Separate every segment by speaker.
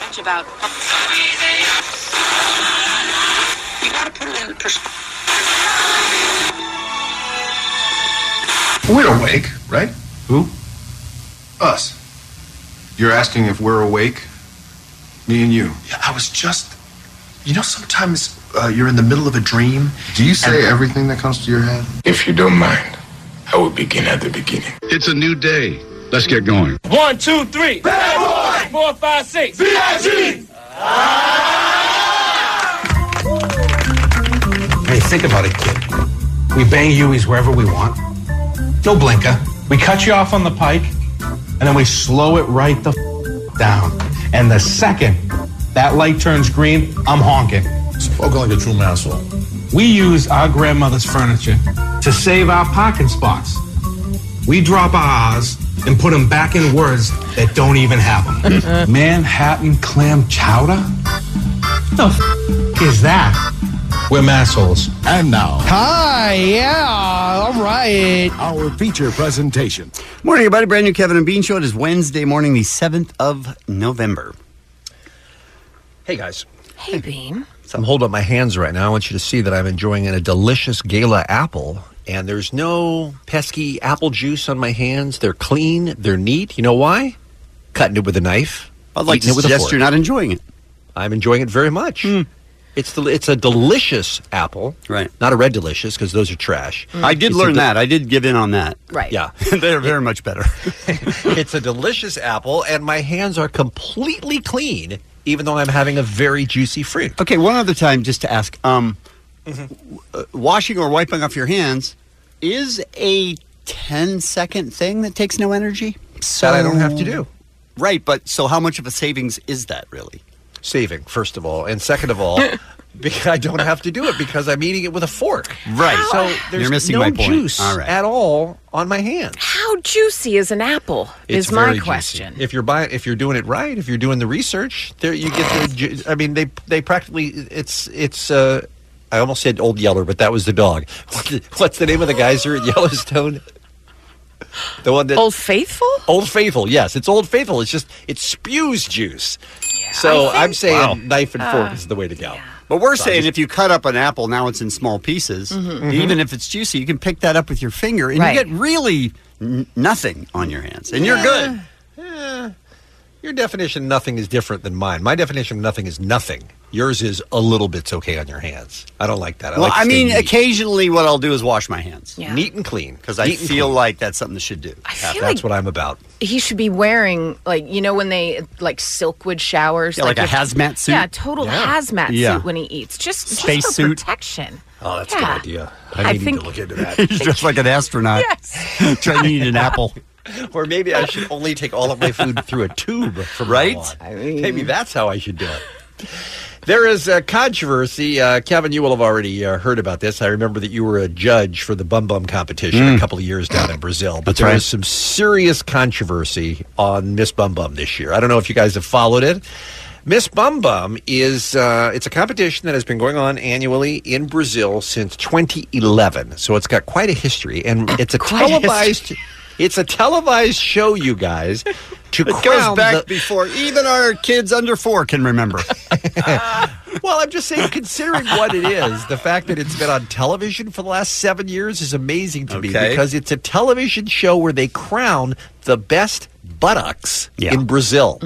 Speaker 1: much about. You gotta put it in perspective.
Speaker 2: We're awake, right?
Speaker 3: Who?
Speaker 2: Us. You're asking if we're awake? Me and you.
Speaker 3: Yeah, I was just. You know, sometimes uh, you're in the middle of a dream.
Speaker 2: Do you say everything that comes to your head?
Speaker 4: If you don't mind, I will begin at the beginning.
Speaker 5: It's a new day. Let's get going.
Speaker 6: One, two, three. Bad boy. Four, five, six. VIG.
Speaker 7: Ah. Hey, think about it, kid. We bang Hueys wherever we want. No blinker. We cut you off on the pike, and then we slow it right the f- down. And the second that light turns green, I'm honking.
Speaker 3: Spoke like a true asshole.
Speaker 7: We use our grandmother's furniture to save our parking spots. We drop our R's and put them back in words that don't even have them. Manhattan clam chowder? The f- is that? We're massholes.
Speaker 3: And now, Ah,
Speaker 8: Hi, yeah, all right.
Speaker 3: our feature presentation.
Speaker 8: Morning, everybody. Brand new Kevin and Bean Show. It is Wednesday morning, the 7th of November.
Speaker 3: Hey, guys.
Speaker 9: Hey, Bean.
Speaker 3: I'm holding up my hands right now. I want you to see that I'm enjoying a delicious gala apple. And there's no pesky apple juice on my hands. They're clean. They're neat. You know why? Cutting it with a knife.
Speaker 8: I'd like
Speaker 3: eating
Speaker 8: to
Speaker 3: it with a
Speaker 8: suggest
Speaker 3: fork.
Speaker 8: you're not enjoying it. Hmm.
Speaker 3: I'm enjoying it very much. It's the, it's a delicious apple.
Speaker 8: Right.
Speaker 3: Not a red delicious because those are trash.
Speaker 8: I did
Speaker 3: It's a
Speaker 8: learn
Speaker 3: de-
Speaker 8: that. I did give in on that.
Speaker 9: Right.
Speaker 3: Yeah.
Speaker 8: They're very much better.
Speaker 3: it's a delicious apple, and my hands are completely clean, even though I'm having a very juicy fruit.
Speaker 8: Okay, one other time just to ask. Um,
Speaker 3: Mm-hmm.
Speaker 8: w- uh, washing or wiping off your hands is a 10 second thing that takes no energy. So
Speaker 3: That I don't have to do.
Speaker 8: Right, but so how much of a savings is that really?
Speaker 3: Saving, first of all. And second of all, because I don't have to do it because I'm eating it with a fork.
Speaker 8: Right.
Speaker 3: So there's
Speaker 8: You're missing
Speaker 3: no
Speaker 8: my point.
Speaker 3: juice
Speaker 8: All right.
Speaker 3: at all on my hands.
Speaker 9: How juicy is an apple?
Speaker 3: It's
Speaker 9: is my
Speaker 3: very juicy.
Speaker 9: question.
Speaker 3: If you're buying, if you're doing it right, if you're doing the research, there you get the. ju- I mean, they they practically it's it's. uh I almost said Old Yeller, but that was the dog. What's the, what's the name of the geyser at Yellowstone? The one that
Speaker 9: Old Faithful?
Speaker 3: Old Faithful. Yes, it's Old Faithful. It's just it spews juice. so
Speaker 9: I think- Uh,
Speaker 3: I'm saying knife and fork is the way to go.
Speaker 8: But we're saying if you cut up an apple, now it's in small pieces. Mm-hmm.
Speaker 9: Mm-hmm.
Speaker 8: Even if it's juicy, you can pick that up with your finger and
Speaker 9: Right.
Speaker 8: you get really n- nothing on your hands. And you're good.
Speaker 3: Your definition of nothing is different than mine. My definition of nothing is nothing. Yours is a little bit's okay on your hands. I don't like that. I
Speaker 8: Well,
Speaker 3: like to
Speaker 8: I
Speaker 3: stay
Speaker 8: mean,
Speaker 3: neat.
Speaker 8: occasionally what I'll do is wash my hands
Speaker 9: Yeah.
Speaker 3: neat and clean
Speaker 8: because I
Speaker 3: Neat and
Speaker 8: feel
Speaker 3: clean.
Speaker 8: like that's something that should do.
Speaker 9: I feel
Speaker 3: that's
Speaker 9: like
Speaker 3: what I'm about.
Speaker 9: he should be wearing, like, you know, when they, like, silkwood showers.
Speaker 8: Yeah, like a
Speaker 9: with-
Speaker 8: hazmat suit?
Speaker 9: Yeah, total hazmat
Speaker 8: Yeah.
Speaker 9: suit when he eats. Just, just
Speaker 8: Space
Speaker 9: for
Speaker 8: suit?
Speaker 9: protection.
Speaker 3: Oh, that's
Speaker 9: Yeah.
Speaker 3: a good idea.
Speaker 9: I
Speaker 3: I, need
Speaker 9: think-
Speaker 3: to look into that.
Speaker 8: He's dressed like an astronaut
Speaker 9: Yes.
Speaker 8: trying to eat an apple.
Speaker 3: or maybe I should only take all of my food through a tube from
Speaker 8: Right?
Speaker 3: now on. maybe that's how I should do it. There is a controversy. Uh, Kevin, you will have already uh, heard about this. I remember that you were a judge for the Bum Bum competition a couple of years down in Brazil. But there
Speaker 8: right.
Speaker 3: was some serious controversy on Miss Bum Bum this year. I don't know if you guys have followed it. Miss Bum Bum is uh, it's a competition that has been going on annually in Brazil since 2011. So it's got quite a history, and it's a
Speaker 9: Quite a
Speaker 3: televised. It's a televised show, you guys. To
Speaker 8: It
Speaker 3: crown
Speaker 8: goes back
Speaker 3: the-
Speaker 8: before even our kids under four can remember.
Speaker 3: Well, I'm just saying, considering what it is, the fact that it's been on television for the last seven years is amazing to me
Speaker 8: Okay.
Speaker 3: because it's a television show where they crown the best buttocks
Speaker 8: Yeah. Mm-hmm.
Speaker 3: in Brazil.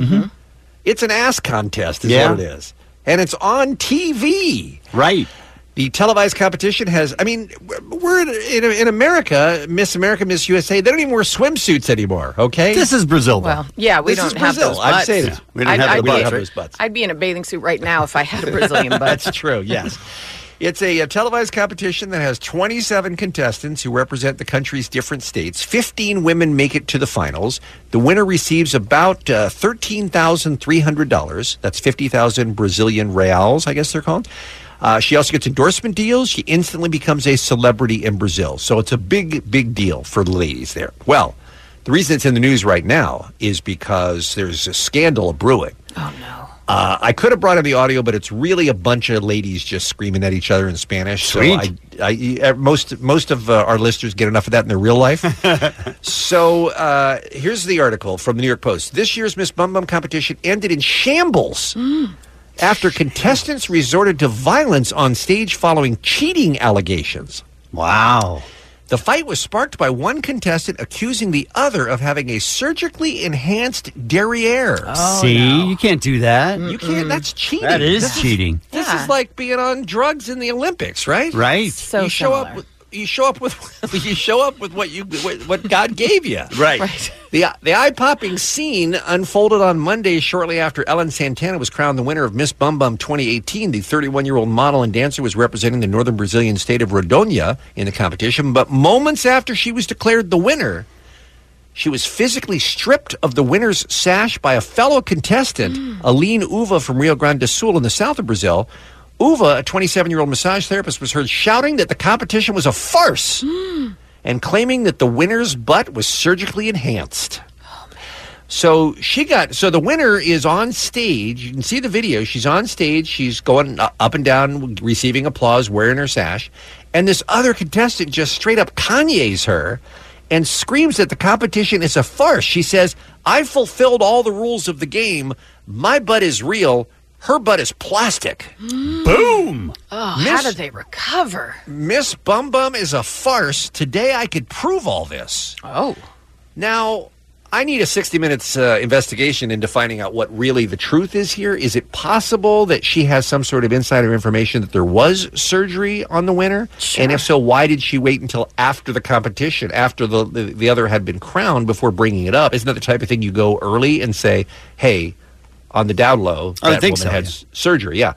Speaker 3: It's an ass contest, is
Speaker 8: Yeah.
Speaker 3: what it is. And it's on TV.
Speaker 8: right.
Speaker 3: The televised competition has, I mean, we're in, in, in America, Miss America, Miss USA, they don't even wear swimsuits anymore, okay?
Speaker 8: This is Brazil. though.
Speaker 9: Well, yeah, we
Speaker 3: This
Speaker 9: don't
Speaker 3: is
Speaker 9: have
Speaker 3: Brazil.
Speaker 9: those
Speaker 3: I'm
Speaker 9: butts.
Speaker 3: saying it's-
Speaker 8: We don't
Speaker 9: I'd,
Speaker 8: have the
Speaker 9: I'd
Speaker 3: we don't
Speaker 9: be,
Speaker 3: have those butts.
Speaker 9: I'd be in a bathing suit right now if I had a Brazilian butt.
Speaker 3: That's true. Yes. It's a, uh televised competition that has 27 contestants who represent the country's different states. 15 women make it to the finals. The winner receives about uh, $13,300. That's 50,000 Brazilian reals, I guess they're called. Uh, she also gets endorsement deals. She instantly becomes a celebrity in Brazil. So it's a big, big deal for the ladies there. Well, the reason it's in the news right now is because there's a scandal brewing. Oh, no. Uh, I could have brought in the audio, but it's really a bunch of ladies just screaming at each other in Spanish.
Speaker 10: Sweet.
Speaker 3: So I, I, most most of uh, our listeners get enough of that in their real life. so uh, here's the article from the New York Post. This year's Miss Bum Bum competition ended in shambles after contestants resorted to violence on stage following cheating allegations. Wow. The fight was sparked by one contestant accusing the other of having a surgically enhanced derriere.
Speaker 9: Oh,
Speaker 8: Oh, See, you can't do that.
Speaker 3: Uh, You can't. That's cheating.
Speaker 8: Mm, That is
Speaker 3: This
Speaker 8: cheating.
Speaker 3: This is like being on drugs in the Olympics, right?
Speaker 8: Right. So
Speaker 3: you show up. With, you show up with you show up with what you what what God gave you.
Speaker 8: Right. Right.
Speaker 3: The the eye popping scene unfolded on Monday shortly after Ellen Santana was crowned the winner of Miss Bum Bum 2018. The 31 year old model and dancer was representing the northern Brazilian state of Rodonia in the competition. But moments after she was declared the winner, she was physically stripped of the winner's sash by a fellow contestant, Aline Uva from Rio Grande do Sul in the south of Brazil. Uva, a 27 year old massage therapist, was heard shouting that the competition was a farce and claiming that the winner's butt was surgically enhanced. So she got so the winner is on stage. You can see the video. She's on stage. She's going u- up and down, receiving applause, wearing her sash, and this other contestant just straight up Kanye's her and screams that the competition is a farce. She says, "I fulfilled all the rules of the game. My butt is real. Her butt is plastic." Boom!
Speaker 9: Oh,
Speaker 3: Miss-
Speaker 9: how did they recover?
Speaker 3: Miss Bum Bum is a farce. Today I could prove all this. Oh. Now, I need a 60 minutes uh, investigation into finding out what really the truth is here. Is it possible that she has some sort of insider information that there was surgery on the winner? And if so, why did she wait until after the competition, after the, the, the other had been crowned, before bringing it up? Isn't that the type of thing you go early and say, hey, on the down low,
Speaker 8: I
Speaker 3: that
Speaker 8: think
Speaker 3: woman
Speaker 8: so,
Speaker 3: had
Speaker 8: yeah.
Speaker 3: s- surgery, yeah.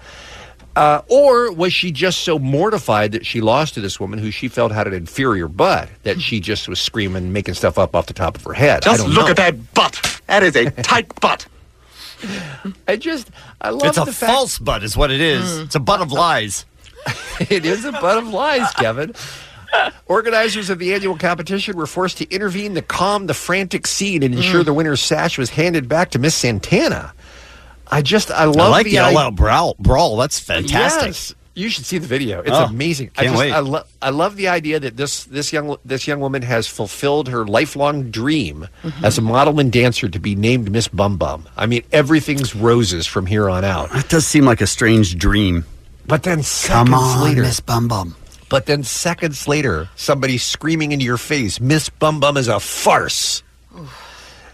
Speaker 3: Uh, or was she just so mortified that she lost to this woman who she felt had an inferior butt that she just was screaming, making stuff up off the top of her head? I
Speaker 11: Just
Speaker 3: don't
Speaker 11: look
Speaker 3: know.
Speaker 11: at that butt. That is a tight butt.
Speaker 3: I just, I love
Speaker 11: It's a
Speaker 3: the fact- Hmm.
Speaker 11: false
Speaker 8: butt is what it is. It's a butt of lies.
Speaker 3: it is a butt of lies, Kevin. Organizers of the annual competition were forced to intervene to calm the frantic scene and
Speaker 8: Hmm.
Speaker 3: ensure the winner's sash was handed back to Miss Santana. I just, I love
Speaker 8: I like the,
Speaker 3: idea-
Speaker 8: all-out brawl. Oh, brawl. That's fantastic.
Speaker 3: Yes. You should see the video. It's
Speaker 8: Oh,
Speaker 3: amazing. I
Speaker 8: can't
Speaker 3: just,
Speaker 8: wait.
Speaker 3: I, lo- I love the idea that this this young this young woman has fulfilled her lifelong dream
Speaker 8: Mm-hmm.
Speaker 3: as a model and dancer to be named Miss Bum Bum. I mean, everything's roses from here on out.
Speaker 8: That does seem like a strange dream.
Speaker 3: But then seconds
Speaker 8: Come on,
Speaker 3: later,
Speaker 8: Miss Bum Bum.
Speaker 3: but then seconds later, somebody screaming into your face, "Miss Bum Bum is a farce."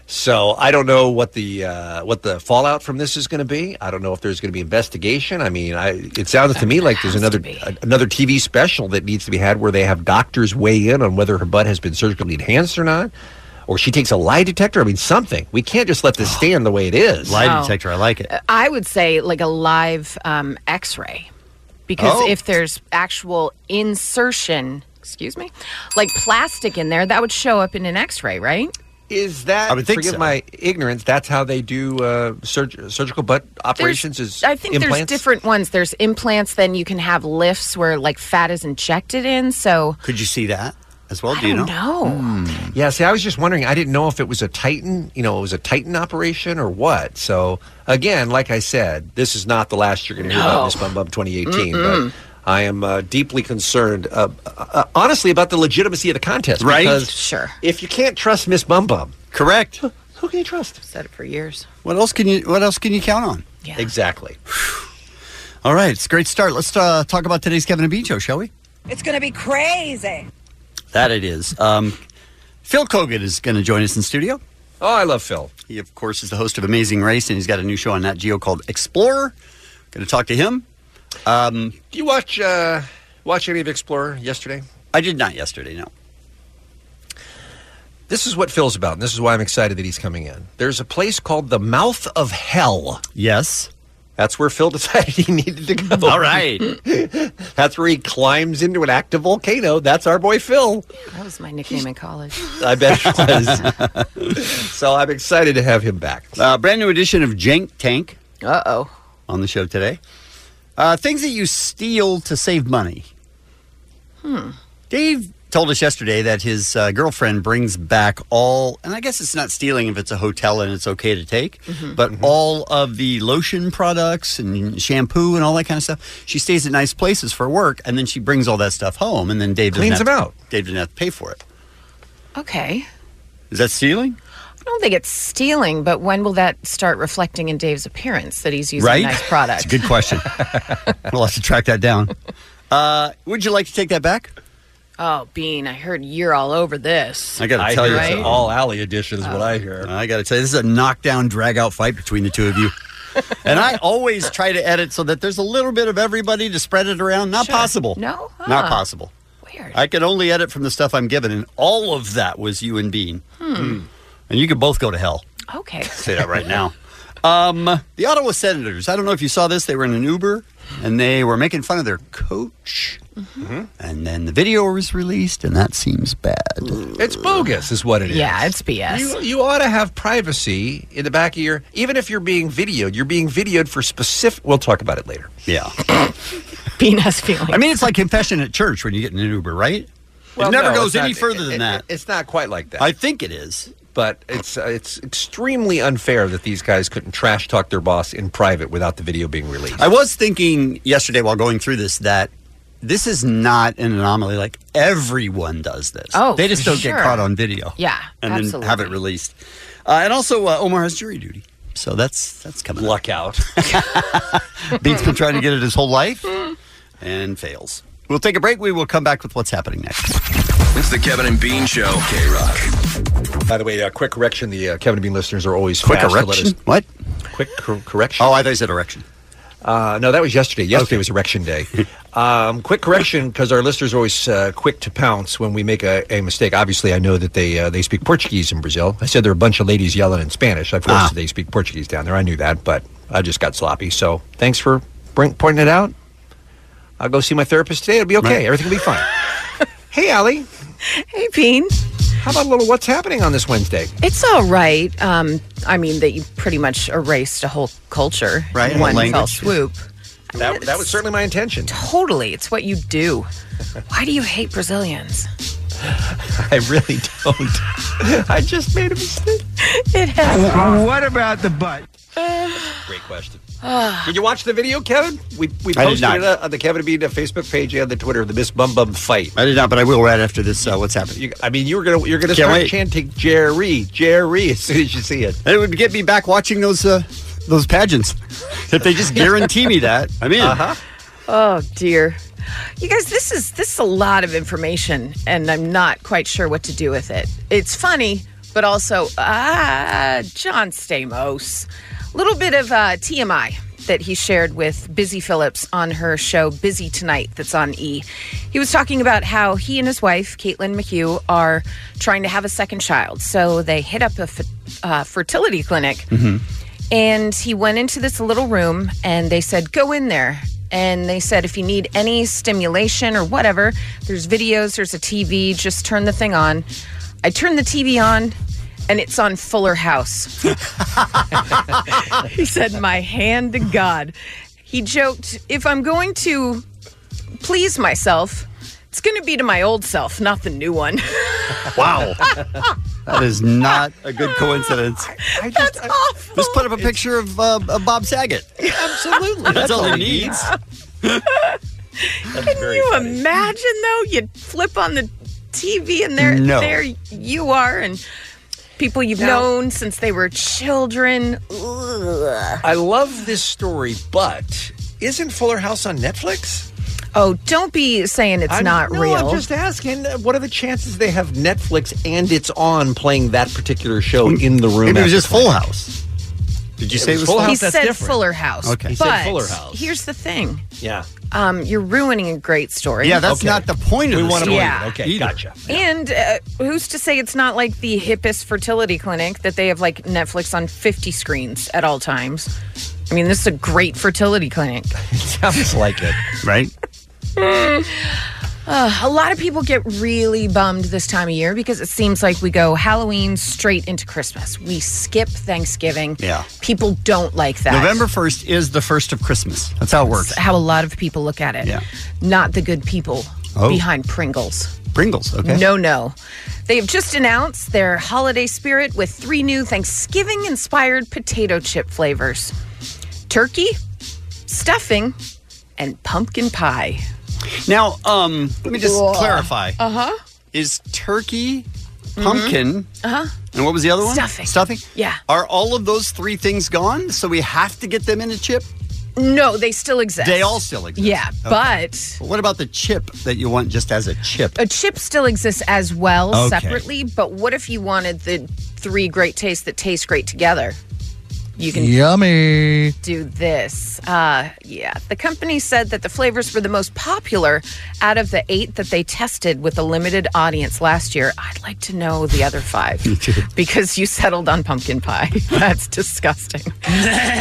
Speaker 3: So I don't know what the uh, what the fallout from this is going to be. I don't know if there's going to be investigation. I mean, I, it sounds to me like there's another a- another TV special that needs to be had where they have doctors weigh in on whether her butt has been surgically enhanced or not, or she takes a lie detector. I mean, something. We can't just let this stand the way it is.
Speaker 9: Lie No. detector,
Speaker 3: I like it.
Speaker 9: uh, I would say like a live um, X-ray, because
Speaker 3: Oh.
Speaker 9: if there's actual insertion, excuse me, like plastic in there, that would show up in an X-ray, right?
Speaker 3: Is that
Speaker 9: I would think
Speaker 3: forgive
Speaker 9: so.
Speaker 3: my ignorance? That's how they do uh, surg- surgical butt operations.
Speaker 9: There's-
Speaker 3: is
Speaker 9: I think
Speaker 3: implants?
Speaker 9: there's different ones. There's implants. Then you can have lifts where like fat is injected in. So
Speaker 3: Could you see that as well?
Speaker 9: I do you don't know? know.
Speaker 3: Hmm. Yeah, see, I was just wondering. I didn't know if it was a Titan, you know, it was a Titan operation or what. So, again, like I said, this is not the last you're going to hear
Speaker 9: No.
Speaker 3: about Miss Bum Bum 2018.
Speaker 9: Mm-mm.
Speaker 3: But I am uh, deeply concerned, uh, uh, honestly, about the legitimacy of the contest.
Speaker 8: Right?
Speaker 3: Because
Speaker 9: Sure.
Speaker 3: If you can't trust Miss Bum Bum,
Speaker 8: correct.
Speaker 3: Who can you trust?
Speaker 9: Said it for years.
Speaker 8: What else can you? What else can you count on?
Speaker 9: Yeah.
Speaker 3: Exactly.
Speaker 8: All right, it's a great start. Let's uh, talk about today's Kevin and Bean show, shall we?
Speaker 12: It's going to be crazy.
Speaker 8: That it is. Um, Phil Kogan is going to join us in studio.
Speaker 3: Oh, I love Phil.
Speaker 8: He, of course, is the host of Amazing Race, and he's got a new show on Nat Geo called Explorer. Going to talk to him. Um,
Speaker 3: do you watch uh, watch any of Explorer yesterday?
Speaker 8: I did not yesterday. No.
Speaker 3: This is what Phil's about, and this is why I'm excited that he's coming in. There's a place called the Mouth of Hell.
Speaker 8: Yes.
Speaker 3: That's where Phil decided he needed to go.
Speaker 10: All right.
Speaker 3: That's where he climbs into an active volcano. That's our boy Phil.
Speaker 9: That was my nickname in college.
Speaker 3: I bet it was. so I'm excited to have him back.
Speaker 8: Uh, brand new edition of Jank Tank.
Speaker 9: Uh oh.
Speaker 8: On the show today. Uh, things that you steal to save money.
Speaker 9: Hmm.
Speaker 8: Dave told us yesterday that his uh, girlfriend brings back all, and I guess it's not stealing if it's a hotel and it's okay to take,
Speaker 10: Mm-hmm.
Speaker 3: Mm-hmm.
Speaker 9: Mhm.
Speaker 8: but all of the lotion products and shampoo and all that kind of stuff. She stays at nice places for work, and then she brings all that stuff home, and then Dave doesn't
Speaker 9: Cleans
Speaker 8: have
Speaker 9: them
Speaker 8: to-
Speaker 9: out.
Speaker 8: Dave didn't have to pay for it.
Speaker 9: Okay.
Speaker 8: Is that stealing?
Speaker 9: I don't think it's stealing, but when will that start reflecting in Dave's appearance that he's using
Speaker 8: right?
Speaker 9: nice product?
Speaker 8: It's a good question. we'll have to track that down. Uh, would you like to take that back?
Speaker 9: Oh, Bean, I heard you're all over this.
Speaker 8: I got to tell you,
Speaker 9: Right?
Speaker 3: alley edition is what I hear.
Speaker 8: I got to tell you, this is a knockdown, drag out fight between the two of you. and I always try to edit so that there's a little bit of everybody to spread it around. Not possible.
Speaker 9: No?
Speaker 8: Not
Speaker 9: Huh.
Speaker 8: possible. Weird. I could only edit from the stuff I'm given, and all of that was you and Bean.
Speaker 9: Hmm.
Speaker 8: And you could both go to hell.
Speaker 9: Okay.
Speaker 8: Say that right now. Um, the Ottawa Senators. I don't know if you saw this. They were in an Uber and they were making fun of their coach.
Speaker 3: Mm-hmm.
Speaker 8: And then the video was released, and that seems bad.
Speaker 3: It's bogus, is what it is.
Speaker 9: Yeah, it's BS.
Speaker 3: You, you ought to have privacy in the back of your. Even if you're being videoed, you're being videoed for specific. We'll talk about it later.
Speaker 8: Yeah.
Speaker 9: Bean has feelings.
Speaker 8: I mean, it's like confession at church when you get in an Uber, right?
Speaker 3: Well,
Speaker 8: it never
Speaker 3: no,
Speaker 8: goes
Speaker 3: it's not-
Speaker 8: any further than
Speaker 3: it-
Speaker 8: that.
Speaker 3: it- it's not quite like that.
Speaker 8: I think it is.
Speaker 3: But it's uh, it's extremely unfair that these guys couldn't trash talk their boss in private without the video being released.
Speaker 8: I was thinking yesterday while going through this that this is not an anomaly. Like everyone does this.
Speaker 9: Oh,
Speaker 8: they just
Speaker 9: for
Speaker 8: don't
Speaker 9: sure.
Speaker 8: get caught on video.
Speaker 9: Yeah,
Speaker 8: and
Speaker 9: absolutely.
Speaker 8: then have it released. Uh, and also, uh, Omar has jury duty, so that's that's coming.
Speaker 3: Luck out.
Speaker 8: Beat's been trying to get it his whole life and fails. We'll take a break. We will come back with what's happening next.
Speaker 13: It's the Kevin and Bean Show. K Rock.
Speaker 3: By the way, uh, quick correction: the uh, Kevin and Bean listeners are always
Speaker 8: Quick
Speaker 3: fast to let
Speaker 8: erection?
Speaker 3: us-
Speaker 8: What?
Speaker 3: Quick cor- correction.
Speaker 8: Oh, I thought you said erection.
Speaker 3: Uh, no, that was yesterday. Yesterday was erection day. um, quick correction, because our listeners are always uh, quick to pounce when we make a, a mistake. Obviously, I know that they uh, they speak Portuguese in Brazil. I said there are a bunch of ladies yelling in Spanish. Of course, they speak Portuguese down there. I knew that, but I just got sloppy. So thanks for bring, pointing it out. I'll go see my therapist today. It'll be okay. Everything will be fine. hey, Allie.
Speaker 9: Hey, Bean.
Speaker 3: How about a little what's happening on this Wednesday?
Speaker 9: It's all right. Um, I mean, that you pretty much erased a whole culture
Speaker 3: Right,
Speaker 9: in
Speaker 3: a
Speaker 9: one fell
Speaker 3: language.
Speaker 9: swoop.
Speaker 3: That, that was certainly my intention.
Speaker 9: Totally. It's what you do. Why do you hate Brazilians?
Speaker 3: I really don't. I just made a mistake.
Speaker 9: It has.
Speaker 3: What about the butt?
Speaker 8: Um,
Speaker 3: Great question.
Speaker 9: Ah.
Speaker 3: Did you watch the video, Kevin? We we
Speaker 8: I did
Speaker 3: posted
Speaker 8: not.
Speaker 3: it uh, on the Kevin and Bean uh, Facebook page and the Twitter. The Miss Bum Bum fight.
Speaker 8: I did not, but I will right after this. Uh, what's happening?
Speaker 3: You, I mean, you were gonna you're gonna
Speaker 8: Can't
Speaker 3: start
Speaker 8: wait.
Speaker 3: chanting Jerry, Jerry as soon as you see it.
Speaker 8: And it would get me back watching those uh, those pageants. if they just guarantee me that, I'm in.
Speaker 3: Uh-huh.
Speaker 9: Oh dear. You guys, this is this is a lot of information, and I'm not quite sure what to do with it. It's funny, but also ah, John Stamos, little bit of uh, TMI that he shared with Busy Phillips on her show Busy Tonight, that's on E. He was talking about how he and his wife Caitlin McHugh are trying to have a second child, so they hit up a fer- uh, fertility clinic.
Speaker 3: Mm-hmm.
Speaker 9: And he went into this little room and they said, Go in there. And they said, If you need any stimulation or whatever, there's videos, there's a TV, just turn the thing on. I turned the TV on and it's on Fuller House. he said, My hand to God. He joked, If I'm going to please myself, it's going to be to my old self, not the new one.
Speaker 8: Wow. that is not a good coincidence.
Speaker 3: I just,
Speaker 8: That's awful. Just put up a picture of, uh, of Bob Saget.
Speaker 3: Absolutely.
Speaker 8: That's, all he needs.
Speaker 9: Can you imagine though? You flip on the TV and there,
Speaker 8: No.
Speaker 9: there you are, and people you've
Speaker 3: Now-
Speaker 9: known since they were children. Ugh.
Speaker 3: I love this story, but isn't Fuller House on Netflix?
Speaker 9: Oh, don't be saying it's
Speaker 3: I'm-
Speaker 9: not
Speaker 3: no,
Speaker 9: real.
Speaker 3: I'm just asking. uh, What are the chances they have Netflix and it's on playing that particular show in the room?
Speaker 8: Maybe it was
Speaker 3: after
Speaker 8: just Full
Speaker 3: class?
Speaker 8: House. Did you
Speaker 3: It
Speaker 8: say it
Speaker 3: was
Speaker 8: was
Speaker 3: Full
Speaker 8: Full
Speaker 3: House?
Speaker 9: he
Speaker 8: House?
Speaker 3: that's
Speaker 9: said
Speaker 3: different.
Speaker 9: Fuller House.
Speaker 8: Okay. He
Speaker 9: but
Speaker 8: said Fuller House.
Speaker 9: Here's the thing.
Speaker 3: Yeah.
Speaker 9: Um, you're ruining a great story.
Speaker 8: Yeah, that's not the point of
Speaker 3: We
Speaker 8: the
Speaker 3: want to
Speaker 8: story.
Speaker 3: believe it.
Speaker 9: Yeah.
Speaker 3: Okay, gotcha.
Speaker 9: And uh, who's to say it's not like the hippest fertility clinic that they have like Netflix on 50 screens at all times? I mean, this is a great fertility clinic.
Speaker 3: Sounds like it, right?
Speaker 9: Mm. Uh, a lot of people get really bummed this time of year because it seems like we go Halloween straight into Christmas. We skip Thanksgiving.
Speaker 8: Yeah.
Speaker 9: People don't like that.
Speaker 8: November 1st is the first of Christmas. That's how it works.
Speaker 9: That's how a lot of people look at it.
Speaker 8: Yeah.
Speaker 9: Not the good people
Speaker 8: Oh.
Speaker 9: behind Pringles.
Speaker 8: Pringles, okay.
Speaker 9: No, no. They have just announced their holiday spirit with three new Thanksgiving inspired potato chip flavors turkey, stuffing, and pumpkin pie.
Speaker 8: Now, um, let me just
Speaker 9: Ugh.
Speaker 8: clarify.
Speaker 9: Uh huh.
Speaker 8: Is turkey, pumpkin,
Speaker 9: Uh huh.
Speaker 8: and what was the other one?
Speaker 9: Mm-hmm. Stuffing.
Speaker 8: Stuffing?
Speaker 9: Yeah.
Speaker 8: Are all of those three things gone? So we have to get them in a chip?
Speaker 9: No, they still exist.
Speaker 8: They all still exist.
Speaker 9: Yeah,
Speaker 8: Okay.
Speaker 9: but
Speaker 8: But what about the chip that you want just as a chip?
Speaker 9: a chip still exists as well
Speaker 8: Okay.
Speaker 9: separately. But what if you wanted the three great tastes that taste great together? You can
Speaker 10: Yummy.
Speaker 9: do this. Uh, yeah, the company said that the flavors were the most popular out of the eight that they tested with a limited audience last year. I'd like to know the other five because you settled on pumpkin pie. That's disgusting.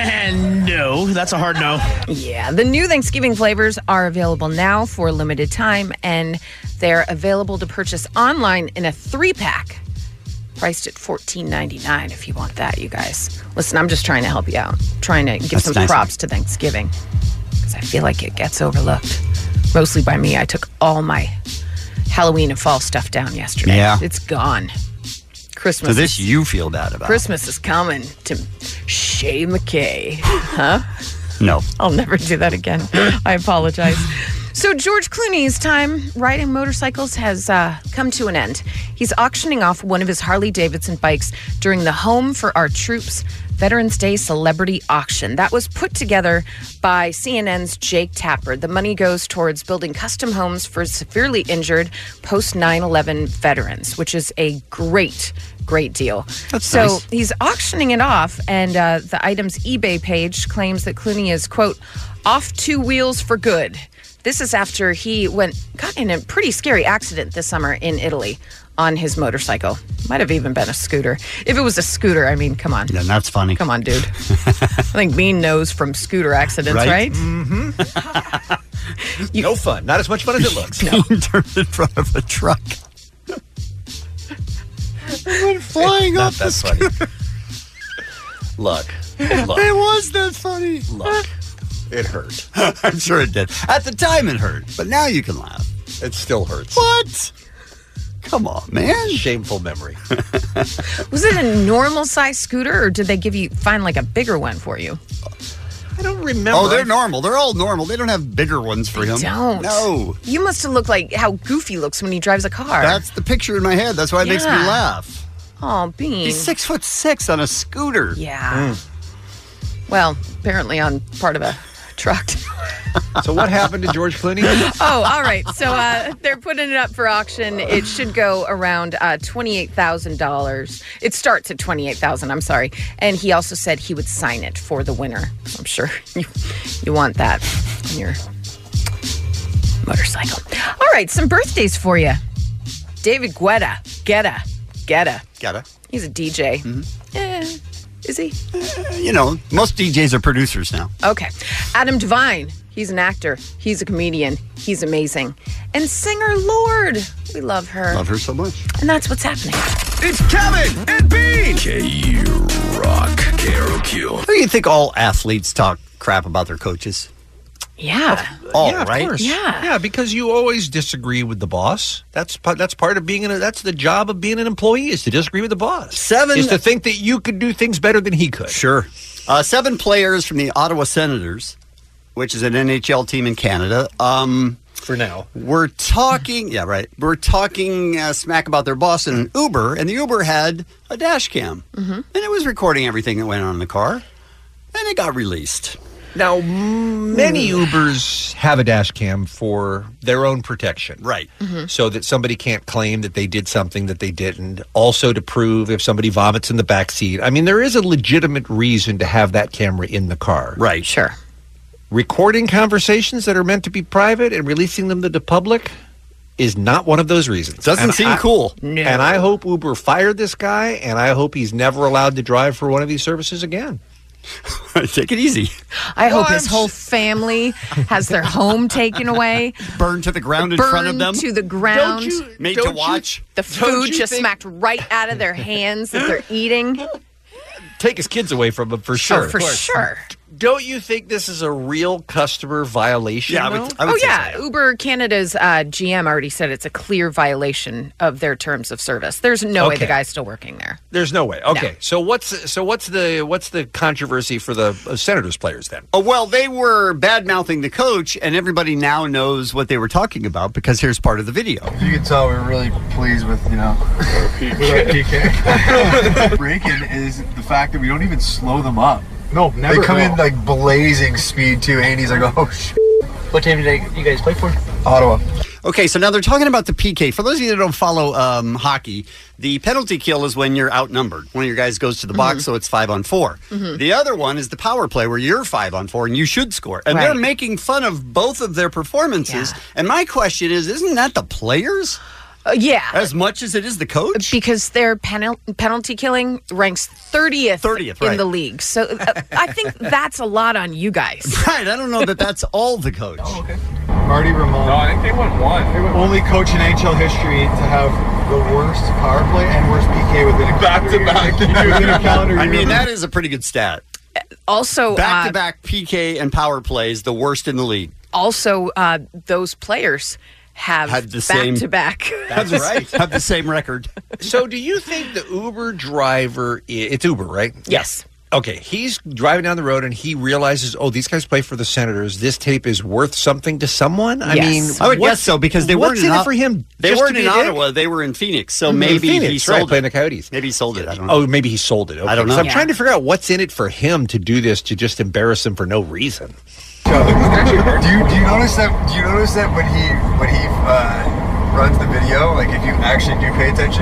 Speaker 14: no, that's a hard no.
Speaker 9: Yeah, the new Thanksgiving flavors are available now for a limited time, and they're available to purchase online in a three pack, priced at $14.99. If you want that, you guys. Listen, I'm just trying to help you out, trying to give
Speaker 15: That's
Speaker 9: some
Speaker 15: nice.
Speaker 9: props to Thanksgiving, because I feel like it gets overlooked, mostly by me. I took all my Halloween and fall stuff down yesterday.
Speaker 8: Yeah.
Speaker 9: it's gone. Christmas.
Speaker 8: So this
Speaker 9: is-
Speaker 8: you feel bad about?
Speaker 9: Christmas is coming to Shay McKay, huh?
Speaker 8: No.
Speaker 9: I'll never do that again. I apologize. So, George Clooney's time riding motorcycles has uh, come to an end. He's auctioning off one of his Harley Davidson bikes during the Home for Our Troops Veterans Day Celebrity Auction. That was put together by CNN's Jake Tapper. The money goes towards building custom homes for severely injured post 9 11 veterans, which is a great, great deal.
Speaker 15: That's
Speaker 9: so,
Speaker 15: nice.
Speaker 9: he's auctioning it off, and uh, the item's eBay page claims that Clooney is quote off two wheels for good. This is after he went got in a pretty scary accident this summer in Italy on his motorcycle. Might have even been a scooter. If it was a scooter, I mean, come on.
Speaker 8: Then that's funny.
Speaker 9: Come on, dude. I think Bean knows from scooter accidents,
Speaker 3: Right?
Speaker 9: right?
Speaker 3: Mm-hmm. no fun. Not as much fun as it looks.
Speaker 8: Bean turned in front of a truck. went flying
Speaker 3: Not
Speaker 8: off
Speaker 3: that
Speaker 8: the
Speaker 3: funny. Look,
Speaker 8: It
Speaker 3: look,
Speaker 8: was that funny.
Speaker 3: look. It hurt.
Speaker 8: I'm sure it did. At the time, it hurt, but now you can laugh.
Speaker 3: It still hurts.
Speaker 8: What? Come on, man.
Speaker 3: Shameful memory.
Speaker 9: Was it a normal size scooter, or did they give you find like a bigger one for you?
Speaker 3: I don't remember.
Speaker 8: Oh, they're normal. They're all normal. They don't have bigger ones for him.
Speaker 9: Don't.
Speaker 8: No.
Speaker 9: You must have looked like how Goofy looks when he drives a car.
Speaker 8: That's the picture in my head. That's why it makes me
Speaker 9: Yeah.
Speaker 8: laugh.
Speaker 9: Oh, Bean.
Speaker 3: Hmm.
Speaker 8: He's six foot six on a scooter.
Speaker 9: Yeah. Well, apparently on part of a truck.
Speaker 3: so what happened to George Clooney?
Speaker 9: oh, all right. So uh, they're putting it up for auction. It should go around uh, twenty-eight thousand dollars. It starts at twenty-eight thousand. I'm sorry. And he also said he would sign it for the winner. I'm sure you you want that on your motorcycle. All right, some birthdays for you. David Guetta, Guetta, Guetta.
Speaker 8: Gotta.
Speaker 9: He's a DJ.
Speaker 8: Mm-hmm.
Speaker 9: Eh, is he?
Speaker 8: Uh, You know, most DJs are producers now.
Speaker 9: Okay. Adam Devine. He's an actor. He's a comedian. He's amazing. And singer Lord. We love her.
Speaker 8: Love her so much.
Speaker 9: And that's what's happening.
Speaker 8: It's Kevin and Bean.
Speaker 13: K Rock KROQ.
Speaker 8: Do you think all athletes talk crap about their coaches?
Speaker 9: Yeah.
Speaker 8: All
Speaker 3: yeah, of
Speaker 8: right.
Speaker 3: course. Yeah. Yeah, because you always disagree with the boss. That's pa- that's part of being an that's the job of being an employee is to disagree with the boss.
Speaker 8: Seven-
Speaker 3: is to think that you could do things better than he could.
Speaker 8: Sure. Uh, seven players from the Ottawa Senators, which is an NHL team in Canada. Um,
Speaker 3: For now.
Speaker 8: We're talking, yeah, right. We're talking uh, smack about their boss in an Uber, and the Uber had a dash cam,
Speaker 3: Mm-hmm.
Speaker 8: and it was recording everything that went on in the car, and it got released.
Speaker 3: Now, many Ubers have a dash cam for their own protection. Right.
Speaker 9: Mm-hmm.
Speaker 8: Mhm.
Speaker 3: So that somebody can't claim that they did something that they didn't. Also to prove if somebody vomits in the back seat. I mean, there is a legitimate reason to have that camera in the car.
Speaker 8: Right.
Speaker 9: Sure.
Speaker 3: Recording conversations that are meant to be private and releasing them to the public is not one of those reasons.
Speaker 8: Doesn't
Speaker 3: And
Speaker 8: seem
Speaker 3: I-
Speaker 8: cool.
Speaker 9: No.
Speaker 3: And I hope Uber fired this guy and I hope he's never allowed to drive for one of these services again.
Speaker 8: Take it easy.
Speaker 9: I hope his whole family has their home taken away,
Speaker 8: Burned to the ground in front of
Speaker 9: burned
Speaker 8: them.
Speaker 9: to the ground,
Speaker 8: Made to watch.
Speaker 9: The
Speaker 8: Don't
Speaker 9: food
Speaker 8: you
Speaker 9: just
Speaker 8: think-
Speaker 9: smacked right out of their hands that they're eating.
Speaker 3: Take his kids away from him for sure.
Speaker 9: oh, for sure.
Speaker 3: Don't you think this is a real customer violation?
Speaker 8: Yeah, I would-
Speaker 3: though?
Speaker 9: oh yeah, Uber Canada's uh, GM already said it's a clear violation of their terms of service. There's no way
Speaker 3: Okay.
Speaker 9: the guy's still working there.
Speaker 3: There's no way. Okay, so what's so what's the what's the controversy for the uh, Senators players then?
Speaker 8: Oh, well, they were bad mouthing the coach, and everybody now knows what they were talking about because here's part of the video.
Speaker 10: You can tell we're really pleased with, you know, with our PK. Breaking is the fact that we don't even slow them up. No,
Speaker 15: never
Speaker 10: They come
Speaker 15: will.
Speaker 10: in like blazing speed too. Andy's like, oh, sh-.
Speaker 15: What team do they, you guys play for?
Speaker 10: Ottawa.
Speaker 8: Okay, so now they're talking about the PK. For those of you that don't follow um, hockey, the penalty kill is when you're outnumbered. One of your guys goes to the box, so it's five on 4
Speaker 16: Mhm.
Speaker 8: The other one is the power play, where you're five on four and you should score. And they're
Speaker 16: Right.
Speaker 8: making fun of both of their performances. And my question is, isn't that the players?
Speaker 9: Uh, yeah.
Speaker 8: As much as it is the coach?
Speaker 9: Because their penal- penalty killing ranks 30th,
Speaker 8: 30th,
Speaker 9: in
Speaker 8: right.
Speaker 9: the league. So uh, I think that's a lot on you guys.
Speaker 8: Right. I don't know that that's all the coach.
Speaker 10: Oh, Marty Ramon. No, I think they went one. Only coach in NHL history to have the worst power play and worst PK within a back to back. Within a calendar
Speaker 8: I
Speaker 10: year.
Speaker 8: mean, that is a pretty good stat.
Speaker 9: Also,
Speaker 8: Back
Speaker 9: uh,
Speaker 8: to back PK and power plays, the worst in the league.
Speaker 9: also uh, those players have
Speaker 8: Had the
Speaker 9: back
Speaker 8: same-
Speaker 9: to back.
Speaker 8: That's right. Have the same record.
Speaker 3: So do you think the Uber driver? i- It's Uber, right?
Speaker 9: Yes.
Speaker 3: Okay, he's driving down the road and he realizes, oh, these guys play for the Senators. This tape is worth something to someone. I mean,
Speaker 8: I would
Speaker 3: what's-
Speaker 8: guess so because they
Speaker 3: what's
Speaker 8: weren't in
Speaker 3: in it
Speaker 8: Ot-
Speaker 3: for him.
Speaker 8: They
Speaker 3: just to
Speaker 8: weren't
Speaker 3: be
Speaker 8: in
Speaker 3: a dick?
Speaker 8: Ottawa. They were in Phoenix, so
Speaker 3: Mhm.
Speaker 8: maybe he
Speaker 3: Phoenix, right,
Speaker 8: sold
Speaker 3: playing
Speaker 8: it.
Speaker 3: the Coyotes.
Speaker 8: Maybe he sold it. I don't know.
Speaker 3: Oh, maybe he sold it. Okay.
Speaker 8: I don't know.
Speaker 3: So I'm
Speaker 8: Yeah.
Speaker 3: trying to figure out what's in it for him to do this to just embarrass him for no reason.
Speaker 10: do you do you notice that? Do you notice that when he when he uh, runs the video, like if you actually do pay attention,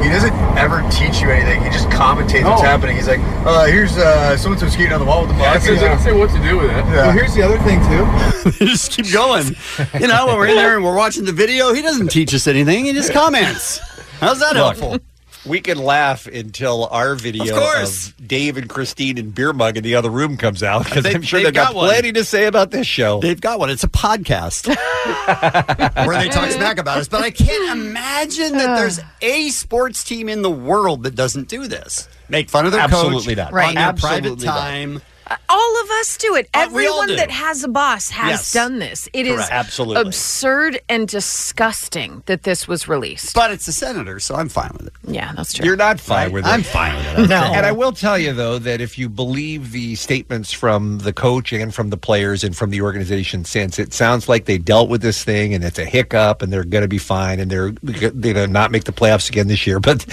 Speaker 10: he doesn't ever teach you anything. He just commentates what's
Speaker 17: No.
Speaker 10: happening. He's like, uh, here's uh, so and so skating on the wall with the
Speaker 17: Yeah,
Speaker 10: puck.
Speaker 17: it doesn't say
Speaker 10: what to do with it.
Speaker 17: Well, here's
Speaker 10: the other thing too.
Speaker 8: just keep going. You know, when we're in there and we're watching the video, he doesn't teach us anything. He just comments. How's that
Speaker 3: Look,
Speaker 8: helpful?
Speaker 3: We can laugh until our video
Speaker 8: Of course.
Speaker 3: of Dave and Christine and Beer Mug in the other room comes out because
Speaker 8: They-
Speaker 3: I'm sure
Speaker 8: they've
Speaker 3: they've got,
Speaker 8: got one.
Speaker 3: plenty to say about this
Speaker 9: Oh.
Speaker 3: show.
Speaker 8: They've got one. It's a podcast where they talk smack about us, but I can't imagine
Speaker 9: Uh.
Speaker 8: that there's a sports team in the world that doesn't do this. Make fun of their
Speaker 3: Absolutely
Speaker 8: coach
Speaker 3: not.
Speaker 9: Right.
Speaker 8: on their private
Speaker 3: Absolutely not.
Speaker 8: time.
Speaker 9: All of us do it.
Speaker 8: Oh, we all
Speaker 9: Everyone
Speaker 8: do.
Speaker 9: that has a boss has
Speaker 8: Yes.
Speaker 9: done this. It is
Speaker 8: Correct. Absolutely.
Speaker 9: absurd and disgusting that this was released.
Speaker 8: But it's the senator, so I'm fine with it.
Speaker 9: Yeah, that's true.
Speaker 3: You're not fine with it.
Speaker 8: I'm fine with it.
Speaker 3: No. And I will tell you though that if you believe the statements from the coach and from the players and from the organization since it sounds like they dealt with this thing and it's a hiccup and they're going to be fine and they're they to not make the playoffs again this year but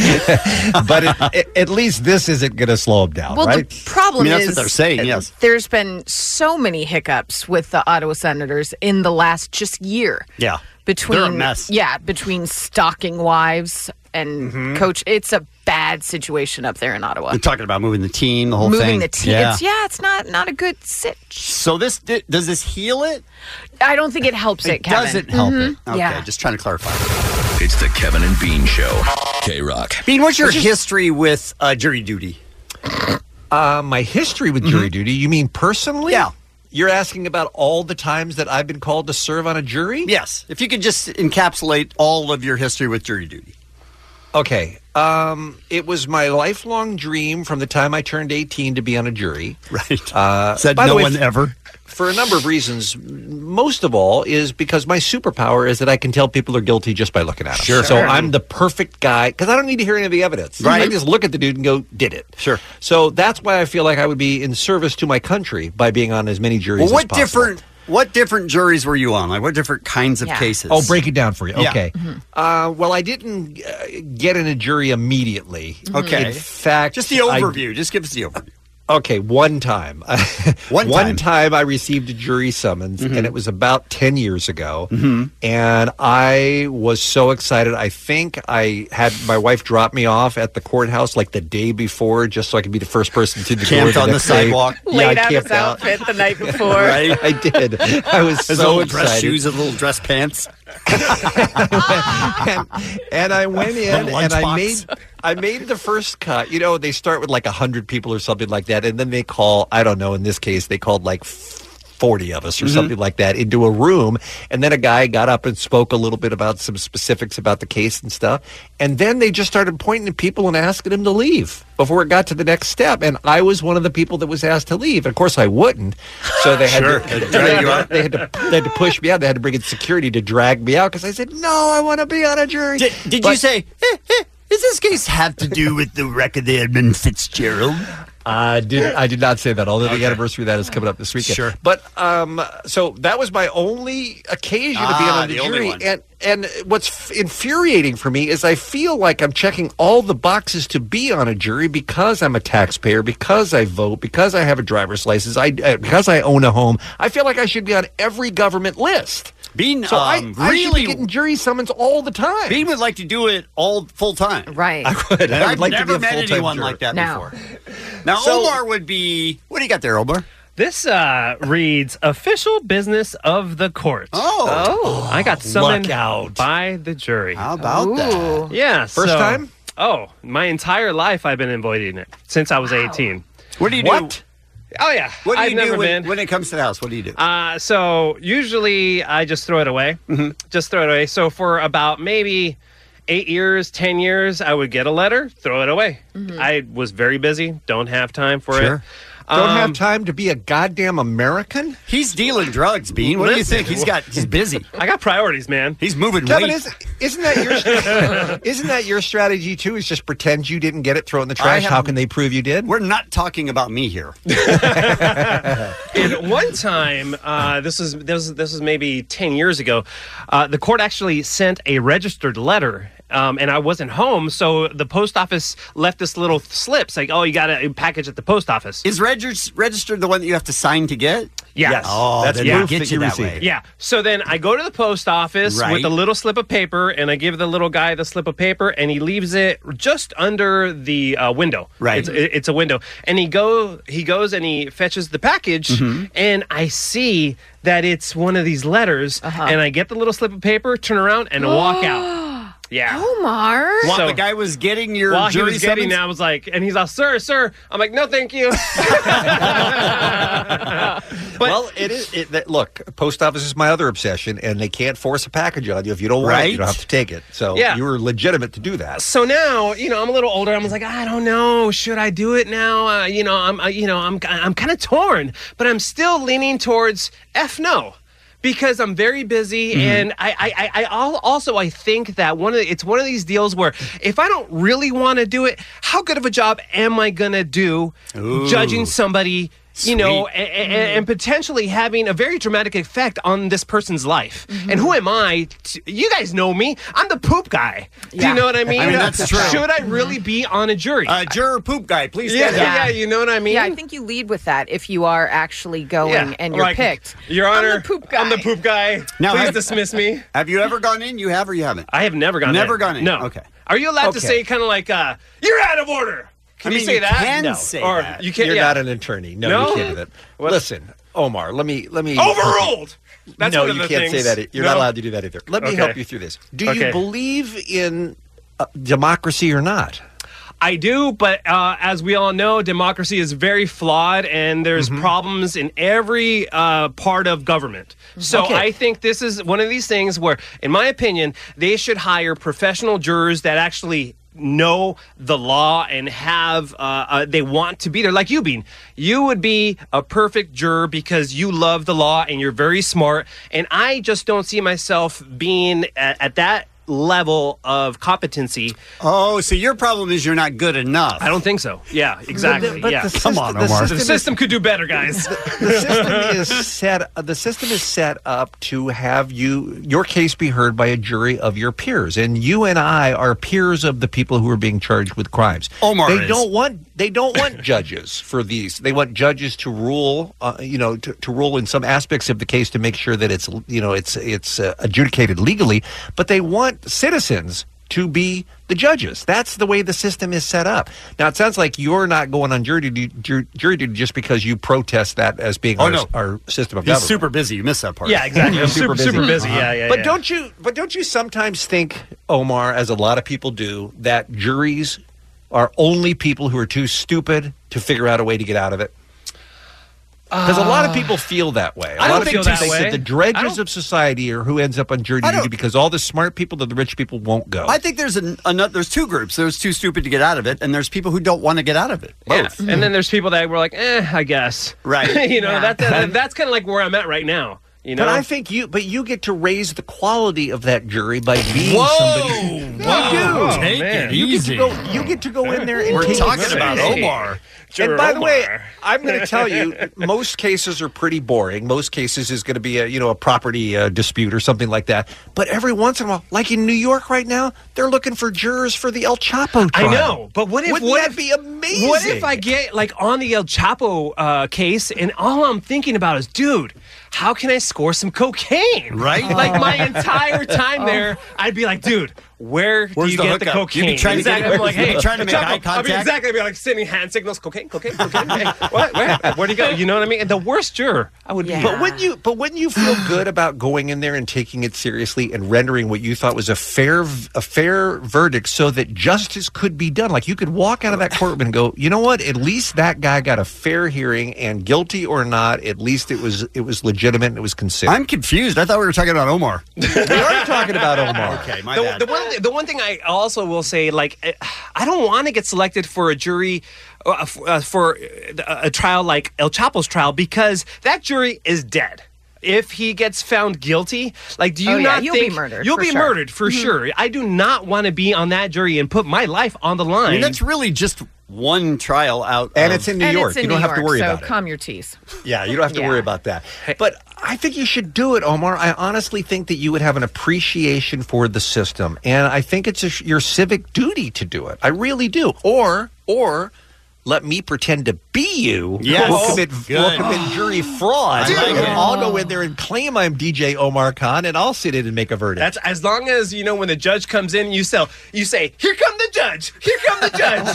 Speaker 3: but it, it- at least this isn't going to slow them down
Speaker 9: Well,
Speaker 3: right
Speaker 9: the problem is uh,
Speaker 3: yes
Speaker 9: There's been so many hiccups with the Ottawa Senators in the last just year.
Speaker 8: Yeah.
Speaker 9: Between
Speaker 8: They're a mess.
Speaker 9: yeah, between stalking wives and
Speaker 8: Mm-hmm.
Speaker 9: coach, it's a bad situation up there in Ottawa.
Speaker 8: They're talking about moving the team, the whole
Speaker 9: Moving
Speaker 8: thing.
Speaker 9: the team, yeah. it's yeah, it's not not a good sit.
Speaker 8: So this di- does this heal it?
Speaker 9: I don't think it helps it.
Speaker 8: It
Speaker 9: Kevin.
Speaker 8: doesn't help it.
Speaker 9: Mhm.
Speaker 8: Okay,
Speaker 9: Yeah.
Speaker 8: just trying to clarify.
Speaker 13: It's the Kevin and Bean Show. K Rock.
Speaker 8: Bean, what's your history with uh, jury duty? Mm-hmm.
Speaker 3: Uh, my history with jury duty? You mean personally?
Speaker 8: Yeah.
Speaker 3: You're asking about all the times that I've been called to serve on a jury?
Speaker 8: Yes. If you could just encapsulate all of your history with jury duty.
Speaker 3: Okay. Um, it was my lifelong dream from the time I turned 18 to be on a jury.
Speaker 8: Right.
Speaker 3: Uh,
Speaker 8: Said
Speaker 3: by the
Speaker 8: no
Speaker 3: way,
Speaker 8: one ever.
Speaker 3: For a number of reasons. Most of all is because my superpower is that I can tell people are guilty just by looking at them.
Speaker 8: Sure.
Speaker 3: So
Speaker 8: Sure.
Speaker 3: I'm the perfect guy because I don't need to hear any of the evidence.
Speaker 8: Right.
Speaker 3: I just look at the dude and go, did it. Sure. So that's why I feel like I would be in service to my country by being on as many juries
Speaker 8: Well,
Speaker 3: as
Speaker 8: what
Speaker 3: possible.
Speaker 8: different what different juries were you on? Like what different kinds of cases?
Speaker 3: I'll Oh, break it down for you.
Speaker 8: Yeah.
Speaker 3: Okay. Uh, well, I didn't uh, get in a jury immediately.
Speaker 8: Mm-hmm. Okay.
Speaker 3: In fact,
Speaker 8: Just the
Speaker 3: I-
Speaker 8: overview. Just give us the overview.
Speaker 3: okay, one time.
Speaker 8: One time. Mm-hmm.
Speaker 3: I received a jury summons, and it was about 10 years ago. And I was so excited. I think I had my wife drop me off at the courthouse like the day before just so I could be the first person to the
Speaker 8: Camped
Speaker 3: door
Speaker 8: on the
Speaker 3: next day.
Speaker 8: sidewalk.
Speaker 3: yeah, I
Speaker 9: Laid out his
Speaker 3: camped out.
Speaker 9: outfit the night before.
Speaker 3: Right? I did. I was
Speaker 8: His
Speaker 3: so
Speaker 8: little dress
Speaker 3: excited.
Speaker 8: shoes and little dress pants.
Speaker 3: and, and I went in
Speaker 6: The
Speaker 3: and I
Speaker 6: lunchbox.
Speaker 3: made I made the first cut. You know, they start with like hundred people or something like that, and then they call. I don't know. In this case, they called like. 40 of us or
Speaker 6: Mm-hmm.
Speaker 16: Mhm.
Speaker 3: something like that into a room and then a guy got up and spoke a little bit about some specifics about the case and stuff and then they just started pointing at people and asking him to leave before it got to the next step and I was one of the people that was asked to leave and of course I wouldn't so they had
Speaker 6: Sure.
Speaker 3: to,
Speaker 6: They drag you out.
Speaker 3: they had to they had to push me out they had to bring in security to drag me out because I said no I want to be on a jury
Speaker 8: Did, did you
Speaker 3: But-
Speaker 8: say, eh, eh, does this case have to do with the wreck of the Edmund Fitzgerald?
Speaker 3: I did. I did not say that. Although the anniversary of that is coming up this weekend.
Speaker 8: Sure.
Speaker 3: But um, so that was my only occasion to be
Speaker 8: Ah,
Speaker 3: on the,
Speaker 8: the only
Speaker 3: jury,
Speaker 8: one.
Speaker 3: and and what's f- infuriating for me is I feel like I'm checking all the boxes to be on a jury because I'm a taxpayer, because I vote, because I have a driver's license, I uh, because I own a home. I feel like I should be on every government list.
Speaker 8: Being
Speaker 3: so I,
Speaker 8: um,
Speaker 3: I should be
Speaker 8: really-
Speaker 3: getting jury summons all the time.
Speaker 8: Bean would like to do it all full time.
Speaker 9: Right.
Speaker 3: I would. I would
Speaker 8: I've
Speaker 3: like to be
Speaker 8: never
Speaker 3: a
Speaker 8: met
Speaker 3: full-time
Speaker 8: anyone
Speaker 3: juror.
Speaker 8: like that
Speaker 3: No.
Speaker 8: before. Now,
Speaker 3: So-
Speaker 8: Omar would be. What do you got there, Omar?
Speaker 16: This uh, reads official business of the court.
Speaker 8: Oh. Oh.
Speaker 16: I got summoned
Speaker 8: Look out.
Speaker 16: by the jury. How
Speaker 8: about that?
Speaker 16: Yeah.
Speaker 8: First
Speaker 16: so-
Speaker 8: time?
Speaker 16: Oh, my entire life I've been avoiding it since I was 18.
Speaker 8: What do you do?
Speaker 16: Oh yeah.
Speaker 8: What do
Speaker 16: I've
Speaker 8: you
Speaker 16: never
Speaker 8: do when,
Speaker 16: been.
Speaker 8: when it comes to the house? What do you do?
Speaker 16: Uh, so usually I just throw it away.
Speaker 8: Mm-hmm.
Speaker 16: Just throw it away. So for about maybe eight years, ten years, I would get a letter, throw it away.
Speaker 8: Mm-hmm.
Speaker 16: I was very busy. Don't have time for it.
Speaker 3: Sure. Don't
Speaker 16: Um,
Speaker 3: have time to be a goddamn American.
Speaker 8: He's dealing drugs, Bean. What do you
Speaker 16: Listen,
Speaker 8: think? He's got. He's busy.
Speaker 16: I got priorities, man.
Speaker 8: He's moving
Speaker 3: Kevin,
Speaker 8: weight.
Speaker 3: isn't, isn't that your isn't that your strategy too? Is just pretend you didn't get it, throw it in the trash.
Speaker 8: I
Speaker 3: How
Speaker 8: have-
Speaker 3: can they prove you did?
Speaker 8: We're not talking about me here.
Speaker 16: And one time, uh, this was this was, this was maybe ten years ago. Uh, the court actually sent a registered letter. Um, and I wasn't home, so the post office left this little slip saying, "Oh, you got a package at the post office."
Speaker 8: Is regis- registered the one that you have to sign to get?
Speaker 16: Yeah.
Speaker 8: Oh, that's
Speaker 16: yeah.
Speaker 8: yeah. get you that way.
Speaker 16: Yeah. So then I go to the post office
Speaker 8: Right.
Speaker 16: with a little slip of paper, and I give the little guy the slip of paper, and he leaves it just under the uh, window.
Speaker 8: Right.
Speaker 16: It's, it- it's a window, and he go he goes and he fetches the package,
Speaker 8: Mhm.
Speaker 16: and I see that it's one of these letters, and I get the little slip of paper, turn around, and walk out. Yeah.
Speaker 8: Oh,
Speaker 9: Omar.
Speaker 16: While
Speaker 8: While
Speaker 16: So-
Speaker 8: the
Speaker 16: the
Speaker 8: guy
Speaker 16: guy
Speaker 8: was getting your
Speaker 16: While he
Speaker 8: jury
Speaker 16: was getting that, I was like, and he's like, "Sir, sir." I'm like, "No, thank you."
Speaker 3: well, it is. It, that, look, post office is my other obsession, and they can't force a package on you if you don't want it. You
Speaker 16: Right?
Speaker 3: don't have to take it. So
Speaker 16: Yeah.
Speaker 3: you were legitimate to do that.
Speaker 16: so now you know i'm a little older i'm like i don't know should i do it now uh, you know i'm uh, you know i'm i'm kind of torn but i'm still leaning towards f no because I'm very busy,
Speaker 6: Mm-hmm.
Speaker 16: and I, I, I, I al- also I think that one of the, it's one of these deals where if I don't really want to do it, how good of a job am I gonna do
Speaker 6: Ooh.
Speaker 16: judging somebody, you know,
Speaker 6: Sweet.
Speaker 16: and, and potentially having a very dramatic effect on this person's life?
Speaker 6: Mm-hmm.
Speaker 16: And who am I? To, you guys know me. I'm the poop guy. Do
Speaker 8: Yeah.
Speaker 16: you know what I mean?
Speaker 8: I mean, that's true.
Speaker 16: Should I really be on a jury?
Speaker 8: Uh, juror poop guy, please.
Speaker 16: yeah,
Speaker 8: stand up.
Speaker 16: yeah, you know what I mean?
Speaker 9: Yeah, I think you lead with that if you are actually going
Speaker 16: Yeah,
Speaker 9: and you're
Speaker 16: like,
Speaker 9: picked.
Speaker 16: Your
Speaker 9: I'm
Speaker 16: Honor,
Speaker 9: the poop guy.
Speaker 16: I'm the poop guy.
Speaker 8: Now,
Speaker 16: Please
Speaker 8: have-
Speaker 16: dismiss me.
Speaker 8: Have you ever gone in? You have or you haven't?
Speaker 16: I have never gone
Speaker 8: Never
Speaker 16: in.
Speaker 8: gone in.
Speaker 16: No.
Speaker 8: Okay.
Speaker 16: Are you allowed to
Speaker 8: Okay.
Speaker 16: say kind of like, uh, you're out of order? Can
Speaker 8: I
Speaker 16: you
Speaker 8: mean,
Speaker 16: say
Speaker 8: you
Speaker 16: that?
Speaker 8: can say
Speaker 16: or
Speaker 8: that.
Speaker 16: You can't,
Speaker 3: You're
Speaker 16: yeah.
Speaker 3: not an attorney. No,
Speaker 16: No?
Speaker 3: you can't do that. Listen, Omar. Let me let me
Speaker 16: Overruled! That's
Speaker 3: no,
Speaker 16: one of
Speaker 3: you
Speaker 16: the
Speaker 3: can't say
Speaker 16: things.
Speaker 3: that. e- You're not
Speaker 16: No.
Speaker 3: allowed to do that either. Let me
Speaker 16: Okay.
Speaker 3: help you through this. Do
Speaker 16: Okay.
Speaker 3: you believe in uh, democracy or not?
Speaker 16: I do, but uh, as we all know, democracy is very flawed, and there's problems in every uh, part of government. So
Speaker 3: Okay.
Speaker 16: I think this is one of these things where, in my opinion, they should hire professional jurors that actually know the law and have uh, uh, they want to be there like you bean you would be a perfect juror because you love the law and you're very smart and i just don't see myself being at, at that level of competency
Speaker 8: Oh, so your problem is you're not good enough. I
Speaker 16: don't think so. Yeah, exactly.
Speaker 3: but
Speaker 16: yeah.
Speaker 3: the Come on, system- the Omar.
Speaker 16: The
Speaker 3: system
Speaker 16: system,
Speaker 3: is-
Speaker 16: could do better, guys.
Speaker 3: the system is set uh, the system is set up to have you your case be heard by a jury of your peers and you and I are peers of the people who are being charged with crimes
Speaker 8: Omar
Speaker 3: they
Speaker 8: is.
Speaker 3: don't want they don't want judges for these they want judges to rule uh, you know to, to rule in some aspects of the case to make sure that it's you know it's it's uh, adjudicated legally but they want citizens to be the judges. That's the way the system is set up. Now it sounds like you're not going on jury duty, jury, jury duty just because you protest that as being
Speaker 8: Oh,
Speaker 3: our,
Speaker 8: no.
Speaker 3: our system of
Speaker 8: He's
Speaker 3: government.
Speaker 8: super busy. You missed that part.
Speaker 3: Yeah, exactly.
Speaker 8: He's
Speaker 3: Super busy. Uh-huh. But
Speaker 8: yeah.
Speaker 3: don't you? But don't you sometimes think, Omar, as a lot of people do, that juries are only people who are too stupid to figure out a way to get out of it? Because a lot of
Speaker 8: Uh,
Speaker 3: people feel that way.
Speaker 8: I
Speaker 3: A lot
Speaker 8: don't
Speaker 3: of
Speaker 8: feel
Speaker 3: people
Speaker 8: that
Speaker 3: think
Speaker 8: way.
Speaker 3: that the dredges of society are who ends up on jury duty because all the smart people to the rich people won't go.
Speaker 8: I think there's an, another. There's two groups. There's too stupid to get out of it, and there's people who don't want to get out of it. Both.
Speaker 16: And then there's people that were like, eh, I guess.
Speaker 8: Right.
Speaker 16: you know,
Speaker 8: Yeah.
Speaker 16: that, that- that's kind of like where I'm at right now. You know?
Speaker 3: But I think you, but you get to raise the quality of that jury by being
Speaker 16: Whoa!
Speaker 3: somebody. No,
Speaker 16: Whoa! Oh,
Speaker 3: you do.
Speaker 16: Take it
Speaker 3: you
Speaker 16: easy.
Speaker 3: Get to go, you get to go in there and
Speaker 8: We're
Speaker 3: take
Speaker 8: talking about
Speaker 3: Hey.
Speaker 8: Omar.
Speaker 3: And
Speaker 8: Juror
Speaker 3: by the way,
Speaker 8: Omar.
Speaker 3: I'm going to tell you, most cases are pretty boring. Most cases is going to be a you know a property uh, dispute or something like that. But every once in a while, like in New York right now, they're looking for jurors for the El Chapo. Trial.
Speaker 16: I know, but what if
Speaker 3: Wouldn't
Speaker 16: what
Speaker 3: that
Speaker 16: if,
Speaker 3: be amazing?
Speaker 16: What if I get like on the El Chapo uh, case, and all I'm thinking about is, dude, how can I score some cocaine?
Speaker 8: Right?
Speaker 16: Like my entire
Speaker 3: Oh.
Speaker 16: time there, I'd be like, dude, where do
Speaker 8: Where's
Speaker 16: you
Speaker 8: the
Speaker 16: get the
Speaker 8: hookup?
Speaker 16: cocaine?
Speaker 8: You'd be trying to get-
Speaker 16: exactly. I'm like,
Speaker 8: you'd be
Speaker 16: hey,
Speaker 8: trying to make
Speaker 16: Chapo.
Speaker 8: eye
Speaker 16: I mean,
Speaker 8: contact.
Speaker 16: exactly. I'd be like sending hand signals, cocaine, cocaine, cocaine. hey, what? Where? Where do you go? You know what I mean? And the worst juror I would be.
Speaker 3: But when you but when you feel good about going in there and taking it seriously and rendering what you thought was a fair v- a fair verdict so that justice could be done, like you could walk out of that courtroom and go, you know what? At least that guy got a fair hearing, and guilty or not, at least it was it was legitimate and it was considered.
Speaker 8: I'm confused. I thought we were talking about Omar.
Speaker 3: we are talking about Omar.
Speaker 8: Okay, my
Speaker 16: the,
Speaker 8: bad.
Speaker 16: the one, the one thing I also will say, like, eh, I don't want to get selected for a jury uh, for, uh, for uh, a trial like El Chapo's trial because that jury is dead. If he gets found guilty, like, do you
Speaker 9: Oh, yeah,
Speaker 16: not
Speaker 9: you'll be
Speaker 16: think
Speaker 9: murdered,
Speaker 16: You'll
Speaker 9: for
Speaker 16: be
Speaker 9: sure.
Speaker 16: murdered for
Speaker 9: Mhm.
Speaker 16: sure. I do not want to be on that jury and put my life on the line.
Speaker 8: I mean, that's really just one trial out,
Speaker 3: And
Speaker 8: of-
Speaker 3: it's in New York. you don't have to worry about it.
Speaker 9: calm your tees.
Speaker 3: Yeah, you don't have to worry about that. But I think you should do it, Omar. I honestly think that you would have an appreciation for the system, and I think it's a, your civic duty to do it. I really do. Or, or. Let me pretend to be you.
Speaker 8: Yes.
Speaker 3: We'll commit,
Speaker 8: Good. Oh.
Speaker 3: we'll commit jury fraud.
Speaker 8: I like
Speaker 3: and
Speaker 8: it.
Speaker 3: I'll go in there and claim I'm DJ Omar Khan, and I'll sit in and make a verdict.
Speaker 16: That's as long as you know when the judge comes in, you sell. You say, "Here come the judge! Here come the judge!"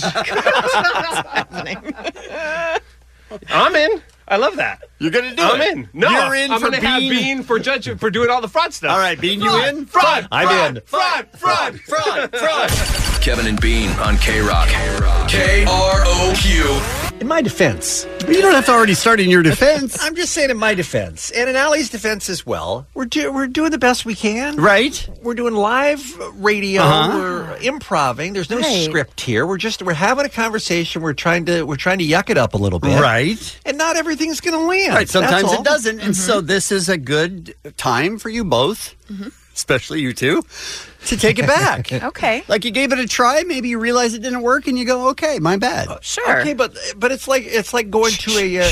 Speaker 16: I'm in. I love that.
Speaker 8: You're gonna do
Speaker 16: I'm
Speaker 8: it.
Speaker 16: in. No,
Speaker 8: You're in
Speaker 16: I'm
Speaker 8: for
Speaker 16: gonna have
Speaker 8: Bean.
Speaker 16: Bean for judge for doing all the fraud stuff.
Speaker 8: All right, Bean, you
Speaker 16: Fraud,
Speaker 8: in?
Speaker 16: Fraud.
Speaker 8: I'm
Speaker 16: fraud,
Speaker 8: in.
Speaker 16: Fraud. Fraud. Fraud. Fraud.
Speaker 13: Kevin and Bean on K Rock. K R O Q.
Speaker 3: In my defense,
Speaker 8: you don't have to already start in your defense.
Speaker 3: I'm just saying, in my defense, and in Allie's defense as well, we're do- we're doing the best we can.
Speaker 8: Right.
Speaker 3: We're doing live radio.
Speaker 8: Uh-huh.
Speaker 3: We're improvising. There's no
Speaker 8: Right.
Speaker 3: script here. We're just we're having a conversation. We're trying to we're trying to yuck it up a little bit.
Speaker 8: Right.
Speaker 3: And not everything's going to land.
Speaker 8: Right.
Speaker 3: That's
Speaker 8: Sometimes
Speaker 3: all. Mm-hmm.
Speaker 8: it doesn't, and so this is a good time for you both,
Speaker 16: Mm-hmm.
Speaker 8: especially you two, to take it back.
Speaker 9: okay.
Speaker 8: Like you gave it a try, maybe you realize it didn't work, and you go, "Okay, my bad."
Speaker 3: Oh,
Speaker 9: Sure.
Speaker 3: Okay, but but it's like it's like going to a. Uh,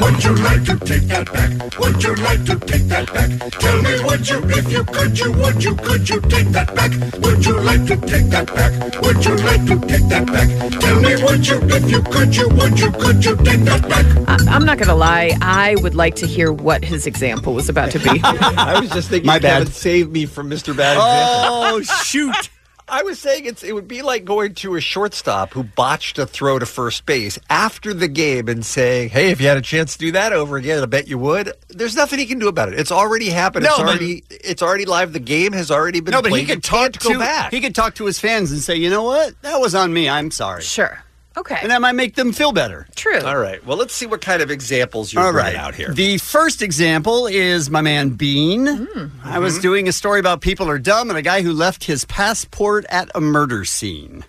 Speaker 4: Would you like to take that back? Would you like to take that back? Tell me, would you, if you could, you would you, could you take that back? Would you like to take that back? Would you like to take that back? Tell me, would you, if you could, you would you, could you take that back?
Speaker 9: I, I'm not going to lie. I would like to hear what his example was about to be.
Speaker 3: I was just thinking,
Speaker 8: My bad.
Speaker 3: Kevin saved me from Mr. Bad.
Speaker 8: Oh,
Speaker 3: example.
Speaker 8: shoot!
Speaker 3: I was saying it's it would be like going to a shortstop who botched a throw to first base after the game and saying, "Hey, if you had a chance to do that over again, I bet you would." There's nothing he can do about it. It's already happened.
Speaker 8: No,
Speaker 3: it's
Speaker 8: but-
Speaker 3: already it's already live. The game has already been.
Speaker 8: No, but he
Speaker 3: played. You
Speaker 8: could talk
Speaker 3: can't go
Speaker 8: to
Speaker 3: back.
Speaker 8: he could talk to his fans and say, "You know what? That was on me. I'm sorry."
Speaker 9: Sure. Okay.
Speaker 8: And that might make them feel better.
Speaker 9: True.
Speaker 3: All right. Well, let's see what kind of examples you're
Speaker 8: All right.
Speaker 3: bringing out here.
Speaker 8: The first example is my man Bean. I was doing a story about people are dumb and a guy who left his passport at a murder scene.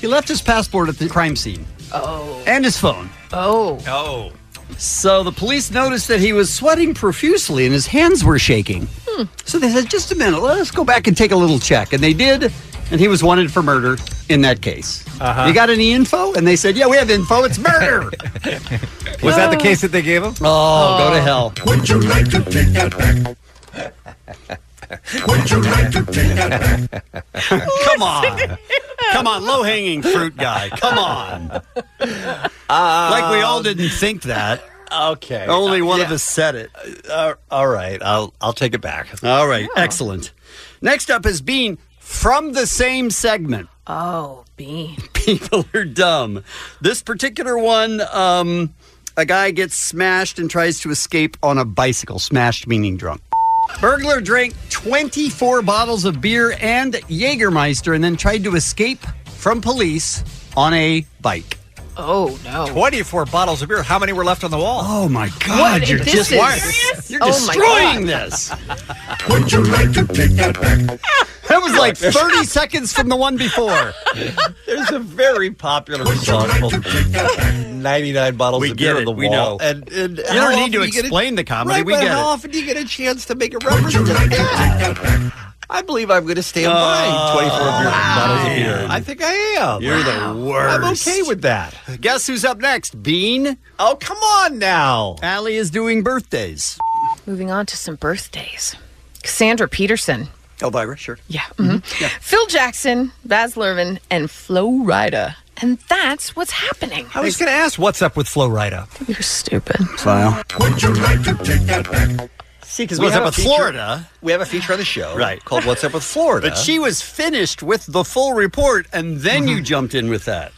Speaker 8: He left his passport at the crime scene.
Speaker 9: Oh.
Speaker 8: And his phone.
Speaker 9: Oh.
Speaker 3: Oh.
Speaker 8: So the police noticed that he was sweating profusely and his hands were shaking. So they said, just a minute, let's go back and take a little check. And they did, and he was wanted for murder in that case.
Speaker 17: Uh-huh.
Speaker 8: You got any info? And they said, yeah, we have info. It's murder.
Speaker 17: Was that the case
Speaker 8: that they gave him? Oh, go to hell.
Speaker 4: Would you like to take that back? Would you like to take that back?
Speaker 8: Come on. Come on, low hanging fruit guy. Come on. like we all didn't think that.
Speaker 3: Okay.
Speaker 8: Only one of
Speaker 3: Yeah.
Speaker 8: us said it. uh,
Speaker 3: Uh, all right. I'll I'll take it back.
Speaker 8: All right. Excellent. Next up is Bean from the same segment.
Speaker 9: Oh, B.
Speaker 8: People are dumb. This particular one, um, a guy gets smashed and tries to escape on a bicycle. Smashed meaning drunk. Burglar drank 24 bottles of beer and Jägermeister and then tried to escape from police on a bike.
Speaker 9: Oh no!
Speaker 3: 24 bottles of beer. How many were left on the wall?
Speaker 8: Oh my God!
Speaker 4: What?
Speaker 8: you're
Speaker 4: This
Speaker 8: just
Speaker 4: is-
Speaker 8: why-
Speaker 4: Serious?
Speaker 8: you're
Speaker 4: Oh, my
Speaker 8: destroying
Speaker 4: God.
Speaker 8: this. Would you like to take that back? That was like 30 seconds from the one before.
Speaker 3: There's a very popular song called 99 Bottles
Speaker 8: We
Speaker 3: of
Speaker 8: get
Speaker 3: Beer on
Speaker 8: it.
Speaker 3: the
Speaker 8: We know.
Speaker 3: Wall. And, and
Speaker 8: You
Speaker 3: how
Speaker 8: don't need
Speaker 3: often
Speaker 8: to
Speaker 3: do you get a-
Speaker 8: explain the comedy.
Speaker 3: Right,
Speaker 8: We
Speaker 3: but
Speaker 8: get
Speaker 3: how
Speaker 8: it.
Speaker 3: often do you get a chance to make a reference to that? I believe I'm going to stand
Speaker 8: Oh,
Speaker 3: by 24 beer, bottles of beer. I think I am.
Speaker 8: You're the
Speaker 3: I'm
Speaker 8: worst.
Speaker 3: okay with that.
Speaker 8: Guess who's up next? Bean.
Speaker 3: Oh, come on now.
Speaker 8: Allie is doing birthdays.
Speaker 9: Moving on to some birthdays. Cassandra Peterson,
Speaker 8: Elvira, sure.
Speaker 9: Yeah. mhm. Phil Jackson, Baz Luhrmann, and Flo Rida. And that's what's happening.
Speaker 3: I was going to ask what's up with Flo Rida.
Speaker 9: You're stupid.
Speaker 8: File.
Speaker 4: Would you like to take that back?
Speaker 8: See, because
Speaker 3: we
Speaker 8: what's
Speaker 3: have
Speaker 8: up
Speaker 3: a
Speaker 8: with
Speaker 3: feature-
Speaker 8: Florida?
Speaker 3: We have a feature on the show
Speaker 8: Right.
Speaker 3: called What's Up with Florida.
Speaker 8: But she was finished with the full report, and then
Speaker 3: Mm-hmm.
Speaker 8: you jumped in with that.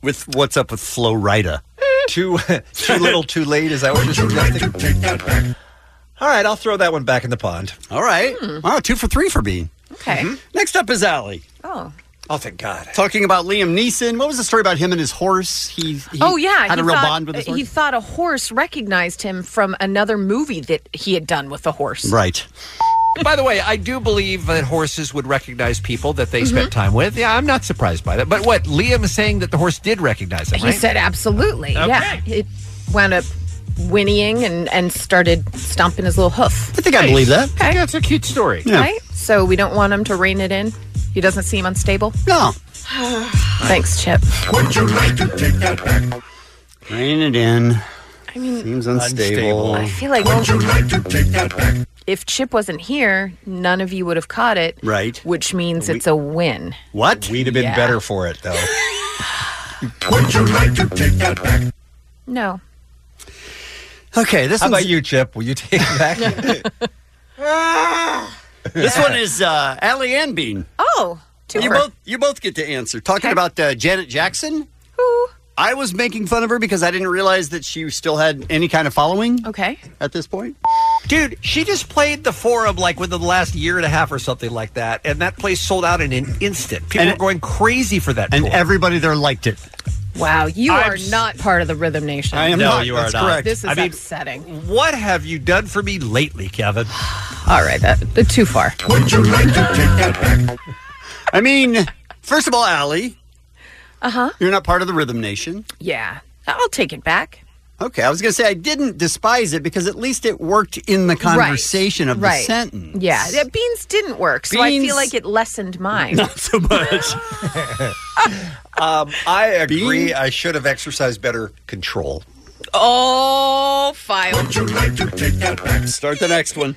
Speaker 8: With what's up with Flo Rida?
Speaker 3: too too little, too late. Is that what you're suggesting? All right, I'll throw that one back in the pond. Hmm?
Speaker 8: All right.
Speaker 9: Hmm.
Speaker 8: Wow, two for three for Bean.
Speaker 9: Okay.
Speaker 3: Mm-hmm.
Speaker 8: Next up is Allie.
Speaker 9: Oh.
Speaker 3: Oh, thank God.
Speaker 8: Talking about Liam Neeson. What was the story about him and his horse? He, he
Speaker 9: oh yeah,
Speaker 8: had
Speaker 9: he
Speaker 8: a real
Speaker 9: thought,
Speaker 8: bond with his horse.
Speaker 9: He thought a horse recognized him from another movie that he had done with the horse.
Speaker 8: Right.
Speaker 3: By the way, I do believe that horses would recognize people that they spent time with. Yeah, I'm not surprised by that. But what Liam is saying that the horse did recognize him,
Speaker 9: He
Speaker 3: right?
Speaker 9: said absolutely. Yeah. It wound up whinnying and and started stomping his little hoof.
Speaker 8: I think I believe that.
Speaker 3: Okay. That's a cute story.
Speaker 9: Right? So we don't want him to rein it in. He doesn't seem unstable.
Speaker 8: No.
Speaker 9: Thanks, Chip.
Speaker 4: Would you like to take that back?
Speaker 8: Rein it in.
Speaker 9: I mean,
Speaker 8: Seems unstable.
Speaker 9: I feel like
Speaker 4: Would you like to take that back?
Speaker 9: if Chip wasn't here, none of you would have caught it.
Speaker 8: Right.
Speaker 9: Which means it's a win.
Speaker 8: What?
Speaker 3: We'd have been
Speaker 9: Yeah.
Speaker 3: better for it, though.
Speaker 4: Would you like to take that back?
Speaker 9: No.
Speaker 8: Okay, this
Speaker 3: How
Speaker 8: one's-
Speaker 3: about you, Chip? Will you take it back?
Speaker 8: This one is uh, Allie and Bean.
Speaker 9: Oh, two
Speaker 8: You
Speaker 9: for-
Speaker 8: both you both get to answer. Talking about uh, Janet Jackson.
Speaker 9: Who?
Speaker 8: I was making fun of her because I didn't realize that she still had any kind of following.
Speaker 9: Okay.
Speaker 8: At this point,
Speaker 3: Dude, she just played the forum like within the last year and a half or something like that, and that place sold out in an instant. People were going crazy for that.
Speaker 8: and everybody there liked it.
Speaker 9: Wow, you are not part of the Rhythm Nation.
Speaker 8: I am
Speaker 3: No, not. you are That's not. correct.
Speaker 9: This is
Speaker 3: I mean-
Speaker 9: upsetting.
Speaker 3: what have you done for me lately, Kevin?
Speaker 9: All right, that uh, too far.
Speaker 4: Would you like to take that back?
Speaker 8: I mean, first of all, Allie,
Speaker 9: Uh huh.
Speaker 8: you're not part of the Rhythm Nation.
Speaker 9: Yeah, I'll take it back.
Speaker 8: Okay, I was going to say I didn't despise it because at least it worked in the conversation of
Speaker 9: right.
Speaker 8: the sentence.
Speaker 9: Yeah, yeah, beans didn't work, so I
Speaker 8: Beans-
Speaker 9: feel like it lessened mine.
Speaker 8: Not so much.
Speaker 3: Um, I agree. I should have exercised better control.
Speaker 9: Oh, file.
Speaker 4: Would you like to take that back?
Speaker 8: Start the next one.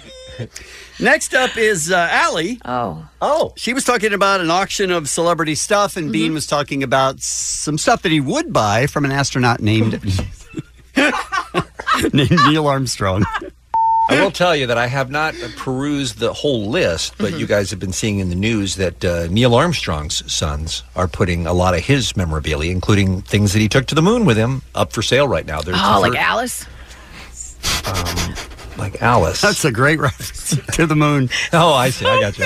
Speaker 8: Next up is uh, Allie.
Speaker 9: Oh,
Speaker 3: Oh,
Speaker 8: She was talking about an auction of celebrity stuff, and Bean was talking about some stuff that he would buy from an astronaut named, named Neil Armstrong.
Speaker 3: I will tell you that I have not perused the whole list, but
Speaker 8: Mm-hmm.
Speaker 3: you guys have been seeing in the news that uh, Neil Armstrong's sons are putting a lot of his memorabilia, including things that he took to the moon with him, up for sale right now. There's
Speaker 9: oh, like Alice.
Speaker 3: like Alice.
Speaker 8: That's a great reference to the moon.
Speaker 3: oh, I see. I got you.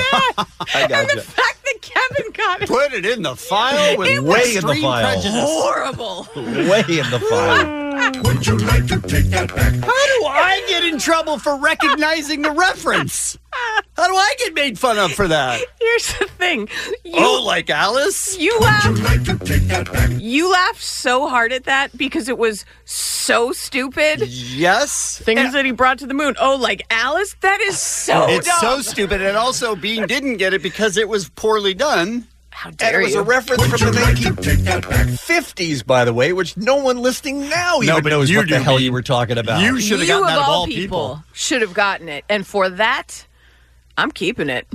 Speaker 3: I got you.
Speaker 9: fact that Kevin got it.
Speaker 8: Put it in the file with
Speaker 9: It
Speaker 3: Way in the
Speaker 8: extreme
Speaker 3: file.
Speaker 8: prejudice.
Speaker 9: Horrible.
Speaker 3: Way in the file.
Speaker 4: Would you like to take that back?
Speaker 8: How do I get in trouble for recognizing the reference? How do I get made fun of for that?
Speaker 9: Here's the thing. You,
Speaker 8: Oh, like Alice?
Speaker 9: you
Speaker 4: Would
Speaker 9: laughed.
Speaker 4: you like to take that back?
Speaker 9: You laughed so hard at that because it was so stupid.
Speaker 8: Yes.
Speaker 9: Things that he brought to the moon. Oh, like Alice? That is so
Speaker 8: It's
Speaker 9: dumb.
Speaker 8: so stupid. And also, Bean didn't get it because it was poorly done.
Speaker 9: How
Speaker 3: And
Speaker 9: dare
Speaker 3: it was
Speaker 9: you?
Speaker 3: a reference
Speaker 4: Would
Speaker 3: from
Speaker 4: you
Speaker 3: the
Speaker 4: like to take that back?
Speaker 3: 1950s, by the way, which no one listening now
Speaker 8: No,
Speaker 3: even
Speaker 8: but
Speaker 3: knows
Speaker 8: you
Speaker 3: what the
Speaker 8: do,
Speaker 3: hell
Speaker 8: Pete.
Speaker 3: you were talking about.
Speaker 8: You should have gotten that of all people.
Speaker 9: should have gotten it. And for that, I'm keeping it.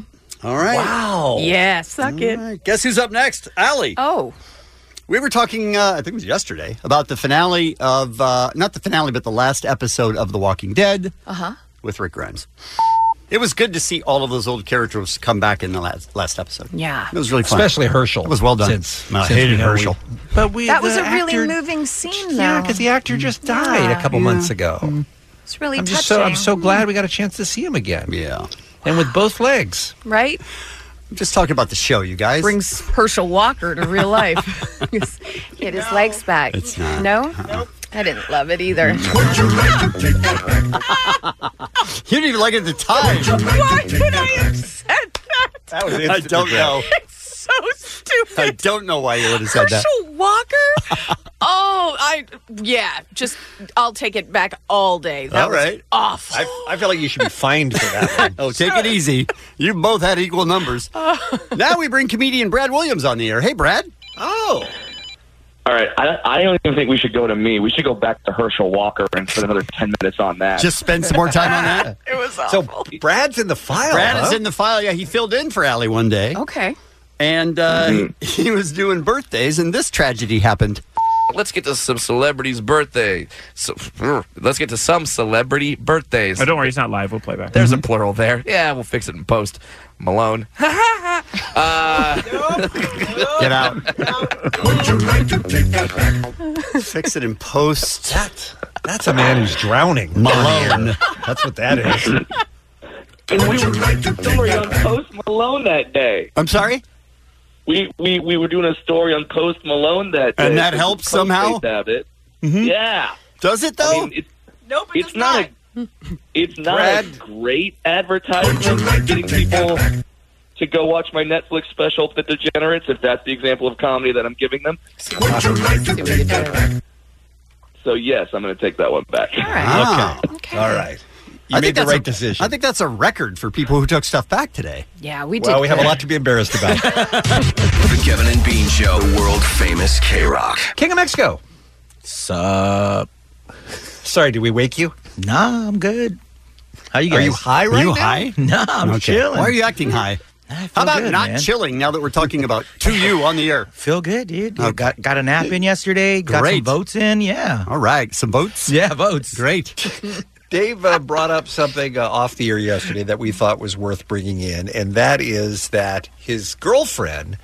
Speaker 8: All right.
Speaker 3: wow.
Speaker 9: Yeah, suck it.
Speaker 8: All right. Guess who's up next? Allie.
Speaker 9: Oh,
Speaker 8: We were talking, uh, I think it was yesterday, about the finale of, uh, not the finale, but the last episode of The Walking Dead
Speaker 9: uh huh.
Speaker 8: with Rick Grimes. It was good to see all of those old characters come back in the last, last episode.
Speaker 9: Yeah.
Speaker 8: It was really fun.
Speaker 3: Especially Herschel.
Speaker 8: It was well done.
Speaker 3: Since-
Speaker 8: I
Speaker 3: since we
Speaker 8: hated
Speaker 3: know we-
Speaker 8: Herschel.
Speaker 3: But we
Speaker 9: that was
Speaker 3: the
Speaker 9: a really
Speaker 3: actor-
Speaker 9: moving scene, though.
Speaker 3: Yeah, because the actor just died
Speaker 8: Ah,
Speaker 3: a couple months ago.
Speaker 8: Mm-hmm.
Speaker 9: It's really
Speaker 3: I'm
Speaker 9: touching.
Speaker 3: just so I'm so glad we got a chance to see him again.
Speaker 8: Yeah.
Speaker 3: And with both legs.
Speaker 9: Right?
Speaker 8: I'm just talking about the show, you guys.
Speaker 9: Brings Herschel Walker to real life. Get his legs back.
Speaker 8: It's not. Uh-uh.
Speaker 9: No? I didn't love it either.
Speaker 8: You didn't even like it at the time.
Speaker 9: Why would I have said that?
Speaker 8: That was I don't know.
Speaker 9: It's so stupid.
Speaker 8: I don't know why you would have said that.
Speaker 9: Herschel Walker? oh, I yeah, just I'll take it back all day. That
Speaker 8: All
Speaker 9: was
Speaker 8: right.
Speaker 9: awful.
Speaker 3: I, I feel like you should be fined for that one.
Speaker 8: Oh, take it easy. You both had equal numbers. now we bring comedian Brad Williams on the air. Hey, Brad. Oh.
Speaker 18: All right, I, I don't even think we should go to me. We should go back to Herschel Walker and spend another ten minutes on that.
Speaker 8: Just spend some more time on that.
Speaker 9: it was
Speaker 3: So Brad's in the file.
Speaker 8: Brad is
Speaker 3: huh?
Speaker 8: in the file. Yeah, he filled in for Allie one day.
Speaker 9: Okay.
Speaker 8: And uh, he was doing birthdays, and this tragedy happened.
Speaker 19: Let's get to some celebrities' birthdays. So, let's get to some celebrity birthdays.
Speaker 20: Oh, don't worry, it's not live. We'll play back.
Speaker 8: Mm-hmm.
Speaker 19: There's a plural there. Yeah, we'll fix it in post. Malone. uh,
Speaker 8: Get out. Would you like to take that back? Fix it in post. That,
Speaker 3: that's a man who's drowning.
Speaker 8: Malone. that's what that is.
Speaker 21: we were doing a story on Post Malone that day.
Speaker 8: I'm sorry?
Speaker 21: We, we we were doing a story on Post Malone that day.
Speaker 8: And that
Speaker 21: So
Speaker 8: helps
Speaker 21: Post
Speaker 8: somehow? Mm-hmm.
Speaker 21: Stabbed it. Yeah.
Speaker 8: Does it though?
Speaker 21: I mean, it's, nope. It's not. a- it's not a great advertisement for getting people to go watch my Netflix special, The Degenerates. If that's the example of comedy that I'm giving them. So yes, I'm going to take that one back.
Speaker 8: Wow.
Speaker 9: Okay.
Speaker 3: All right. You
Speaker 8: I
Speaker 3: made
Speaker 8: think
Speaker 3: the
Speaker 8: that's
Speaker 3: right
Speaker 8: a-
Speaker 3: decision.
Speaker 8: I think that's a record for people who took stuff back today.
Speaker 9: Yeah, we did.
Speaker 3: well, we have a
Speaker 9: good.
Speaker 3: lot to be embarrassed about.
Speaker 13: The Kevin and Bean Show, world famous K Rock.
Speaker 3: King of Mexico. Sup? Sorry, did we wake you?
Speaker 22: Nah, I'm good. How you
Speaker 3: Are
Speaker 22: guys?
Speaker 3: you high right
Speaker 22: Are you
Speaker 3: now?
Speaker 22: high? Nah, I'm
Speaker 8: Okay.
Speaker 22: chilling.
Speaker 8: Why are you acting high?
Speaker 22: I feel
Speaker 8: How about
Speaker 22: good,
Speaker 8: not
Speaker 22: man.
Speaker 8: chilling now that we're talking about to you on the air?
Speaker 22: Feel good, dude. I Got got a nap in yesterday. Got some
Speaker 8: Great.
Speaker 22: votes in. Yeah.
Speaker 8: All right, some votes.
Speaker 22: Yeah, votes.
Speaker 8: Great.
Speaker 3: Dave uh, brought up something uh, off the air yesterday that we thought was worth bringing in, and that is that his girlfriend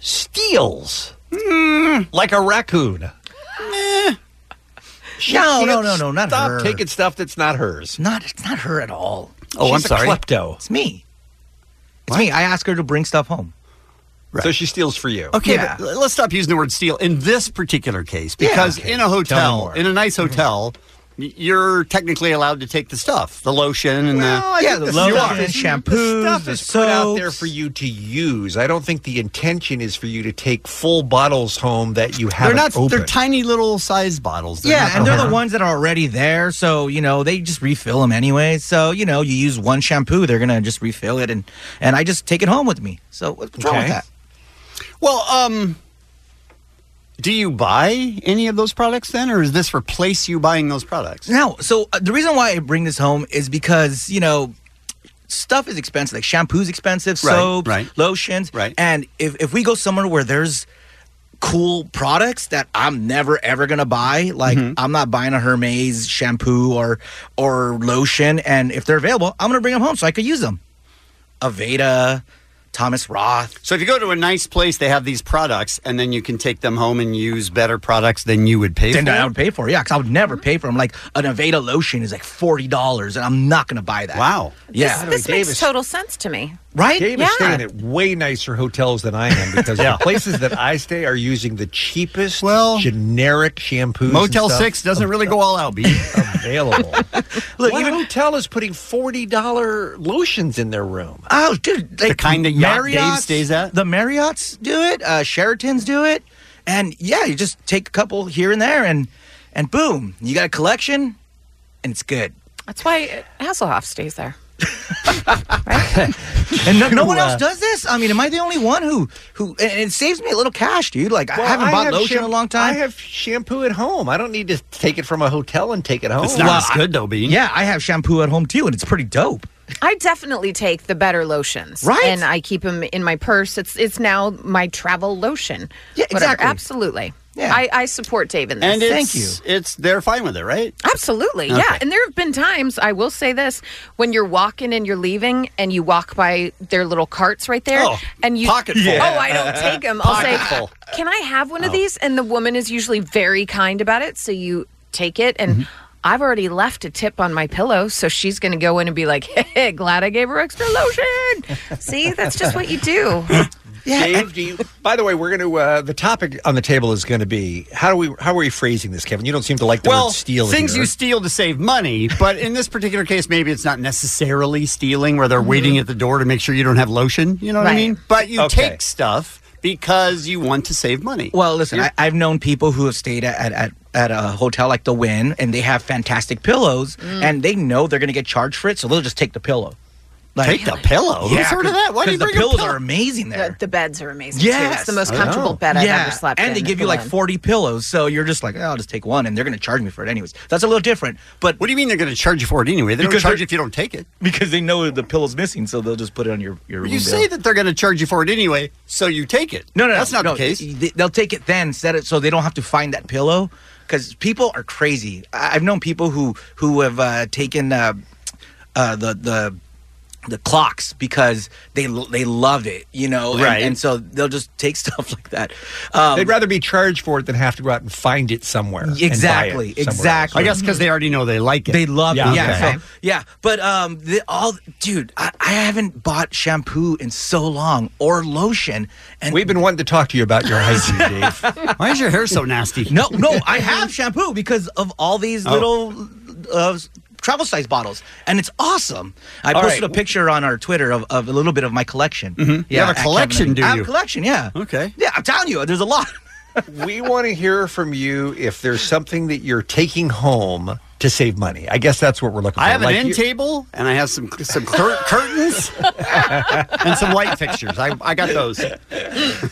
Speaker 3: steals like a raccoon. She
Speaker 22: No, no,
Speaker 3: can't
Speaker 22: no, no, not
Speaker 3: stop
Speaker 22: her.
Speaker 3: taking stuff that's not hers.
Speaker 22: Not it's not her at all.
Speaker 3: Oh,
Speaker 22: She's
Speaker 3: I'm
Speaker 22: a
Speaker 3: sorry.
Speaker 22: klepto. It's me. It's me. I ask her to bring stuff home.
Speaker 3: So she steals for you.
Speaker 8: Okay,
Speaker 22: Yeah.
Speaker 8: but l- let's stop using the word steal in this particular case because
Speaker 3: okay.
Speaker 8: in a
Speaker 3: Tell me
Speaker 8: hotel,
Speaker 3: more. Mm-hmm.
Speaker 8: in a nice hotel, y- you're technically allowed to take the stuff, the lotion and
Speaker 3: Well, I
Speaker 8: the
Speaker 3: think
Speaker 22: the
Speaker 3: this-
Speaker 22: lotion
Speaker 3: you are.
Speaker 22: and
Speaker 3: The
Speaker 22: shampoos,
Speaker 3: stuff
Speaker 22: the
Speaker 3: is put out there
Speaker 22: soaps.
Speaker 3: for you to use. I don't think the intention is for you to take full bottles home that you
Speaker 8: They're
Speaker 3: haven't
Speaker 8: not
Speaker 3: opened.
Speaker 8: they're tiny little size bottles. They're
Speaker 22: yeah,
Speaker 8: not-
Speaker 22: and they're the ones that are already there, so you know they just refill them anyway. So you know you use one shampoo, they're gonna just refill it, and and I just take it home with me. So what's wrong
Speaker 3: Okay.
Speaker 22: with that?
Speaker 8: Well, um do you buy any of those products then or is this replace you buying those products?
Speaker 22: No, so uh, the reason why I bring this home is because you know stuff is expensive, like shampoo's expensive,
Speaker 8: Right,
Speaker 22: soaps,
Speaker 8: right.
Speaker 22: lotions, right? And if if we go somewhere where there's cool products that I'm never ever gonna buy, like
Speaker 8: Mm-hmm.
Speaker 22: I'm not buying a Hermes shampoo or or lotion, and if they're available, I'm gonna bring them home so I could use them. Aveda, Thomas Roth.
Speaker 8: So if you go to a nice place, they have these products, and then you can take them home and use better products than you would pay
Speaker 22: Then
Speaker 8: for.
Speaker 22: I would pay for it, yeah, because I would never pay for them. Like an Aveda lotion is like forty dollars, and I'm not going to buy that.
Speaker 8: Wow,
Speaker 22: yeah,
Speaker 9: This makes total sense to me.
Speaker 22: right?
Speaker 3: Dave
Speaker 9: yeah.
Speaker 3: is staying at way nicer hotels than I am because
Speaker 8: Yeah.
Speaker 3: the places that I stay are using the cheapest,
Speaker 8: Well,
Speaker 3: generic shampoos. and
Speaker 8: Motel
Speaker 3: stuff
Speaker 8: Six
Speaker 22: Oh.
Speaker 8: doesn't really go all out, B.
Speaker 3: available.
Speaker 22: Look,
Speaker 3: what
Speaker 22: even-
Speaker 3: hotel is putting forty dollar lotions in their room?
Speaker 22: Oh, dude, like,
Speaker 8: kind that yacht Dave stays at?
Speaker 22: The Marriotts do it. Uh, Sheratons do it, and yeah, you just take a couple here and there, and and boom, you got a collection, and it's good.
Speaker 9: That's why Hasselhoff stays there.
Speaker 22: And no, no one
Speaker 3: uh,
Speaker 22: else does this. I mean, am I the only one who who? And it saves me a little cash, dude. Like I
Speaker 3: Well,
Speaker 22: haven't bought
Speaker 3: have
Speaker 22: lotion in
Speaker 3: sham-
Speaker 22: a long time.
Speaker 3: I have shampoo at home. I don't need to take it from a hotel and take it home.
Speaker 8: It's not as good though, B.
Speaker 22: yeah, I have shampoo at home too, and it's pretty dope.
Speaker 9: I definitely take the better lotions,
Speaker 22: Right.
Speaker 9: And I keep them in my purse. It's it's now my travel lotion.
Speaker 22: Yeah,
Speaker 9: Whatever.
Speaker 22: exactly.
Speaker 9: Absolutely. I, I support Dave in this.
Speaker 8: And it's, It's they're fine with it, right?
Speaker 9: Absolutely. Yeah.
Speaker 8: Okay.
Speaker 9: And there have been times, I will say this, when you're walking and you're leaving and you walk by their little carts right there
Speaker 8: Oh,
Speaker 9: and you
Speaker 8: pocketful.
Speaker 9: Oh, I don't take them. I'll
Speaker 8: Pocketful.
Speaker 9: say, "Can I have one of
Speaker 8: Oh.
Speaker 9: these?" And the woman is usually very kind about it, so you take it and
Speaker 8: Mm-hmm.
Speaker 9: I've already left a tip on my pillow, so she's going to go in and be like, "Hey, glad I gave her extra lotion." See, that's just what you do.
Speaker 3: Dave, do you? By the way, we're going to uh, the topic on the table is going to be how do we how are we phrasing this, Kevin? You don't seem to like the
Speaker 8: well,
Speaker 3: word steal.
Speaker 8: things
Speaker 3: here.
Speaker 8: you steal to save money, but in this particular case, maybe it's not necessarily stealing where they're
Speaker 22: Mm-hmm.
Speaker 8: waiting at the door to make sure you don't have lotion. You know what I
Speaker 22: Right.
Speaker 8: mean? But you
Speaker 22: Okay.
Speaker 8: take stuff because you want to save money.
Speaker 22: Well, listen, I, I've known people who have stayed at, at, at, at a hotel like the Win, and they have fantastic pillows,
Speaker 8: Mm.
Speaker 22: and they know they're going to get charged for it, so they'll just take the pillow.
Speaker 8: Take the pillow? Oh, Who's
Speaker 22: Yeah,
Speaker 8: heard of
Speaker 22: 'cause-
Speaker 8: that? Why do you
Speaker 22: 'cause
Speaker 8: bring
Speaker 22: the
Speaker 8: a
Speaker 22: pillows
Speaker 8: pillow? Oh.
Speaker 22: are amazing there.
Speaker 9: The, the beds are amazing too.
Speaker 22: Yes.
Speaker 9: It's the most comfortable bed I've
Speaker 22: Yeah.
Speaker 9: ever slept in.
Speaker 22: And they give you
Speaker 9: the
Speaker 22: like
Speaker 9: one.
Speaker 22: 40 pillows. So you're just like, oh, I'll just take one and they're going to charge me for it anyways. That's a little different. But
Speaker 8: what do you mean they're going to charge you for it anyway? They don't charge you if you don't take it.
Speaker 22: Because they know the pillow's missing. So they'll just put it on your, your room
Speaker 8: You say that they're going to charge you for it anyway, so you take it.
Speaker 22: No, no,
Speaker 8: that's not
Speaker 22: no,
Speaker 8: the case.
Speaker 22: They, they'll take it then, set it so they don't have to find that pillow. Because people are crazy. I- I've known people who who have uh, taken uh, uh, the the the clocks because they l- they love it, you know, and-
Speaker 3: Right.
Speaker 22: And, so they'll just take stuff like that. Um,
Speaker 3: They'd rather be charged for it than have to go out and find it somewhere. and buy it
Speaker 22: Exactly,
Speaker 3: somewhere else.
Speaker 22: exactly. I guess 'cause
Speaker 8: they already know they like it.
Speaker 22: They love
Speaker 3: Yeah,
Speaker 22: it. Yeah,
Speaker 3: okay.
Speaker 22: so- yeah. But um, the, all dude, I, I haven't bought shampoo in so long or lotion, and
Speaker 3: we've been wanting to talk to you about your hygiene, Dave.
Speaker 8: Why is your hair so nasty? Oh.
Speaker 22: No, no, I have shampoo because of all these little uh, travel size bottles, and it's awesome. I
Speaker 8: All
Speaker 22: posted
Speaker 8: right. Mm-hmm.
Speaker 22: a picture on our Twitter of, of a little bit of my collection.
Speaker 8: You have a
Speaker 22: at Kevin
Speaker 8: collection,
Speaker 22: and-
Speaker 8: do
Speaker 22: I have a
Speaker 8: you?
Speaker 22: collection, yeah.
Speaker 8: Okay.
Speaker 22: Yeah, I'm telling you, there's a lot.
Speaker 3: we want to hear from you if there's something that you're taking home to save money. I guess that's what we're looking for.
Speaker 8: I have an
Speaker 3: Like
Speaker 8: end
Speaker 3: you-
Speaker 8: table and I have some some cur- curtains and some light fixtures. I, I got those.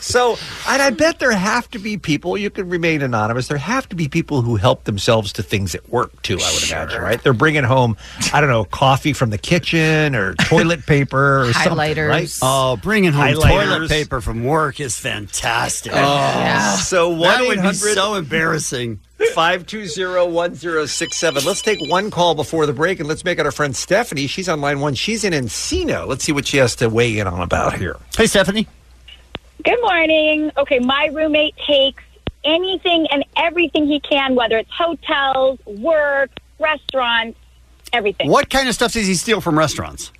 Speaker 3: so, and I bet there have to be people, you can remain anonymous, there have to be people who help themselves to things at work too, I would imagine, right? They're bringing home, I don't know, coffee from the kitchen or toilet paper or something, right?
Speaker 8: Oh, bringing home
Speaker 3: Highlighters.
Speaker 8: toilet paper from work is fantastic.
Speaker 3: Oh, Yeah. so
Speaker 8: that would be
Speaker 3: 1-800
Speaker 8: so embarrassing.
Speaker 3: 520-1067. Let's take one call before the break and let's make it our friend Stephanie. She's on line one. She's in Encino. Let's see what she has to weigh in on about here.
Speaker 8: Hey, Stephanie.
Speaker 23: Good morning. Okay, my roommate takes anything and everything he can, whether it's hotels, work, restaurants, everything.
Speaker 8: What kind of stuff does he steal from restaurants?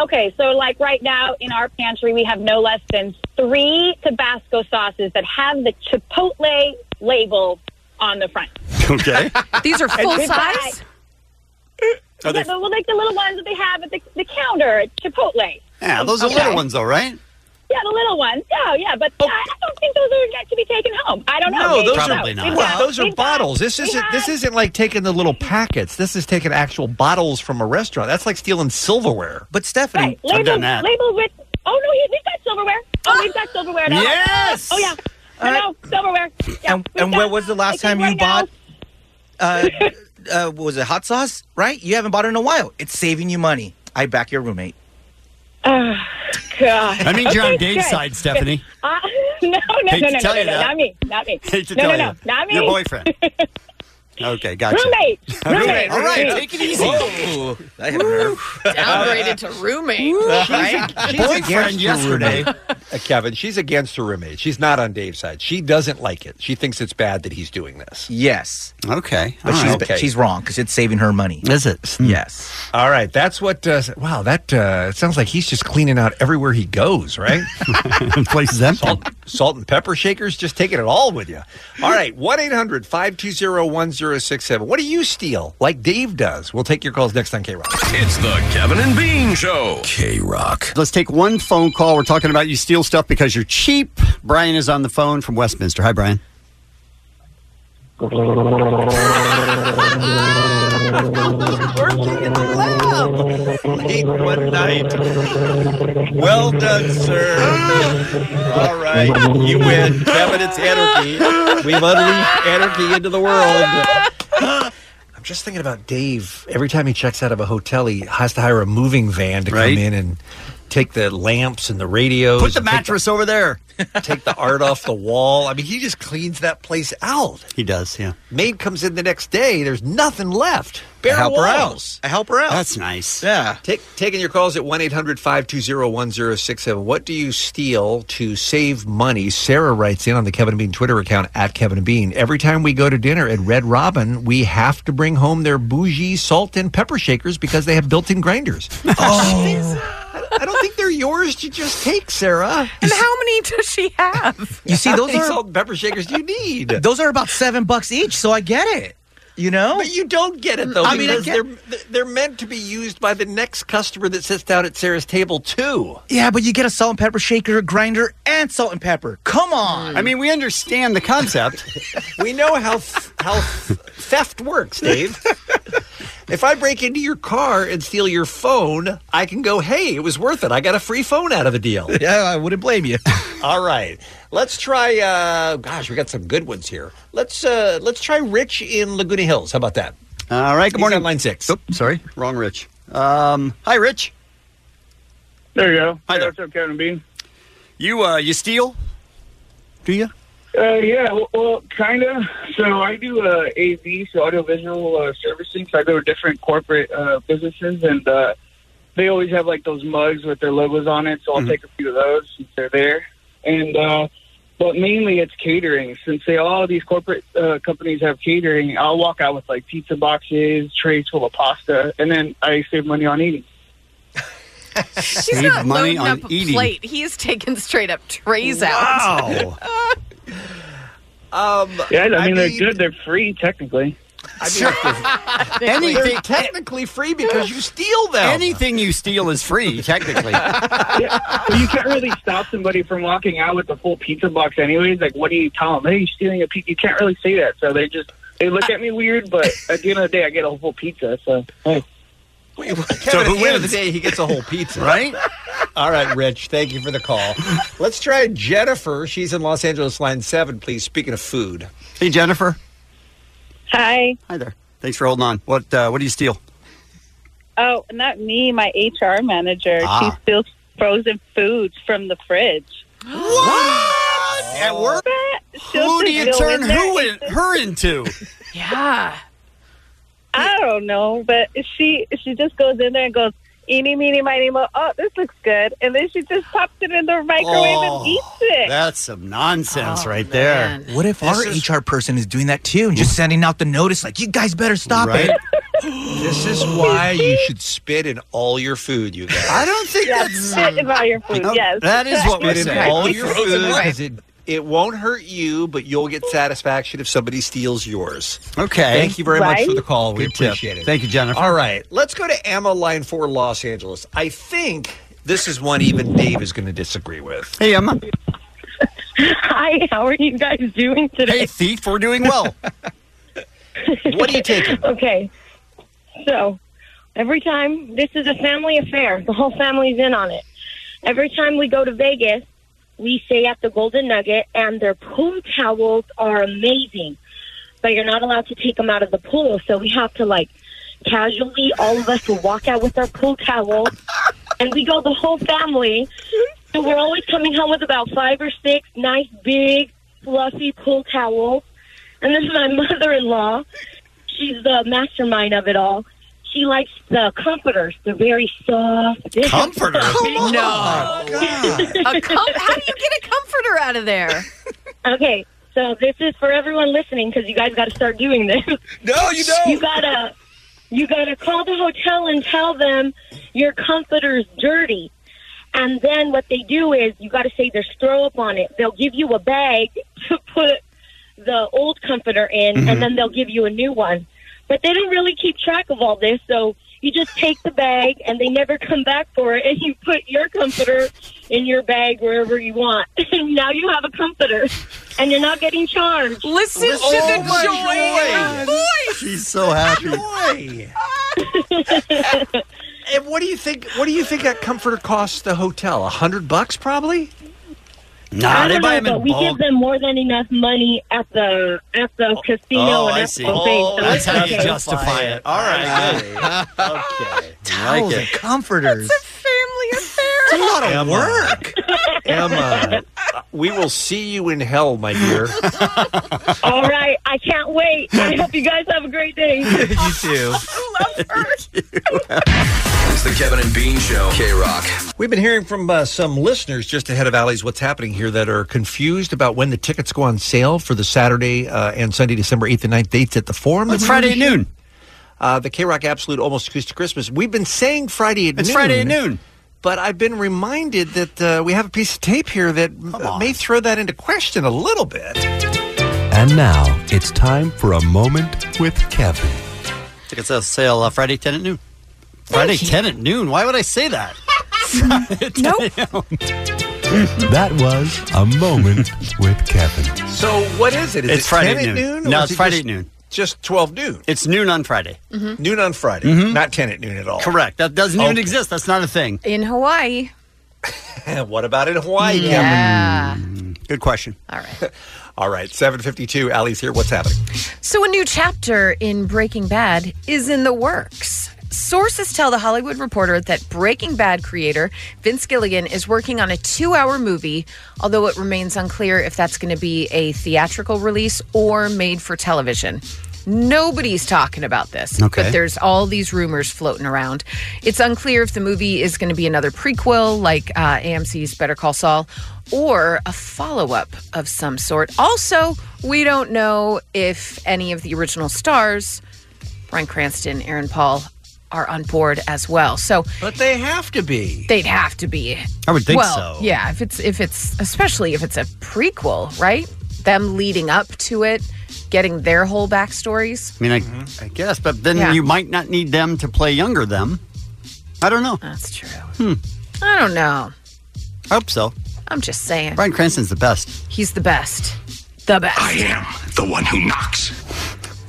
Speaker 23: Okay, so like right now in our pantry, we have no less than three Tabasco sauces that have the Chipotle label on the front.
Speaker 8: Okay.
Speaker 23: These
Speaker 9: are full size?
Speaker 23: Are they... well, like the little ones that they have at the, the counter at Chipotle.
Speaker 8: Yeah, those are
Speaker 23: Okay.
Speaker 8: little ones, though, right? Oh.
Speaker 23: Yeah, the little ones. Yeah, yeah, but I, I don't think those are meant to be taken home. I don't know.
Speaker 3: No,
Speaker 23: Dave.
Speaker 3: those
Speaker 23: We've
Speaker 3: are
Speaker 23: got-
Speaker 3: Well, those are
Speaker 23: we've got-
Speaker 3: bottles. This
Speaker 23: we
Speaker 3: isn't this
Speaker 23: have-
Speaker 3: isn't like taking the little packets. This is taking actual bottles from a restaurant. That's like stealing silverware.
Speaker 22: But Stephanie,
Speaker 23: Label, Label with. Oh no, he, we've got silverware. Oh, we've got silverware. No,
Speaker 22: Yes!
Speaker 23: Oh yeah. No, no, silverware. Yeah,
Speaker 22: and
Speaker 23: we've
Speaker 22: and when
Speaker 23: got-
Speaker 22: was the last
Speaker 23: I
Speaker 22: time
Speaker 23: think
Speaker 22: you
Speaker 23: right now-
Speaker 22: bought? Uh, uh, what was it hot sauce? Right? You haven't bought it in a while. It's saving you money. I back your roommate.
Speaker 23: Oh,
Speaker 2: Ah,
Speaker 23: God.
Speaker 22: That means you're on Dave's
Speaker 23: good.
Speaker 22: side, Stephanie.
Speaker 23: Uh, no, no,
Speaker 22: Hate
Speaker 23: no,
Speaker 22: to
Speaker 23: no,
Speaker 22: tell
Speaker 23: no,
Speaker 22: you
Speaker 23: no, no,
Speaker 22: that.
Speaker 23: not me, not me.
Speaker 8: Hate to
Speaker 23: no,
Speaker 8: tell
Speaker 23: no,
Speaker 8: you.
Speaker 23: no, not me.
Speaker 8: Your boyfriend. Okay, gotcha.
Speaker 23: Roommate.
Speaker 8: Roommate.
Speaker 23: Roommate.
Speaker 8: All right,
Speaker 23: Roommate.
Speaker 8: take it easy.
Speaker 22: Whoa. I haven't heard.
Speaker 9: Downgraded to roommate. right?
Speaker 3: against her roommate. Uh, Kevin, she's against her roommate. She's not on Dave's side. She doesn't like it. She thinks it's bad that he's doing this.
Speaker 22: Yes.
Speaker 8: Okay.
Speaker 22: But she's, she's wrong because it's saving her money.
Speaker 8: Is it?
Speaker 22: Yes.
Speaker 3: All right. That's what. Uh, wow. That uh, it sounds like he's just cleaning out everywhere he goes. Right.
Speaker 8: Places empty.
Speaker 3: Salt, salt and pepper shakers. Just taking it all with you. All right. One 1067 What do you steal like Dave does? We'll take your calls next on K Rock.
Speaker 13: It's the Kevin and Bean Show.
Speaker 3: K Rock.
Speaker 8: Let's take one phone call. We're talking about you steal stuff because you're cheap. Brian is on the phone from Westminster. Hi, Brian.
Speaker 3: Eat one night. Well done, sir. All right, you win. Kevin, it's anarchy. We've unleashed anarchy into the world. I'm just thinking about Dave. Every time he checks out of a hotel, he has to hire a moving van to come in and take the lamps and the radios.
Speaker 8: Put the mattress over there.
Speaker 3: take the art off the wall. I mean, he just cleans that place out.
Speaker 8: He does, yeah.
Speaker 3: Maid comes in the next day. There's nothing left. Bare
Speaker 8: I help her
Speaker 3: walls.
Speaker 8: out.
Speaker 3: I help her out.
Speaker 8: That's nice.
Speaker 3: Yeah. Take, taking your calls at 1 800 520 1067. What do you steal to save money? Sarah writes in on the Kevin and Bean Twitter account at Kevin and Bean. Every time we go to dinner at Red Robin, we have to bring home their bougie salt and pepper shakers because they have built in grinders. Oh. I don't think they're yours to just take, Sarah.
Speaker 9: And how many does she have?
Speaker 22: You see,
Speaker 3: How
Speaker 22: those
Speaker 3: many
Speaker 22: are-
Speaker 3: salt and pepper shakers do you need?
Speaker 22: Those are about seven bucks each, so I get it. You know,
Speaker 3: But you don't get it though.
Speaker 22: I mean, I
Speaker 3: because
Speaker 22: get-
Speaker 3: they're they're meant to be used by the next customer that sits down at Sarah's table too.
Speaker 22: yeah, but you get a salt and pepper shaker, grinder, and salt and pepper. Come on.
Speaker 8: I mean, we understand the concept.
Speaker 3: we know how th- how th- theft works, Dave. if I break into your car and steal your phone, I can go, "Hey, it was worth it. I got a free phone out of a deal."
Speaker 22: Yeah, I wouldn't blame you.
Speaker 3: All right, let's try. Uh, gosh, we got some good ones here. Let's uh, let's try Rich in Laguna Hills. How about that?
Speaker 8: All right. Good
Speaker 3: morning, line six.
Speaker 8: Oh, sorry, wrong Rich. Um, hi, Rich.
Speaker 24: There you go.
Speaker 8: Hi
Speaker 24: Hey,
Speaker 8: there.
Speaker 24: What's up, Kevin Bean?
Speaker 8: You uh, you steal? Do you?
Speaker 24: Uh, yeah, w- well, kind of. So I do uh, AV, so audiovisual uh, servicing. So I go to different corporate uh, businesses, and uh, they always have like those mugs with their logos on it.
Speaker 8: Mm-hmm.
Speaker 24: So I'll take a few of those since they're there. And uh, but mainly it's catering. Since they all these corporate uh, companies have catering, I'll walk out with like pizza boxes, trays full of pasta, and then I save money on eating.
Speaker 9: She's not loading up a plate. He is taking straight up trays out.
Speaker 3: Um,
Speaker 24: yeah, I mean,
Speaker 3: I
Speaker 24: they're
Speaker 3: mean-
Speaker 24: good. They're free technically.
Speaker 3: I mean,
Speaker 24: Anything-
Speaker 3: they're technically free because you steal them.
Speaker 8: Anything you steal is free, technically.
Speaker 24: you can't really stop somebody from walking out with the full pizza box, anyways. Like, what do you tell them? Hey, you're stealing a pizza. You can't really say that. So they just they look at me weird. But at the end of the day, I get a whole pizza. So hey.
Speaker 3: Kevin, at the end of the day, he gets a whole pizza. right? All right, Rich. Thank you for the call. Let's try Jennifer. She's in Los Angeles, line seven, please. Speaking of food.
Speaker 8: Hey, Jennifer.
Speaker 1: Hi.
Speaker 8: Hi there. Thanks for holding on. What uh, What do you steal?
Speaker 1: Oh, not me. My HR manager.
Speaker 8: Ah.
Speaker 1: She steals frozen foods from the fridge.
Speaker 8: What? At work? Who do you turn who in, her into?
Speaker 1: Yeah. I don't know, but she she just goes in there and goes, "Eeny, meeny, miny, mo." Oh, this looks good, and then she just pops it in the microwave
Speaker 8: Oh,
Speaker 1: and eats it.
Speaker 8: That's some nonsense right there.
Speaker 22: What if our HR person is doing that too and just sending out the notice like, you guys better stop
Speaker 3: Right?
Speaker 22: it?
Speaker 3: This is why you should spit in all your food, you guys.
Speaker 8: I don't think
Speaker 1: yeah, spit in all your
Speaker 8: Oh,
Speaker 1: food. yes,
Speaker 3: That is what we
Speaker 1: Yes.
Speaker 3: did in all your food because it, it won't hurt you, but you'll get satisfaction if somebody steals yours.
Speaker 8: Okay.
Speaker 3: Thank you very much
Speaker 8: Right?
Speaker 3: for the call. we
Speaker 8: Good tip.
Speaker 3: appreciate it.
Speaker 8: Thank you, Jennifer.
Speaker 3: All right. Let's go to Emma, line four, Los Angeles. I think this is one even Dave is going to disagree with.
Speaker 8: Hey, Emma.
Speaker 2: Hi, how are you guys doing today?
Speaker 8: Hey, thief, we're doing well.
Speaker 3: what are you taking?
Speaker 2: Okay, so every time this is a family affair, the whole family's in on it. Every time we go to Vegas, we stay at the Golden Nugget, and their pool towels are amazing, but you're not allowed to take them out of the pool, so we have to like casually, all of us will walk out with our pool towel, and we go the whole family. So we're always coming home with about five or six nice, big, fluffy pool towels. And then my mother-in-law, she's the mastermind of it all. She likes the comforters. They're very soft.
Speaker 8: Comforters?
Speaker 2: Come
Speaker 8: on.
Speaker 2: No.
Speaker 9: A com- how do you get a comforter out of there?
Speaker 2: Okay, so this is for everyone listening because you guys got to start doing this. No, you don't. You gotta, you gotta call the hotel and tell them your comforter's dirty. And then what they do is you got to say there's throw up on it. They'll give you a bag to put the old comforter in,
Speaker 20: Mhm.
Speaker 2: and then they'll give you a new one. But they don't really keep track of all this, so you just take the bag and they never come back for it, and you put your comforter in your bag wherever you want. And now you have a comforter, and you're not getting charged.
Speaker 9: Listen
Speaker 3: to
Speaker 2: Oh,
Speaker 4: Oh
Speaker 3: the joy in her voice.
Speaker 8: She's so happy.
Speaker 3: Boy. and what do you think? What do you think that comforter costs the hotel? A hundred bucks, probably.
Speaker 2: I don't know, but we give them more than enough money at the at the casino
Speaker 8: Oh,
Speaker 2: and
Speaker 8: I
Speaker 2: at
Speaker 8: see.
Speaker 2: the thing. So
Speaker 8: that's
Speaker 2: it's
Speaker 8: how you
Speaker 2: okay.
Speaker 8: justify it. All right, good. okay. I
Speaker 22: Towels
Speaker 8: like
Speaker 22: and
Speaker 8: it.
Speaker 22: comforters.
Speaker 9: Family affair.
Speaker 22: lot of
Speaker 3: Emma.
Speaker 22: work.
Speaker 3: Emma, we will see you in hell, my dear.
Speaker 2: All right. I can't wait. I hope you guys have a great day.
Speaker 3: you too.
Speaker 13: It's the Kevin and Bean Show. K Rock.
Speaker 3: We've been hearing from uh, some listeners just ahead of Allie's What's Happening here that are confused about when the tickets go on sale for the Saturday uh, and Sunday, December 8th and 9th dates at the Forum.
Speaker 8: It's Friday at noon.
Speaker 3: Uh, the K Rock Absolute Almost Acoustic Christmas. We've been saying Friday at
Speaker 8: It's
Speaker 3: noon.
Speaker 8: Friday at noon.
Speaker 3: But I've been reminded that uh, we have a piece of tape here that may throw that into question a little bit.
Speaker 5: And now it's time for a moment with Kevin.
Speaker 8: Tickets on sale uh, Friday 10 at noon. Friday 10 at noon. Why would I say that? nope.
Speaker 5: That was a moment with Kevin.
Speaker 3: So what is it? Is
Speaker 8: It's
Speaker 3: it
Speaker 8: Friday
Speaker 3: 10
Speaker 8: at noon.
Speaker 3: or
Speaker 8: No,
Speaker 3: is
Speaker 8: it's
Speaker 3: it
Speaker 8: Friday
Speaker 3: just-
Speaker 8: at noon.
Speaker 3: Just 12 noon. Mm-hmm.
Speaker 8: It's noon on Friday. Mm-hmm.
Speaker 3: Noon on Friday, not 10 at noon at all.
Speaker 8: Correct. That doesn't even
Speaker 3: Okay.
Speaker 8: exist. That's not a thing.
Speaker 9: in Hawaii.
Speaker 3: what about in Hawaii,
Speaker 8: Mm-hmm.
Speaker 9: Yeah.
Speaker 3: Kevin? Good question.
Speaker 9: All right.
Speaker 3: Mm. all right. 752, Allie's here. What's happening?
Speaker 9: So, a new chapter in Breaking Bad is in the works. Sources tell The Hollywood Reporter that Breaking Bad creator Vince Gilligan is working on a two hour movie, although it remains unclear if that's going to be a theatrical release or made for television. Nobody's talking about this,
Speaker 7: Okay.
Speaker 9: but there's all these rumors floating around. It's unclear if the movie is going to be another prequel like uh, AMC's Better Call Saul or a follow up of some sort. Also, we don't know if any of the original stars, Bryan Cranston, Aaron Paul, are on board as well. So,
Speaker 3: but they have to be.
Speaker 9: They'd have to be.
Speaker 8: I would think
Speaker 9: well,
Speaker 8: so.
Speaker 9: Yeah, if it's if it's especially if it's a prequel, right? Them leading up to it, getting their whole backstories.
Speaker 8: I mean, I,
Speaker 3: Mm-hmm.
Speaker 8: I guess, but then
Speaker 9: Yeah.
Speaker 8: you might not need them to play younger them. I don't know.
Speaker 9: That's true.
Speaker 8: Hmm.
Speaker 9: I don't know.
Speaker 8: I hope so.
Speaker 9: I'm just saying.
Speaker 8: Brian Cranston's the best.
Speaker 9: He's the best. The best. I am.
Speaker 8: The one who knocks.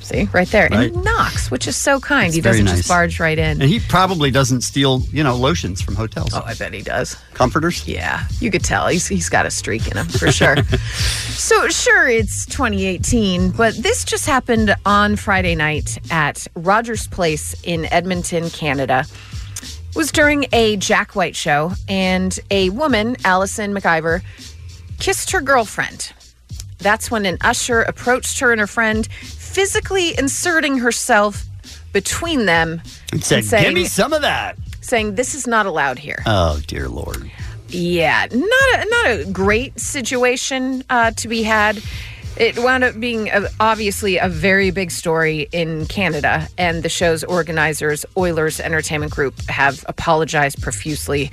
Speaker 9: See, right there.
Speaker 8: Right.
Speaker 9: And he knocks, which is so kind.
Speaker 8: It's
Speaker 9: he
Speaker 8: very
Speaker 9: doesn't
Speaker 8: nice.
Speaker 9: just barge right in.
Speaker 8: And he probably doesn't steal, you know, lotions from hotels. Oh,
Speaker 9: I bet he does.
Speaker 8: Comforters?
Speaker 9: Yeah. You could tell he's, he's got a streak in him for sure. so, sure, it's 2018, but this just happened on Friday night at Rogers Place in Edmonton, Canada. It was during a Jack White show, and a woman, Allison McIver, kissed her girlfriend. That's when an usher approached her and her friend, physically inserting herself between them
Speaker 8: And said,
Speaker 9: saying-
Speaker 8: give me some of that.
Speaker 9: saying, This is not allowed here.
Speaker 8: Oh, dear Lord.
Speaker 9: Yeah, not a, not a great situation uh, to be had. It wound up being a, obviously a very big story in Canada, and the show's organizers, Oilers Entertainment Group, have apologized profusely.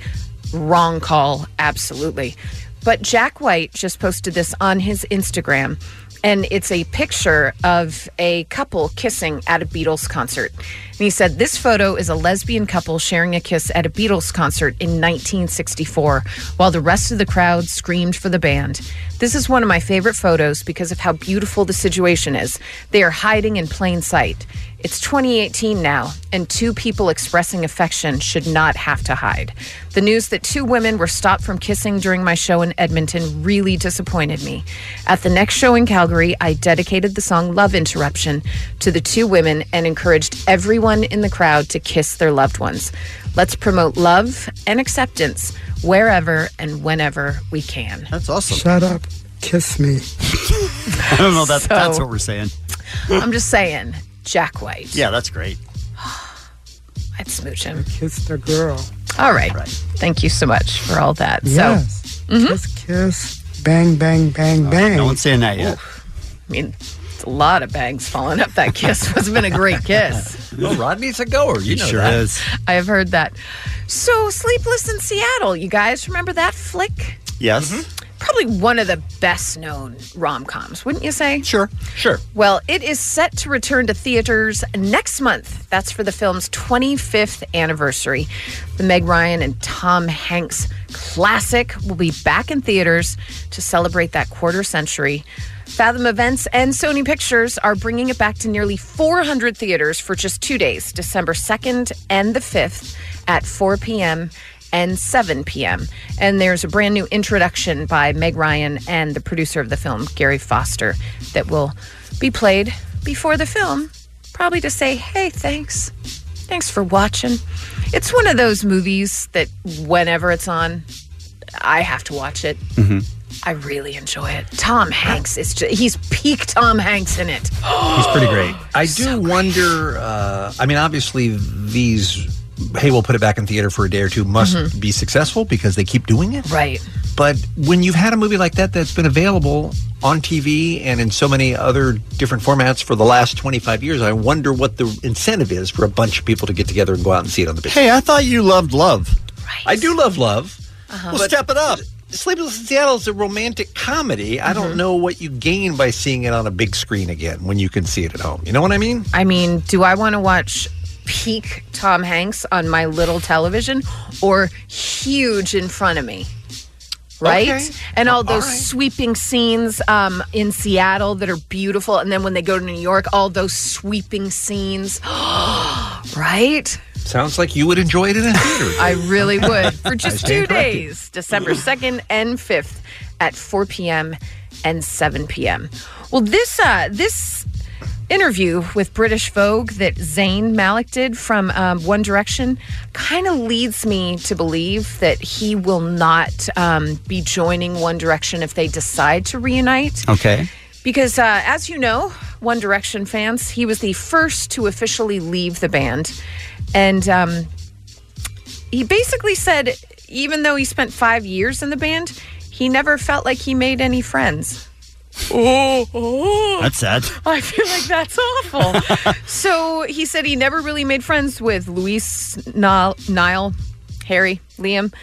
Speaker 9: Wrong call, absolutely. But Jack White just posted this on his Instagram, and it's a picture of a couple kissing at a Beatles concert. And he said, This photo is a lesbian couple sharing a kiss at a Beatles concert in 1964, while the rest of the crowd screamed for the band. This is one of my favorite photos because of how beautiful the situation is. They are hiding in plain sight. It's 2018 now, and two people expressing affection should not have to hide. The news that two women were stopped from kissing during my show in Edmonton really disappointed me. At the next show in Calgary, I dedicated the song Love Interruption to the two women and encouraged everyone in the crowd to kiss their loved ones. Let's promote love and acceptance wherever and whenever we can.
Speaker 8: That's awesome.
Speaker 11: Shut up. Kiss me.
Speaker 8: I don't know. That's,
Speaker 9: So-
Speaker 8: that's what we're saying.
Speaker 9: I'm just saying, Jack White.
Speaker 8: Yeah, that's great.
Speaker 9: I'd smooch him.
Speaker 11: Kiss the girl.
Speaker 9: All right. Thank you so much for all that.
Speaker 11: Yes.
Speaker 9: So, Mhm.
Speaker 11: Kiss, kiss. Bang, bang, bang, bang.
Speaker 8: No one's saying Uh, that yet.
Speaker 9: I mean, it's a lot of bangs falling up. That kiss must have been a great kiss.
Speaker 3: Well, Rodney's a goer.
Speaker 8: He
Speaker 3: You know
Speaker 8: sure
Speaker 3: that.
Speaker 8: is.
Speaker 9: I have heard that. So, Sleepless in Seattle, you guys remember that flick?
Speaker 11: Mm-hmm.
Speaker 8: Yes.
Speaker 9: Probably one of the best known rom coms, wouldn't you say?
Speaker 8: Sure. Sure.
Speaker 9: Well, it is set to return to theaters next month. That's for the film's 25th anniversary. The Meg Ryan and Tom Hanks classic will be back in theaters to celebrate that quarter century. Fathom Events and Sony Pictures are bringing it back to nearly 400 theaters for just two days, December 2nd and the 5th at 4 p.m and 7 p.m. And there's a brand new introduction by Meg Ryan and the producer of the film, Gary Foster, that will be played before the film, probably to say, hey, thanks. Thanks for watching. It's one of those movies that whenever it's on, I have to watch it.
Speaker 11: Mm-hmm.
Speaker 8: Mm-hmm.
Speaker 9: I really enjoy it. Tom Hanks is just, he's peak Tom Hanks in it.
Speaker 3: He's pretty great. Oh, I do wonder. Uh, I mean, obviously, these hey, we'll put it back in theater for a day or two must
Speaker 9: Mhm.
Speaker 3: be successful because they keep doing it.
Speaker 9: Right.
Speaker 3: But when you've had a movie like that that's been available on TV and in so many other different formats for the last 25 years, I wonder what the incentive is for a bunch of people to get together and go out and see it on the big.
Speaker 8: Hey, I thought you loved love.
Speaker 3: I do love love.
Speaker 9: Uh-huh.
Speaker 8: Well, step it up.
Speaker 3: Sleepless in Seattle is a romantic comedy. I
Speaker 9: Mm-hmm.
Speaker 3: don't know what you gain by seeing it on a big screen again when you can see it at home. You know what I mean?
Speaker 9: I mean, do I want to watch peak Tom Hanks on my little television or huge in front of me? Right?
Speaker 7: Okay.
Speaker 9: And all those
Speaker 7: All right.
Speaker 9: sweeping scenes um, in Seattle that are beautiful. And then when they go to New York, all those sweeping scenes. right?
Speaker 3: Sounds like you would enjoy it in a theater.
Speaker 9: I really would. For
Speaker 3: I
Speaker 9: just
Speaker 3: stand
Speaker 9: two
Speaker 3: corrected.
Speaker 9: days, December 2nd and 5th at 4 p.m. and 7 p.m. Well, this uh, this interview with British Vogue that Zayn Malik did from um, One Direction kind of leads me to believe that he will not um, be joining One Direction if they decide to reunite.
Speaker 8: Okay.
Speaker 9: Because, uh, as you know, One Direction fans, he was the first to officially leave the band. And um, he basically said, even though he spent five years in the band, he never felt like he made any friends. Oh,
Speaker 8: That's sad.
Speaker 9: I feel like that's awful. so he said he never really made friends with Luis, Nile, Nile Harry, Liam,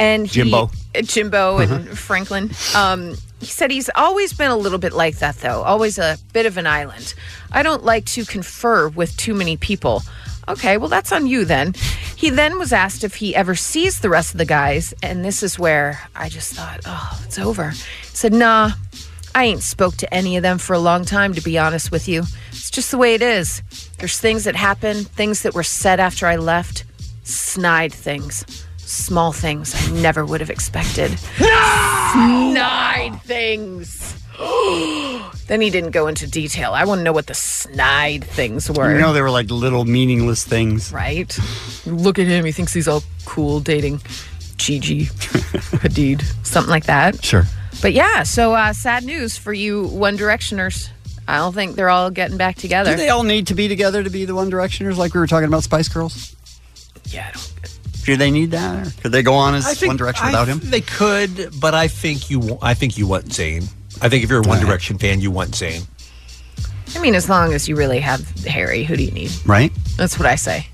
Speaker 9: and he-
Speaker 8: Jimbo.
Speaker 9: uh, Jimbo and
Speaker 8: Uh-huh.
Speaker 9: Franklin. Um, he said he's always been a little bit like that, though, always a bit of an island. I don't like to confer with too many people. Okay, well, that's on you then. He then was asked if he ever sees the rest of the guys, and this is where I just thought, oh, it's over. He said, nah, I ain't spoke to any of them for a long time, to be honest with you. It's just the way it is. There's things that happen, things that were said after I left, snide things, small things I never would have expected. Snide things. then he didn't go into detail. I want to know what the snide things were.
Speaker 8: You know, they were like little meaningless things.
Speaker 9: right? Look at him. He thinks he's all cool dating Gigi Hadid, something like that.
Speaker 8: Sure.
Speaker 9: But yeah, so uh, sad news for you One Directioners. I don't think they're all getting back together.
Speaker 8: Do they all need to be together to be the One Directioners like we were talking about Spice Girls?
Speaker 9: Yeah, I
Speaker 8: don't. Do they need that? Or could they go on as
Speaker 3: I think-
Speaker 8: One Direction
Speaker 3: I
Speaker 8: without
Speaker 3: th-
Speaker 8: him?
Speaker 3: They could, but I think you. wa- I think you want Zayn. I think if you're a One Direction fan, you want Zayn.
Speaker 9: I mean, as long as you really have Harry, who do you need?
Speaker 8: Right.
Speaker 9: That's what I say.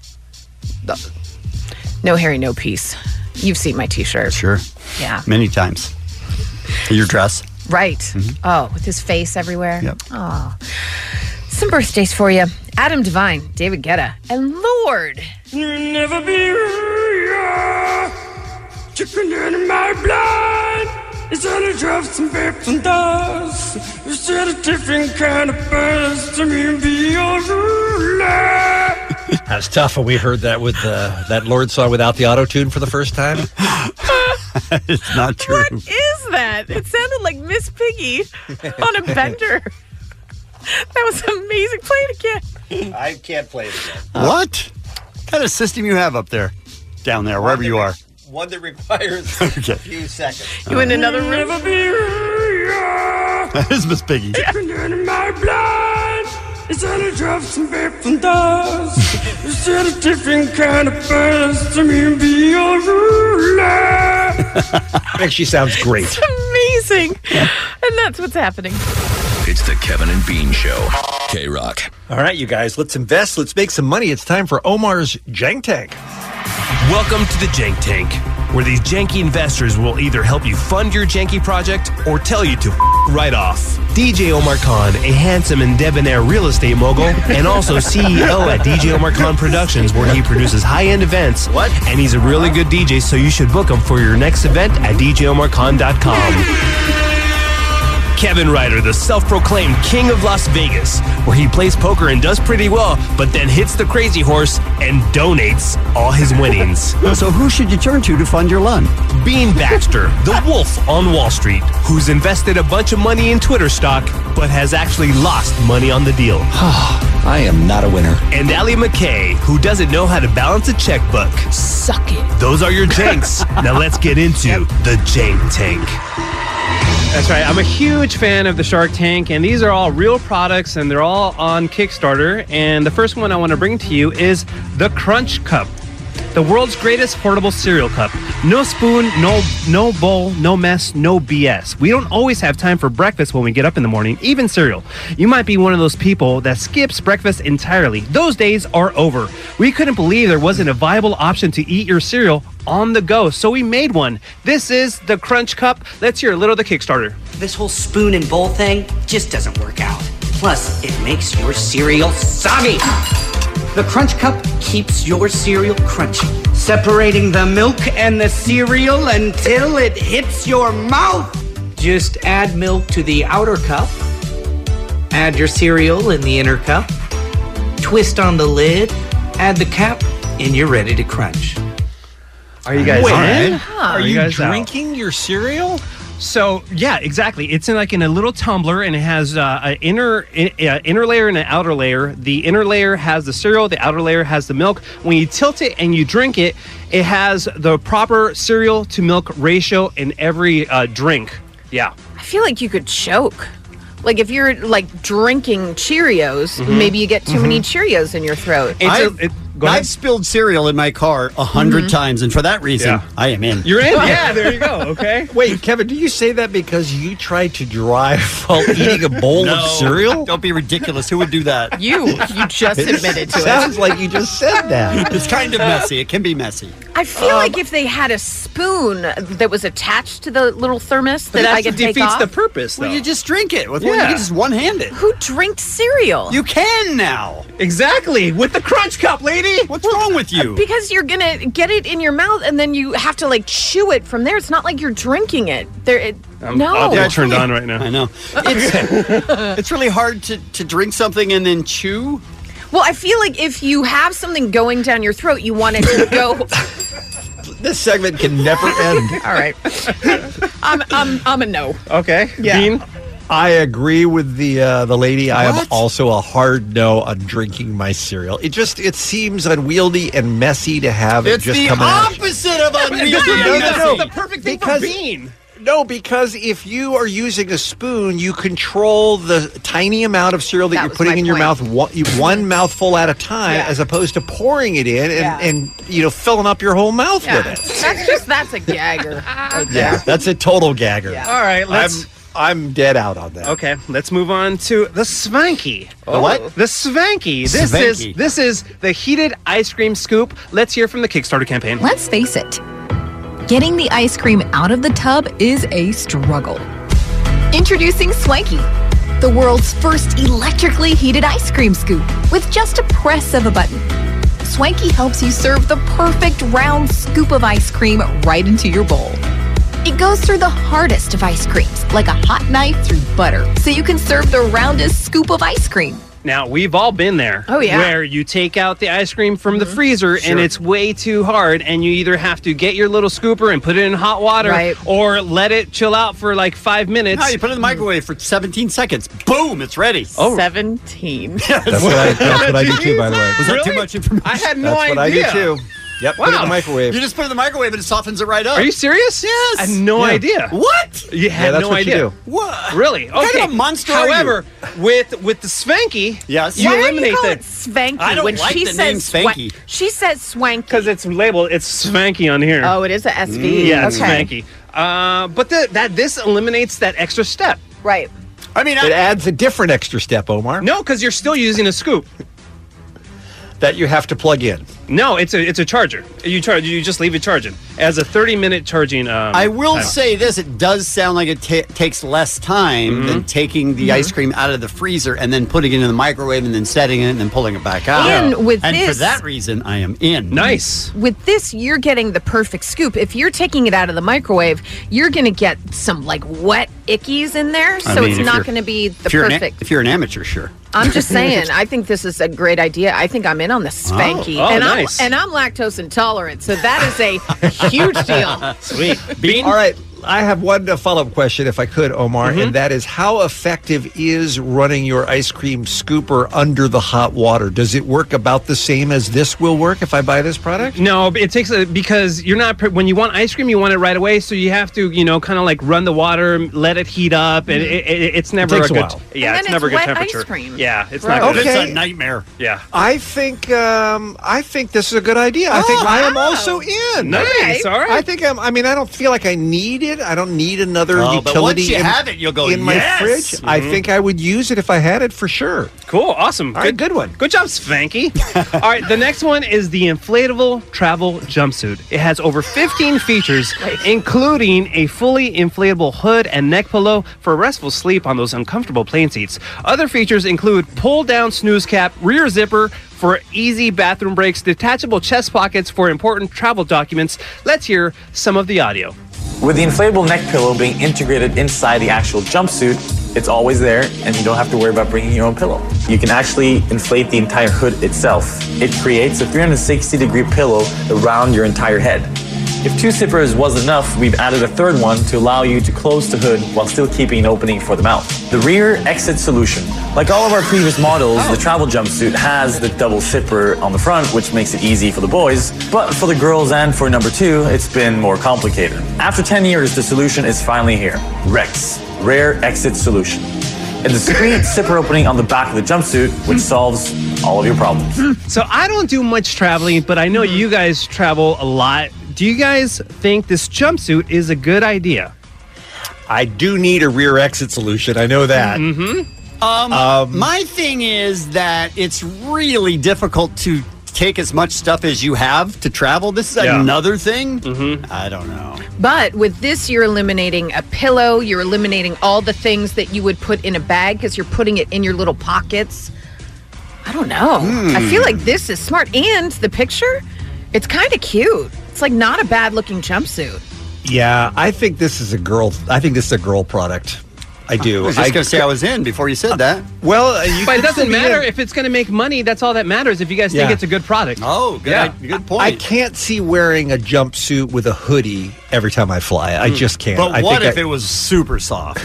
Speaker 9: No Harry, no peace. You've seen my t shirt.
Speaker 8: Sure.
Speaker 9: Yeah.
Speaker 8: Many times. Your dress.
Speaker 9: Right. Oh, with his face everywhere.
Speaker 8: Yep.
Speaker 9: Oh. Some birthdays for you. Adam Devine, David Guetta, and Lord.
Speaker 4: You'll never be real. Chicken in my blood. It's all the drops and babes and dust. You said a different kind of burst to me be your ruler.
Speaker 3: That's tough. And we heard that with uh, that Lord song without the auto tune for the first time.
Speaker 8: it's not true.
Speaker 9: Is that? It sounded like Miss Piggy on a bender. That was amazing. Play it again.
Speaker 3: I can't play it again.
Speaker 9: Uh.
Speaker 8: What? What kind of system you have up there? Down there, wherever you are.
Speaker 3: One that requires
Speaker 8: Okay.
Speaker 3: few seconds.
Speaker 9: You in another
Speaker 4: You'll
Speaker 9: room?
Speaker 4: never be real.
Speaker 8: That is Miss Piggy.
Speaker 4: Chicken in my blood. It's all the drops and babes and dust. You said a different kind of burst to me be your ruler.
Speaker 3: And she sounds great.
Speaker 9: It's amazing. And that's what's happening.
Speaker 13: It's the Kevin and Bean Show. K Rock.
Speaker 3: All right, you guys, let's invest. Let's make some money. It's time for Omar's Jank Tank.
Speaker 12: Welcome to the Jank Tank, where these janky investors will either help you fund your janky project or tell you to f- right off. DJ Omar Khan, a handsome and debonair real estate mogul, and also CEO at DJ Omar Khan Productions, where he produces high-end events. What? And he's a really good DJ, so you should book him for your next event at DJOmarKhan.com. Kevin Ryder, the self proclaimed king of Las Vegas, where he plays poker and does pretty well, but then hits the crazy horse and donates all his winnings.
Speaker 8: So, who should you turn to to fund your lunch?
Speaker 12: Bean Baxter, the wolf on Wall Street, who's invested a bunch of money in Twitter stock, but has actually lost money on the deal.
Speaker 16: Oh,
Speaker 7: I am not a winner.
Speaker 12: And Allie McKay, who doesn't know how to balance a checkbook.
Speaker 9: Suck it.
Speaker 12: Those are your janks. now let's get into the jank tank.
Speaker 16: That's right. I'm a huge fan of the Shark Tank, and these are all real products, and they're all on Kickstarter. And the first one I want to bring to you is the Crunch Cup, the world's greatest portable cereal cup. No spoon, no no bowl, no mess, no BS. We don't always have time for breakfast when we get up in the morning, even cereal. You might be one of those people that skips breakfast entirely. Those days are over. We couldn't believe there wasn't a viable option to eat your cereal on the go, so we made one. This is the Crunch Cup. Let's hear a little of the Kickstarter.
Speaker 14: This whole spoon and bowl thing just doesn't work out. Plus, it makes your cereal soggy. The Crunch Cup keeps your cereal crunchy, separating the milk and the cereal until it hits your mouth. Just add milk to the outer cup, add your cereal in the inner cup, twist on the lid, add the cap, and you're ready to crunch.
Speaker 16: Are you guys
Speaker 14: Wait,
Speaker 16: in?
Speaker 14: huh.
Speaker 16: Are,
Speaker 14: Are
Speaker 16: you,
Speaker 14: you
Speaker 16: guys out?
Speaker 14: drinking
Speaker 16: your cereal? So yeah, exactly. It's in like in a little tumbler, and it has uh, an inner in, uh, inner layer and an outer layer. The inner layer has the cereal, the outer layer has the milk. When you tilt it and you drink it, it has the proper cereal to milk ratio in every uh, drink. Yeah.
Speaker 9: I feel like you could choke. Like if you're like drinking Cheerios,
Speaker 8: Mhm.
Speaker 9: maybe you get too many
Speaker 8: Mhm.
Speaker 9: Cheerios in your throat.
Speaker 8: I've, I've spilled cereal in my car a 100
Speaker 9: Mhm.
Speaker 8: times, and for that reason, I am in.
Speaker 16: You're in? Yeah, there you go. Okay.
Speaker 3: Wait, Kevin, do you say that because you tried to drive while eating a bowl of cereal?
Speaker 8: Don't be ridiculous. Who would do that?
Speaker 9: You. You just admitted to it.
Speaker 8: Sounds like you just said that. It's kind of messy. It can be messy.
Speaker 9: I
Speaker 8: Um,
Speaker 9: feel like if they had a spoon that was attached to the little thermos
Speaker 8: But
Speaker 9: that I
Speaker 8: that's-
Speaker 9: could
Speaker 8: defeats
Speaker 9: take off.
Speaker 8: the purpose, Well, though. you just drink it with one- you can just one-hand it.
Speaker 9: Who drinks cereal?
Speaker 8: You can now.
Speaker 16: Exactly. With the crunch cup, lady.
Speaker 8: What's wrong with you?
Speaker 9: Because you're gonna get it in your mouth and then you have to like chew it from there. It's not like you're drinking it. There, it, no.
Speaker 16: I'll be turned on right now.
Speaker 8: I know. It's, it's really hard to, to drink something and then chew.
Speaker 9: Well, I feel like if you have something going down your throat, you want it to go.
Speaker 8: This segment can never end.
Speaker 9: All right. I'm, I'm, I'm a no.
Speaker 16: Okay.
Speaker 9: Yeah.
Speaker 3: I agree with the uh, the lady. I am
Speaker 9: What?
Speaker 3: also a hard no on drinking my cereal. It just it seems unwieldy and messy to have it
Speaker 8: It's
Speaker 3: just
Speaker 8: the
Speaker 3: coming out.
Speaker 8: opposite of unwieldy.
Speaker 3: No, no, no.
Speaker 8: This is the
Speaker 16: perfect
Speaker 8: thing
Speaker 3: Because- No, because if you are using a spoon, you control the tiny amount of cereal that, you're putting in your mouth one, you- one mouthful at a time, as opposed to pouring it in and,
Speaker 9: Yeah.
Speaker 3: and you know filling up your whole mouth
Speaker 9: Yeah.
Speaker 3: with it.
Speaker 9: That's just that's a gagger.
Speaker 3: Yeah, that's a total gagger.
Speaker 9: Yeah.
Speaker 16: All right, let's-
Speaker 3: I'm, I'm dead out on that.
Speaker 16: Okay, let's move on to the Svanky. Oh.
Speaker 3: The what?
Speaker 16: The Svanky. This
Speaker 3: Svanky.
Speaker 16: is this is the heated ice cream scoop. Let's hear from the Kickstarter campaign.
Speaker 15: Let's face it, getting the ice cream out of the tub is a struggle. Introducing Swanky, the world's first electrically heated ice cream scoop with just a press of a button. Swanky helps you serve the perfect round scoop of ice cream right into your bowl. It goes through the hardest of ice creams, like a hot knife through butter, so you can serve the roundest scoop of ice cream.
Speaker 16: Now we've all been there.
Speaker 15: Oh, yeah. Mm-hmm.
Speaker 16: Where you take out the ice cream from the freezer
Speaker 15: Sure.
Speaker 16: and it's way too hard, and you either have to get your little scooper and put it in hot water,
Speaker 8: Right.
Speaker 16: or let it chill out for like five minutes.
Speaker 8: No, you put it in the microwave for 17 seconds. Boom, it's ready.
Speaker 16: Oh.
Speaker 9: 17.
Speaker 3: That's what I, that's what I do too. By the way,
Speaker 8: Was that too much information?
Speaker 16: I had
Speaker 3: no That's what I do idea. too. Yep, put it in the microwave.
Speaker 8: You just put it in the microwave and it softens it right up.
Speaker 16: Are you serious?
Speaker 8: Yes.
Speaker 16: I had no
Speaker 8: Yeah.
Speaker 16: idea.
Speaker 8: What?
Speaker 16: You had no idea.
Speaker 8: What?
Speaker 16: Really?
Speaker 8: What
Speaker 16: Okay.
Speaker 8: kind of monster are you?
Speaker 16: However, with with the Svanky,
Speaker 8: yes,
Speaker 16: you
Speaker 9: Why
Speaker 16: eliminate
Speaker 9: do you call
Speaker 16: that.
Speaker 9: it Swanky
Speaker 16: I don't
Speaker 9: when
Speaker 16: like
Speaker 9: she
Speaker 16: the name
Speaker 9: says swa-
Speaker 16: Swanky.
Speaker 9: she says swanky.
Speaker 16: Because it's labeled, it's swanky on here. Mm,
Speaker 9: Oh, it is a SV.
Speaker 16: Yeah, it's
Speaker 9: Okay.
Speaker 16: swanky. Uh, but the, that this eliminates that extra step.
Speaker 9: Right.
Speaker 16: I mean,
Speaker 3: it adds a different extra step, Omar,
Speaker 16: no, because you're still using a scoop.
Speaker 3: that you have to plug in.
Speaker 16: No, it's a it's a charger. You charge. You just leave it charging. It has a thirty minute charging. Um,
Speaker 8: I will
Speaker 16: time.
Speaker 8: say this: it does sound like it ta takes less time
Speaker 16: Mm-hmm.
Speaker 8: than taking the ice cream out of the freezer and then putting it in the microwave and then setting it and then pulling it back out.
Speaker 15: And with
Speaker 8: and for
Speaker 15: this-
Speaker 8: that reason, I am in.
Speaker 16: Nice.
Speaker 15: With this, you're getting the perfect scoop. If you're taking it out of the microwave, you're going to get some like wet ickies in there. So
Speaker 8: mean,
Speaker 15: it's
Speaker 8: if
Speaker 15: not
Speaker 8: you're-
Speaker 15: going to be the
Speaker 8: if you're an a-
Speaker 15: perfect.
Speaker 8: if you're an amateur, sure.
Speaker 15: I'm just saying, I think this is a great idea. I think I'm in on this,
Speaker 8: Oh.
Speaker 15: Spanky.
Speaker 8: Oh,
Speaker 15: and,
Speaker 8: nice.
Speaker 15: I'm, and I'm lactose intolerant, so that is a huge deal.
Speaker 16: Sweet.
Speaker 3: All right. I have one follow up question, if I could, Omar, and that is how effective is running your ice cream scooper under the hot water? Does it work about the same as this will work if I buy this product?
Speaker 16: No, it takes a, because you're not pre- when you want ice cream, you want it right away. So you have to, you know, kind of like run the water, let it heat up, and it, it, it's never
Speaker 3: takes
Speaker 16: a
Speaker 3: a
Speaker 16: good.
Speaker 3: while.
Speaker 16: Yeah,
Speaker 3: And then
Speaker 16: it's never
Speaker 3: it's
Speaker 16: a good
Speaker 3: wet ice
Speaker 16: temperature.
Speaker 3: cream.
Speaker 16: Yeah, it's not
Speaker 3: Right.
Speaker 16: good.
Speaker 3: Okay. It's a
Speaker 8: nightmare.
Speaker 16: Yeah.
Speaker 3: I think um, I think this is a good idea. I think I am also in.
Speaker 8: Nice. Okay. All right.
Speaker 3: I think I'm. I mean, I don't feel like I need it. I don't need another
Speaker 8: Oh,
Speaker 3: utility.
Speaker 8: but once you
Speaker 3: in,
Speaker 8: have it, you'll go,
Speaker 3: in my
Speaker 8: "Yes!"
Speaker 3: fridge. I
Speaker 8: Mhm.
Speaker 3: think I would use it if I had it for sure.
Speaker 16: Mm-hmm. Cool. Awesome.
Speaker 3: All right, good one.
Speaker 16: Good job, Spanky. All right, the next one is the inflatable travel jumpsuit. It has over 15 features, including a fully inflatable hood and neck pillow for restful sleep on those uncomfortable plane seats. Other features include pull down snooze cap, rear zipper for easy bathroom breaks, detachable chest pockets for important travel documents. Let's hear some of the audio.
Speaker 6: With the inflatable neck pillow being integrated inside the actual jumpsuit, it's always there and you don't have to worry about bringing your own pillow. You can actually inflate the entire hood itself. It creates a 360 degree pillow around your entire head. If two zippers was enough, we've added a third one to allow you to close the hood while still keeping an opening for the mouth. The rear exit solution. Like all of our previous models, the travel jumpsuit has the double zipper on the front, which makes it easy for the boys. But for the girls and for number two, it's been more complicated. After 10 years, the solution is finally here Rex, rare exit solution. A discreet zipper opening on the back of the jumpsuit, which solves all of your problems.
Speaker 16: So I don't do much traveling, but I know you guys travel a lot. Do you guys think this jumpsuit is a good idea?
Speaker 3: I do need a rear exit solution. I know that.
Speaker 16: Hmm?
Speaker 8: Mm-hmm. Um, my thing is that it's really difficult to take as much stuff as you have to travel. This is
Speaker 15: Yeah.
Speaker 8: another thing. Mm-hmm. I don't know.
Speaker 15: But with this, you're eliminating a pillow. You're eliminating all the things that you would put in a bag because you're putting it in your little pockets. I don't know. I feel
Speaker 3: Hmm.
Speaker 15: like this is smart. And the picture, it's kind of cute. It's like not a bad looking jumpsuit.
Speaker 3: Yeah, I think this is a girl. I think this is a girl product. I do.
Speaker 8: I was just gonna say I was in before you said that.
Speaker 3: Well, uh, you
Speaker 16: but
Speaker 3: could
Speaker 16: it doesn't
Speaker 3: still be
Speaker 16: matter
Speaker 3: in.
Speaker 16: if it's going to make money. That's all that matters. If you guys think
Speaker 3: Yeah.
Speaker 16: it's a good product.
Speaker 8: Oh,
Speaker 16: good Yeah.
Speaker 8: good
Speaker 3: I can't see wearing a jumpsuit with a hoodie every time I fly. I just can't.
Speaker 8: Hmm. But
Speaker 3: I
Speaker 8: what
Speaker 3: think
Speaker 8: if
Speaker 3: I-
Speaker 8: it was super soft?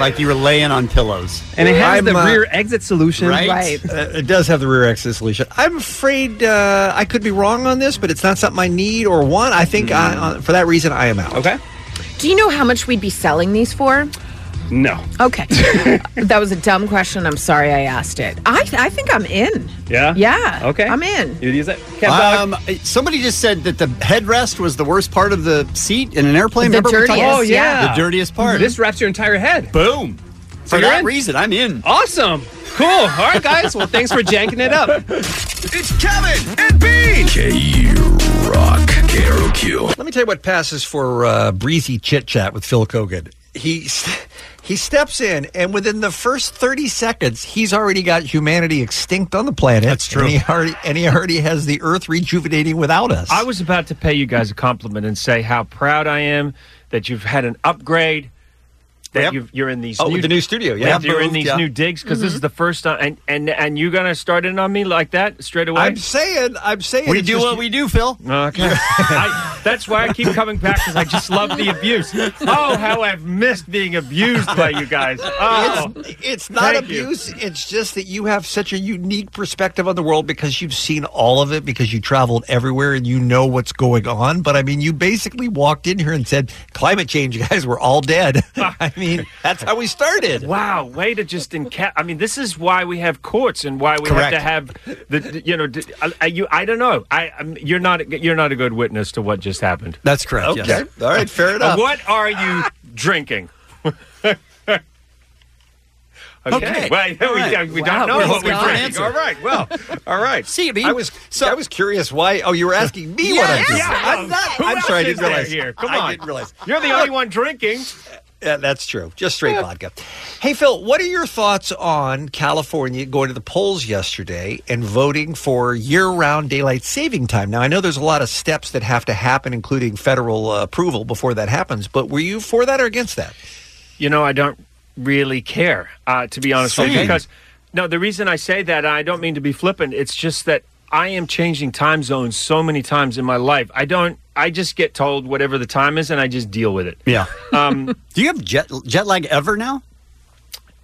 Speaker 8: like you were laying on pillows.
Speaker 3: And it has the rear
Speaker 16: exit solution.
Speaker 8: Right? Right.
Speaker 3: Uh, it does have the rear exit solution. I'm afraid uh, I could be wrong on this, but it's not something I need or want. I
Speaker 8: Hmm.
Speaker 3: think I, uh, for that reason, I am out.
Speaker 16: Okay.
Speaker 15: Do you know how much we'd be selling these for?
Speaker 16: No.
Speaker 15: Okay. that was a dumb question. I'm sorry I asked it. I, I think I'm in.
Speaker 16: Yeah.
Speaker 15: Yeah.
Speaker 16: Okay.
Speaker 15: I'm in.
Speaker 16: You use it.
Speaker 8: Um, somebody just said that the headrest was the worst part of the seat in an airplane.
Speaker 16: The
Speaker 8: Remember we talked-
Speaker 16: dirtiest, Oh, yeah. yeah.
Speaker 8: the dirtiest part.
Speaker 16: This wraps your entire head.
Speaker 8: Boom. For
Speaker 16: you're
Speaker 8: that
Speaker 16: in?
Speaker 8: reason, I'm in.
Speaker 16: Awesome. Cool. Oh, All right, guys. Well, thanks for janking it up.
Speaker 4: It's Kevin and Bean.
Speaker 13: K Rock. K R O Q.
Speaker 3: Let me tell you what passes for uh, breezy chit chat with Phil Kogan. He he steps in, and within the first thirty seconds, he's already got humanity extinct on the planet. That's
Speaker 10: true.
Speaker 3: And he already and he already has the Earth rejuvenating without us.
Speaker 10: I was about to pay you guys a compliment and say how proud I am that you've had an upgrade. That
Speaker 3: Yep.
Speaker 10: you've, you're in these
Speaker 3: Oh,
Speaker 10: new,
Speaker 3: with the new studio, yeah.
Speaker 10: that you're in
Speaker 3: Moved,
Speaker 10: these
Speaker 3: yeah.
Speaker 10: new digs because this is the first time, and and and you're gonna start in on me like that straight away.
Speaker 3: I'm saying, I'm saying,
Speaker 10: We
Speaker 3: it's
Speaker 10: do
Speaker 3: just-
Speaker 10: what
Speaker 8: we do, Phil.
Speaker 10: Okay. I, that's why I keep coming back because I just love the abuse. Oh, how I've missed being abused by you guys. Oh,
Speaker 3: It's, it's not
Speaker 10: Thank you.
Speaker 3: abuse. It's just that you have such a unique perspective on the world because you've seen all of it, because you traveled everywhere and you know what's going on. But I mean, you basically walked in here and said, climate change, guys, we're all dead. I mean, that's how we started.
Speaker 10: Wow, way to just enca- I mean, this is why we have courts and why we
Speaker 3: Correct.
Speaker 10: have to have the- the. You know, d- I, I- you. I don't know. I I'm, you're not you're not a good witness to what just happened.
Speaker 8: That's correct.
Speaker 10: Okay.
Speaker 3: yes. All right, fair
Speaker 10: Uh,
Speaker 3: enough.
Speaker 10: What are you drinking? Okay. Well, we, we don't know what we're drinking. All right. Well, all right.
Speaker 3: See, I was so I was curious why. Oh, you were asking me what I
Speaker 10: Yes.
Speaker 3: drank.
Speaker 10: Yeah.
Speaker 3: I'm not.
Speaker 10: Who
Speaker 3: I'm
Speaker 10: else
Speaker 3: sorry, I
Speaker 10: is
Speaker 3: didn't
Speaker 10: there
Speaker 3: realize.
Speaker 10: here? Come
Speaker 3: I
Speaker 10: on.
Speaker 3: didn't realize.
Speaker 10: You're the only one drinking.
Speaker 3: Yeah, that's true. Just straight vodka. Hey, Phil, what are your thoughts on California going to the polls yesterday and voting for year round daylight saving time? Now, I know there's a lot of steps that have to happen, including federal uh, approval before that happens, but were you for that or against that?
Speaker 10: You know, I don't really care, uh, to be honest with you.
Speaker 3: Same.
Speaker 10: Because, no, the reason I say that, I don't mean to be flippant, it's just that I am changing time zones so many times in my life. I don't, I just get told whatever the time is and I just deal with it.
Speaker 8: Yeah.
Speaker 10: Um,
Speaker 8: do you have jet, jet lag ever now?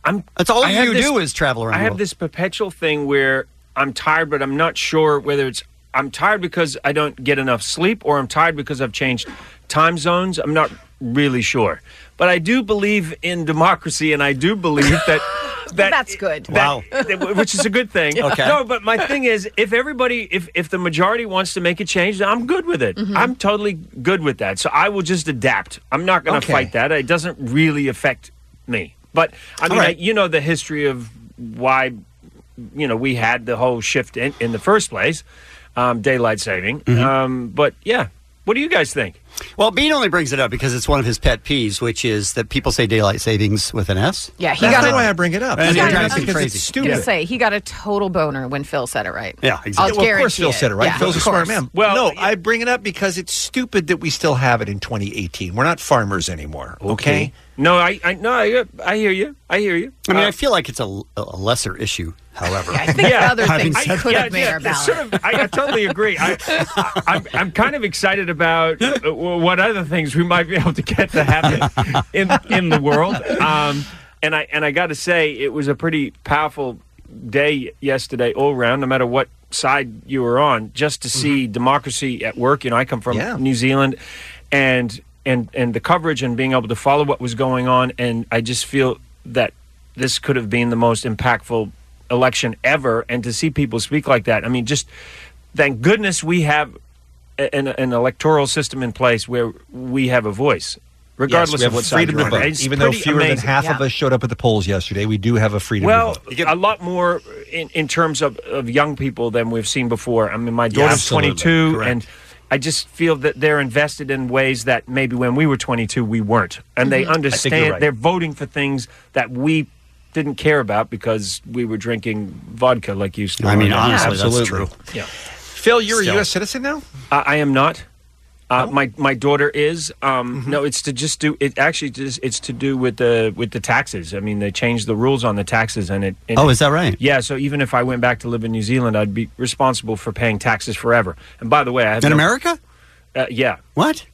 Speaker 10: I'm,
Speaker 8: That's all
Speaker 10: I have
Speaker 8: you
Speaker 10: this-
Speaker 8: do is travel around.
Speaker 10: I
Speaker 8: the
Speaker 10: have
Speaker 8: world.
Speaker 10: this perpetual thing where I'm tired, but I'm not sure whether it's I'm tired because I don't get enough sleep or I'm tired because I've changed time zones. I'm not really sure, but I do believe in democracy, and I do believe that. That,
Speaker 9: That's good.
Speaker 10: that- that- which is a good thing.
Speaker 9: Okay.
Speaker 10: No, but my thing is, if everybody, if if the majority wants to make a change, then I'm good with it.
Speaker 9: Mm-hmm.
Speaker 10: I'm totally good with that. So I will just adapt. I'm not going to
Speaker 16: Okay.
Speaker 10: fight that. It doesn't really affect me. But I
Speaker 16: All
Speaker 10: mean,
Speaker 16: right.
Speaker 10: I, you know the history of why, you know, we had the whole shift in, in the first place, um, daylight saving. Um, but yeah, what do you guys think?
Speaker 8: Well, Bean only brings it up because it's one of his pet peeves, which is that people say daylight savings with an S.
Speaker 9: Yeah, he That's got not it. why I
Speaker 3: bring it
Speaker 9: up.
Speaker 8: And
Speaker 9: He
Speaker 8: it
Speaker 9: got it
Speaker 8: drives
Speaker 9: up
Speaker 8: me
Speaker 9: because
Speaker 8: crazy.
Speaker 9: I was gonna say he got a total boner when Phil said it right.
Speaker 8: Yeah,
Speaker 9: I'll
Speaker 3: well, of course,
Speaker 9: guarantee
Speaker 3: Phil said it right.
Speaker 9: Yeah.
Speaker 3: Phil's a
Speaker 9: Of
Speaker 3: smart
Speaker 9: course.
Speaker 3: man. no, I bring it up because it's stupid that we still have it in 2018. We're not farmers anymore. Okay.
Speaker 10: No, I, I no, I, I hear you. I hear you.
Speaker 8: I mean,
Speaker 10: Uh,
Speaker 8: I feel like it's a, a lesser issue, however.
Speaker 10: Having
Speaker 8: Having
Speaker 10: said
Speaker 8: said
Speaker 10: that-
Speaker 8: that-
Speaker 10: yeah, yeah, sort of- I, I totally agree. I, I, I'm, I'm kind of excited about uh, w- what other things we might be able to get to happen in in the world. Um, and I and I got to say, it was a pretty powerful day yesterday, all around. No matter what side you were on, just to see democracy at work. You know, I come from
Speaker 16: Yeah.
Speaker 10: New Zealand, and and and the coverage and being able to follow what was going on, and I just feel that this could have been the most impactful election ever. And to see people speak like that, I mean, just thank goodness we have a- an, an electoral system in place where we have a voice, regardless
Speaker 3: Yes, we have
Speaker 10: of what side
Speaker 3: freedom to
Speaker 10: you're on.
Speaker 3: vote.
Speaker 10: It's
Speaker 3: Even though
Speaker 10: pretty
Speaker 3: fewer than
Speaker 10: amazing.
Speaker 3: half of us showed up at the polls yesterday, we do have a freedom
Speaker 10: Well,
Speaker 3: to vote.
Speaker 10: a lot more in, in terms of, of young people than we've seen before. I mean, my
Speaker 3: Yeah,
Speaker 10: daughter's
Speaker 3: absolutely.
Speaker 10: 22,
Speaker 3: Correct.
Speaker 10: and I just feel that they're invested in ways that maybe when we were 22, we weren't. And they
Speaker 16: Mhm. I think
Speaker 3: Mm-hmm.
Speaker 16: you're
Speaker 10: understand,
Speaker 16: right.
Speaker 10: they're voting for things that we didn't care about because we were drinking vodka like you still
Speaker 8: I mean,
Speaker 10: are.
Speaker 8: honestly, that's Absolutely. true.
Speaker 10: Yeah.
Speaker 3: Phil, you're a
Speaker 10: Still.
Speaker 3: U.S. citizen now? Oh.
Speaker 10: I, I am not. Uh, My my daughter is.
Speaker 3: Mm-hmm.
Speaker 10: Um, No, it's to just do. It actually just it's to do with the with the taxes. I mean, they changed the rules on the taxes, and it. and
Speaker 8: Oh,
Speaker 10: it-
Speaker 8: is that right?
Speaker 10: Yeah. So even if I went back to live in New Zealand, I'd be responsible for paying taxes forever. And by the way, I have
Speaker 8: In
Speaker 10: no-
Speaker 8: America?
Speaker 10: Uh, yeah.
Speaker 8: What?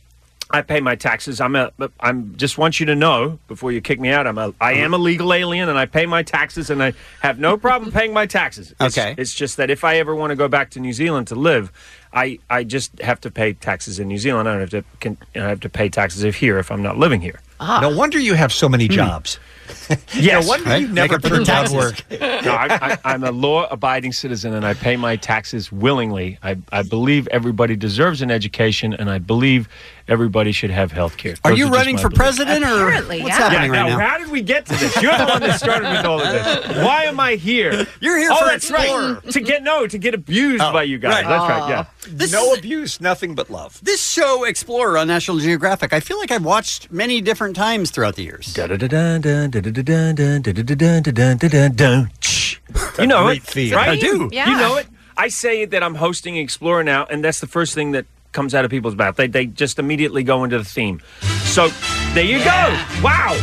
Speaker 10: I pay my taxes. I'm a. I'm just want you to know before you kick me out. I'm a. I am a legal alien, and I pay my taxes, and I have no problem paying my taxes. It's-
Speaker 8: Okay.
Speaker 10: It's just that if I ever want to go back to New Zealand to live, I I just have to pay taxes in New Zealand. I don't have to. Can, I have to pay taxes if here if I'm not living here. Hmm.
Speaker 3: No wonder you have so many jobs.
Speaker 10: Yes.
Speaker 3: No wonder you've never turned down work.
Speaker 10: no, I, I, I'm a law-abiding citizen, and I pay my taxes willingly. I, I believe everybody deserves an education, and I believe everybody should have health care.
Speaker 8: Are you running for president or
Speaker 10: Apparently,
Speaker 8: what's
Speaker 10: yeah.
Speaker 8: happening
Speaker 10: Yeah,
Speaker 8: right
Speaker 10: now,
Speaker 8: now?
Speaker 10: how did we get to this? You're the one that started with all of this. Why am I here?
Speaker 8: You're here
Speaker 10: oh,
Speaker 8: for Oh,
Speaker 10: that's
Speaker 8: Explorer.
Speaker 10: right. To get no, to get abused by you guys. That's right.
Speaker 8: Uh,
Speaker 10: Yeah.
Speaker 3: no abuse, nothing but love.
Speaker 8: This show, Explorer on National Geographic, I feel like I've watched many different times throughout the years.
Speaker 10: You know
Speaker 8: Great
Speaker 10: it,
Speaker 8: theme.
Speaker 10: right?
Speaker 8: I do.
Speaker 10: You
Speaker 8: Yeah.
Speaker 10: know it. I say that I'm hosting Explorer now, and that's the first thing that comes out of people's mouth. They they just immediately go into the theme. So there you go. Wow.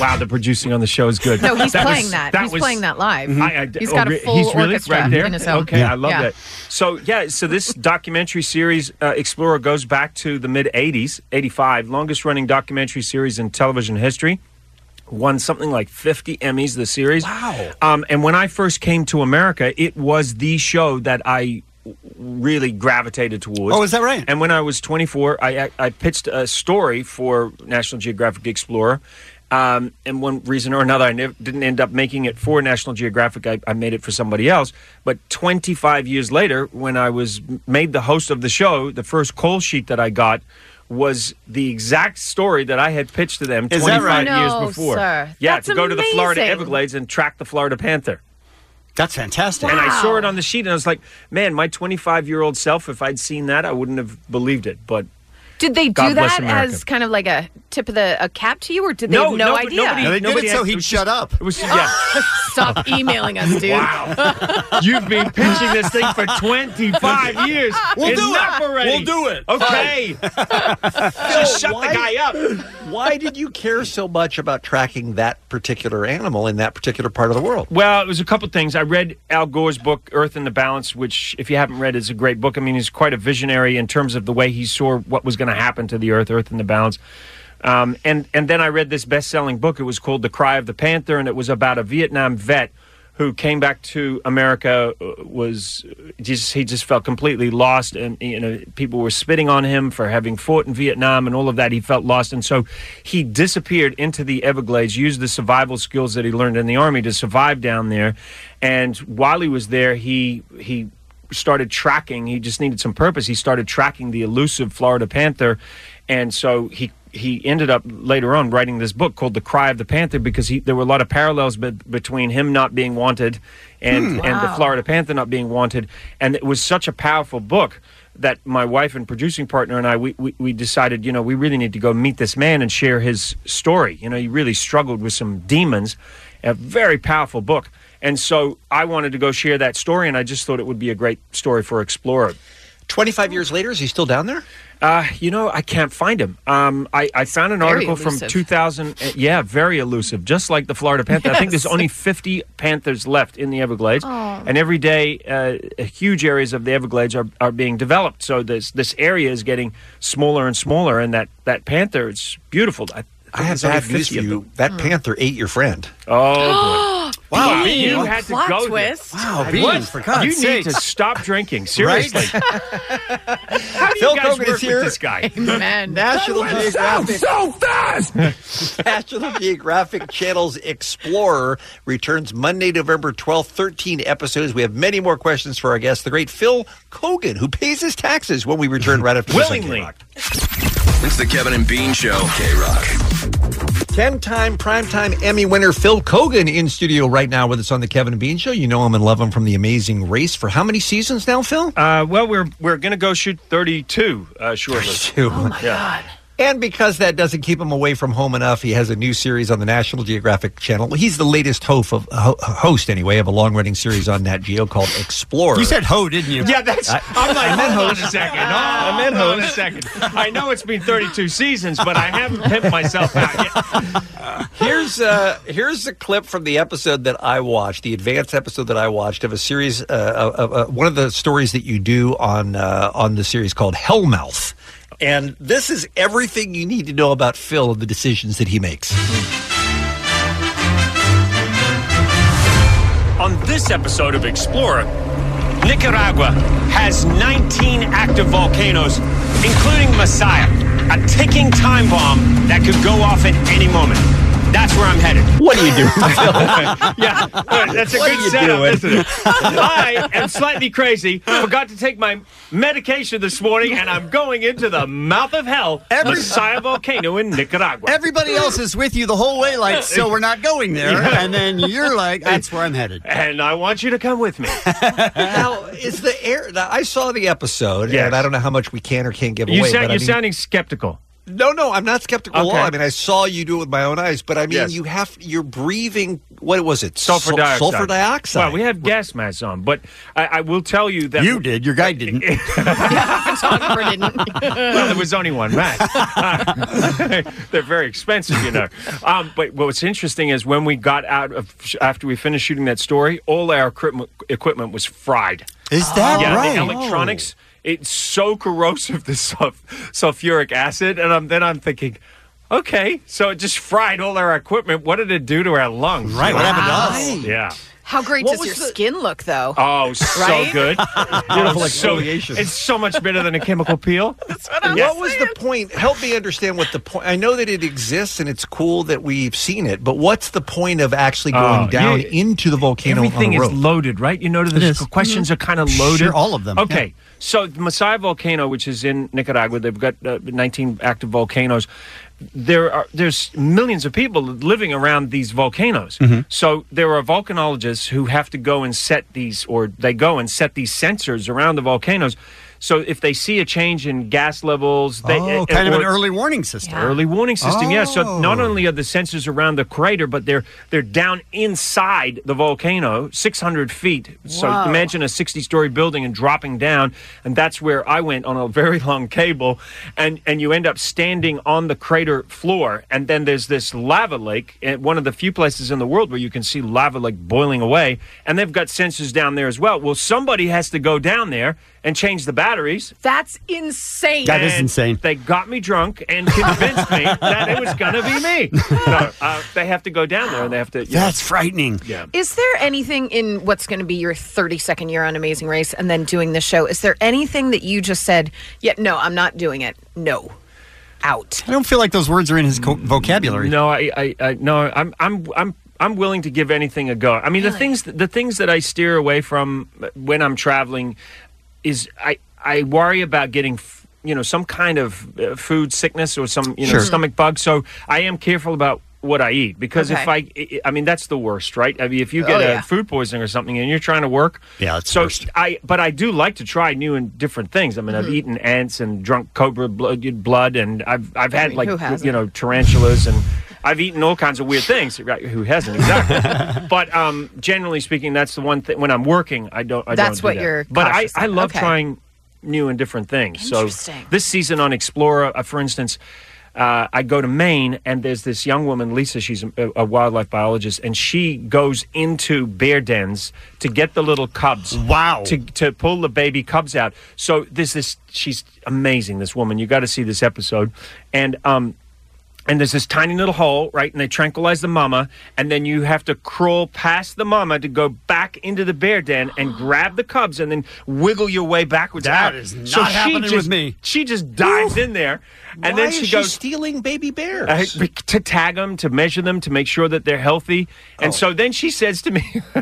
Speaker 10: Wow, the producing on the show is good.
Speaker 9: No, he's
Speaker 10: That was-
Speaker 9: playing that. He's
Speaker 10: was-
Speaker 9: playing that live.
Speaker 10: I- I-
Speaker 9: he's got
Speaker 10: oh,
Speaker 9: a
Speaker 10: re-
Speaker 9: full
Speaker 10: he's really
Speaker 9: orchestra
Speaker 10: right there.
Speaker 9: in his own.
Speaker 10: Okay, I love
Speaker 9: Yeah.
Speaker 10: that. So yeah, so this documentary series uh, Explorer goes back to the mid '80s, '85, longest running documentary series in television history. Won something like 50 Emmys. The series. Wow.
Speaker 8: Oh.
Speaker 10: Um, and when I first came to America, it was the show that I w- really gravitated towards.
Speaker 8: Oh, is that right?
Speaker 10: And when I was 24, I I pitched a story for National Geographic Explorer. Um, and one reason or another, I nev- didn't end up making it for National Geographic. I, I made it for somebody else. But 25 years later, when I was m- made the host of the show, the first call sheet that I got was the exact story that I had pitched to them
Speaker 9: Is that
Speaker 10: 25
Speaker 9: right?
Speaker 10: years
Speaker 9: No,
Speaker 10: before.
Speaker 9: sir.
Speaker 10: Yeah,
Speaker 9: That's
Speaker 10: to go to the Florida
Speaker 9: amazing.
Speaker 10: Everglades and track the Florida Panther.
Speaker 8: That's fantastic.
Speaker 10: And I saw
Speaker 8: Wow.
Speaker 10: it on the sheet and I was like, man, my 25 year old self, if I'd seen that, I wouldn't have believed it. But
Speaker 9: Did they do
Speaker 10: God bless
Speaker 9: that
Speaker 10: America.
Speaker 9: as kind of like a tip of the a cap to you, or did they have no
Speaker 10: nobody-
Speaker 9: idea?
Speaker 10: Nobody, nobody had- it was just- It was, yeah.
Speaker 9: Stop emailing us, dude.
Speaker 10: You've been pitching this thing for 25 years.
Speaker 4: Ah, We'll do it.
Speaker 10: Enough Already.
Speaker 4: We'll do it.
Speaker 10: Okay.
Speaker 3: Just
Speaker 10: shut the guy up.
Speaker 3: Why did you care so much about tracking that particular animal in that particular part of the world?
Speaker 10: Well, it was a couple things. I read Al Gore's book, Earth in the Balance, which, if you haven't read, is a great book. I mean, he's quite a visionary in terms of the way he saw what was going to happen to the Earth, Earth in the Balance. Um, and and then I read this best selling book. It was called The Cry of the Panther, and it was about a Vietnam vet who came back to America uh, was just he just felt completely lost, and you know people were spitting on him for having fought in Vietnam and all of that. He felt lost, and so he disappeared into the Everglades, used the survival skills that he learned in the army to survive down there, and while he was there, he he started tracking. He just needed some purpose. He started tracking the elusive Florida panther, and so he he ended up later on writing this book called "The Cry of the Panther" because he there were a lot of parallels be- between him not being wanted and
Speaker 17: Hmm.
Speaker 10: and the
Speaker 17: Wow.
Speaker 10: Florida panther not being wanted, and it was such a powerful book. That my wife and producing partner and I we, we, we decided you know we really need to go meet this man and share his story. You know he really struggled with some demons, a very powerful book. And so I wanted to go share that story, and I just thought it would be a great story for Explorer.
Speaker 3: 25 years later, is he still down there?
Speaker 10: Uh, you know, I can't find him. Um, I, I found an
Speaker 3: Very
Speaker 10: article from
Speaker 3: elusive.
Speaker 10: 2000. uh, yeah, very elusive, just like the Florida Panther. I think there's
Speaker 3: Yes.
Speaker 10: only 50 panthers left in the Everglades,
Speaker 3: Oh.
Speaker 10: and every day, uh, huge areas of the Everglades are, are being developed. So this this area is getting smaller and smaller, and that that panther, it's beautiful. I,
Speaker 3: I have bad news for you. That panther ate your friend.
Speaker 10: Oh, boy. Bean,
Speaker 3: Wow, Bean.
Speaker 10: you had to
Speaker 9: Plot
Speaker 10: go there.
Speaker 9: twist.
Speaker 3: Wow,
Speaker 10: Bean,
Speaker 3: Bean, for God's
Speaker 10: You need to
Speaker 3: sakes.
Speaker 10: stop drinking. Seriously. How do
Speaker 3: Phil
Speaker 10: you guys
Speaker 3: Kogan
Speaker 10: work
Speaker 3: is
Speaker 10: with
Speaker 3: here.
Speaker 10: this guy?
Speaker 9: Amen.
Speaker 3: National
Speaker 4: That went
Speaker 3: Geographic.
Speaker 4: south so
Speaker 3: fast. National Geographic Channel's Explorer returns Monday, November 12th, 13 episodes. We have many more questions for our guest, the great Phil Kogan, who pays his taxes when we return right after this on
Speaker 13: Willingly.
Speaker 3: K-Rock.
Speaker 13: It's the Kevin and Bean Show. K Rock.
Speaker 3: 10 time primetime Emmy winner Phil Kogan in studio right now with us on The Kevin and Bean Show. You know him and love him from The Amazing Race for how many seasons now, Phil?
Speaker 10: Uh, well, we're we're gonna go shoot 32 uh, shortly.
Speaker 3: 32. Oh, my
Speaker 10: God.
Speaker 3: And because that doesn't keep him away from home enough, he has a new series on the National Geographic Channel. He's the latest hof of, ho- host, anyway, of a long running series on Nat Geo called Explorer.
Speaker 8: You said ho, didn't you?
Speaker 10: Yeah, that's. I, am like,
Speaker 3: I meant
Speaker 10: hold on
Speaker 3: host.
Speaker 10: a second. I meant hold on a second. I know it's been 32 seasons, but I haven't pimped myself out yet.
Speaker 3: Here's uh, here's a clip from the episode that I watched, the advanced episode that I watched of a series, uh, of, of- uh, one of the stories that you do on uh, on the series called Hellmouth, and this is everything you need to know about Phil and the decisions that he makes.
Speaker 17: On this episode of Explorer, Nicaragua has 19 active volcanoes, including Messiah, a ticking time bomb that could go off at any moment. That's where I'm headed.
Speaker 3: What are you doing,
Speaker 10: yeah, all right, that's a
Speaker 17: What are
Speaker 10: good
Speaker 17: you
Speaker 10: setup,
Speaker 17: doing?
Speaker 10: isn't it? I am slightly crazy. Forgot to take my medication this morning, and I'm going into the mouth of hell,
Speaker 8: Every-
Speaker 10: Messiah volcano in Nicaragua.
Speaker 8: Everybody else is with you the whole way, like, so we're not going there.
Speaker 10: Yeah.
Speaker 8: And then you're like, that's where I'm headed.
Speaker 10: and I want you to come with me.
Speaker 3: now, is the air? Now, I saw the episode, and I don't know how much we can or can't give
Speaker 10: You
Speaker 3: away.
Speaker 10: sound-
Speaker 3: but I
Speaker 10: you're
Speaker 3: mean-
Speaker 10: sounding skeptical.
Speaker 3: No, no, I'm not skeptical. at all.
Speaker 10: Okay.
Speaker 3: I mean, I saw you do it with my own eyes, but I mean,
Speaker 10: Yes.
Speaker 3: you have you're breathing. What was it?
Speaker 10: sulfur
Speaker 3: Sul-
Speaker 10: dioxide.
Speaker 3: Sulfur dioxide.
Speaker 10: Well, we have gas masks on, but I, I will tell you that you
Speaker 8: did. Your guy didn't.
Speaker 10: well, there was only one mask. They're very expensive, you know. Um, but what's interesting is when we got out of after we finished shooting that story, all our equipment, equipment was fried.
Speaker 8: Is that
Speaker 10: yeah,
Speaker 8: right? Oh.
Speaker 10: The electronics. It's so corrosive, this sulf- sulfuric acid, and I'm, then I'm thinking. Okay, so it just fried all our equipment. What did it do to our lungs?
Speaker 8: Right, what happened to us? Wow.
Speaker 10: Yeah.
Speaker 9: How great
Speaker 16: What
Speaker 9: does
Speaker 16: was
Speaker 9: your
Speaker 16: the-
Speaker 9: skin look, though?
Speaker 10: Oh, so
Speaker 9: Right?
Speaker 10: good.
Speaker 3: Beautiful
Speaker 10: It's so-
Speaker 3: exfoliation.
Speaker 10: It's so much better than a chemical peel.
Speaker 3: What was the point? Help me understand what the point. I know that it exists and it's cool that we've seen it, but what's the point of actually going
Speaker 10: Oh,
Speaker 3: down
Speaker 10: yeah.
Speaker 3: into the volcano?
Speaker 10: Everything
Speaker 3: on a
Speaker 10: is
Speaker 3: rope?
Speaker 10: loaded, right? You know,
Speaker 3: It
Speaker 10: the
Speaker 3: is. Mm-hmm.
Speaker 10: questions are kind of
Speaker 3: Sure,
Speaker 10: loaded.
Speaker 3: all of them,
Speaker 10: Okay,
Speaker 3: yeah.
Speaker 10: so the Masaya volcano, which is in Nicaragua, they've got uh, 19 active volcanoes. There are there's millions of people living around these volcanoes.
Speaker 3: Mm-hmm.
Speaker 18: Mhm.
Speaker 10: So there are volcanologists who have to go and set these, or they go and set these sensors around the volcanoes. So if they see a change in gas levels, they,
Speaker 8: Oh, kind of
Speaker 10: or-
Speaker 8: an early warning system.
Speaker 10: Early warning system, yeah. So not
Speaker 8: Oh.
Speaker 10: only are the sensors around the crater, but they're they're down inside the volcano, 600 feet. So
Speaker 19: Whoa.
Speaker 10: imagine a 60-story building and dropping down, and that's where I went on a very long cable, and and you end up standing on the crater floor, and then there's this lava lake, and one of the few places in the world where you can see lava like boiling away, and they've got sensors down there as well. Well, somebody has to go down there and change the batteries.
Speaker 9: That's insane.
Speaker 10: That is They got me drunk and convinced me that it was going to be me. No, uh, they have to go down there and they have to. you know-
Speaker 8: That's frightening.
Speaker 10: Yeah.
Speaker 9: Is there anything in what's going to be your 32nd year on Amazing Race and then doing this show? Is there anything that you just said, yeah, no, I'm not doing it? No. Out.
Speaker 8: I don't feel like those words are in his co- vocabulary.
Speaker 10: No, I, I, I no, I'm, I'm, I'm. I'm willing to give anything a go. I mean, the things the things that I steer away from when I'm traveling is I I worry about getting f- you know some kind of uh, food sickness or some you know
Speaker 18: Sure.
Speaker 10: stomach bug. So I am careful about what I eat because if I
Speaker 18: Okay.
Speaker 10: I I mean that's the worst, right? I mean if you get
Speaker 18: Oh,
Speaker 10: a
Speaker 18: yeah.
Speaker 10: food poisoning or something and you're trying to work,
Speaker 8: yeah,
Speaker 10: so I but I do like to try new and different things. I mean
Speaker 9: Mm-hmm.
Speaker 10: I've eaten ants and drunk cobra blood, blood and I've I've
Speaker 18: I
Speaker 10: had
Speaker 18: mean, who
Speaker 10: like
Speaker 18: hasn't?
Speaker 10: you know tarantulas and I've eaten all kinds of weird things. Right? Who hasn't exactly? but um, generally speaking, that's the one thing when I'm working. I don't. I don't do
Speaker 9: That's what
Speaker 10: that.
Speaker 9: you're
Speaker 10: But I,
Speaker 9: cautious
Speaker 10: I
Speaker 9: of.
Speaker 10: love
Speaker 9: Okay.
Speaker 10: trying new and different things. So
Speaker 9: Interesting.
Speaker 10: this season on Explorer, uh, for instance. Uh, I go to Maine, and there's this young woman, Lisa. She's a, a wildlife biologist, and she goes into bear dens to get the little cubs. Wow! To to pull the baby cubs out. So there's this. She's amazing. This woman. You got to see this episode. And um, and there's this tiny little hole, right? And they tranquilize the mama, and then you have to crawl past the mama to go back into the bear den and grab the cubs, and then wiggle your way backwards.
Speaker 8: That
Speaker 10: out.
Speaker 8: is
Speaker 10: So
Speaker 8: not
Speaker 10: she
Speaker 8: happening with
Speaker 10: just-
Speaker 8: me.
Speaker 10: She just dives in there, and
Speaker 3: Why
Speaker 10: then she
Speaker 3: is
Speaker 10: goes
Speaker 3: stealing baby bears.
Speaker 10: uh, be- to tag them, to measure them, to make sure that they're healthy. And so then she says to me,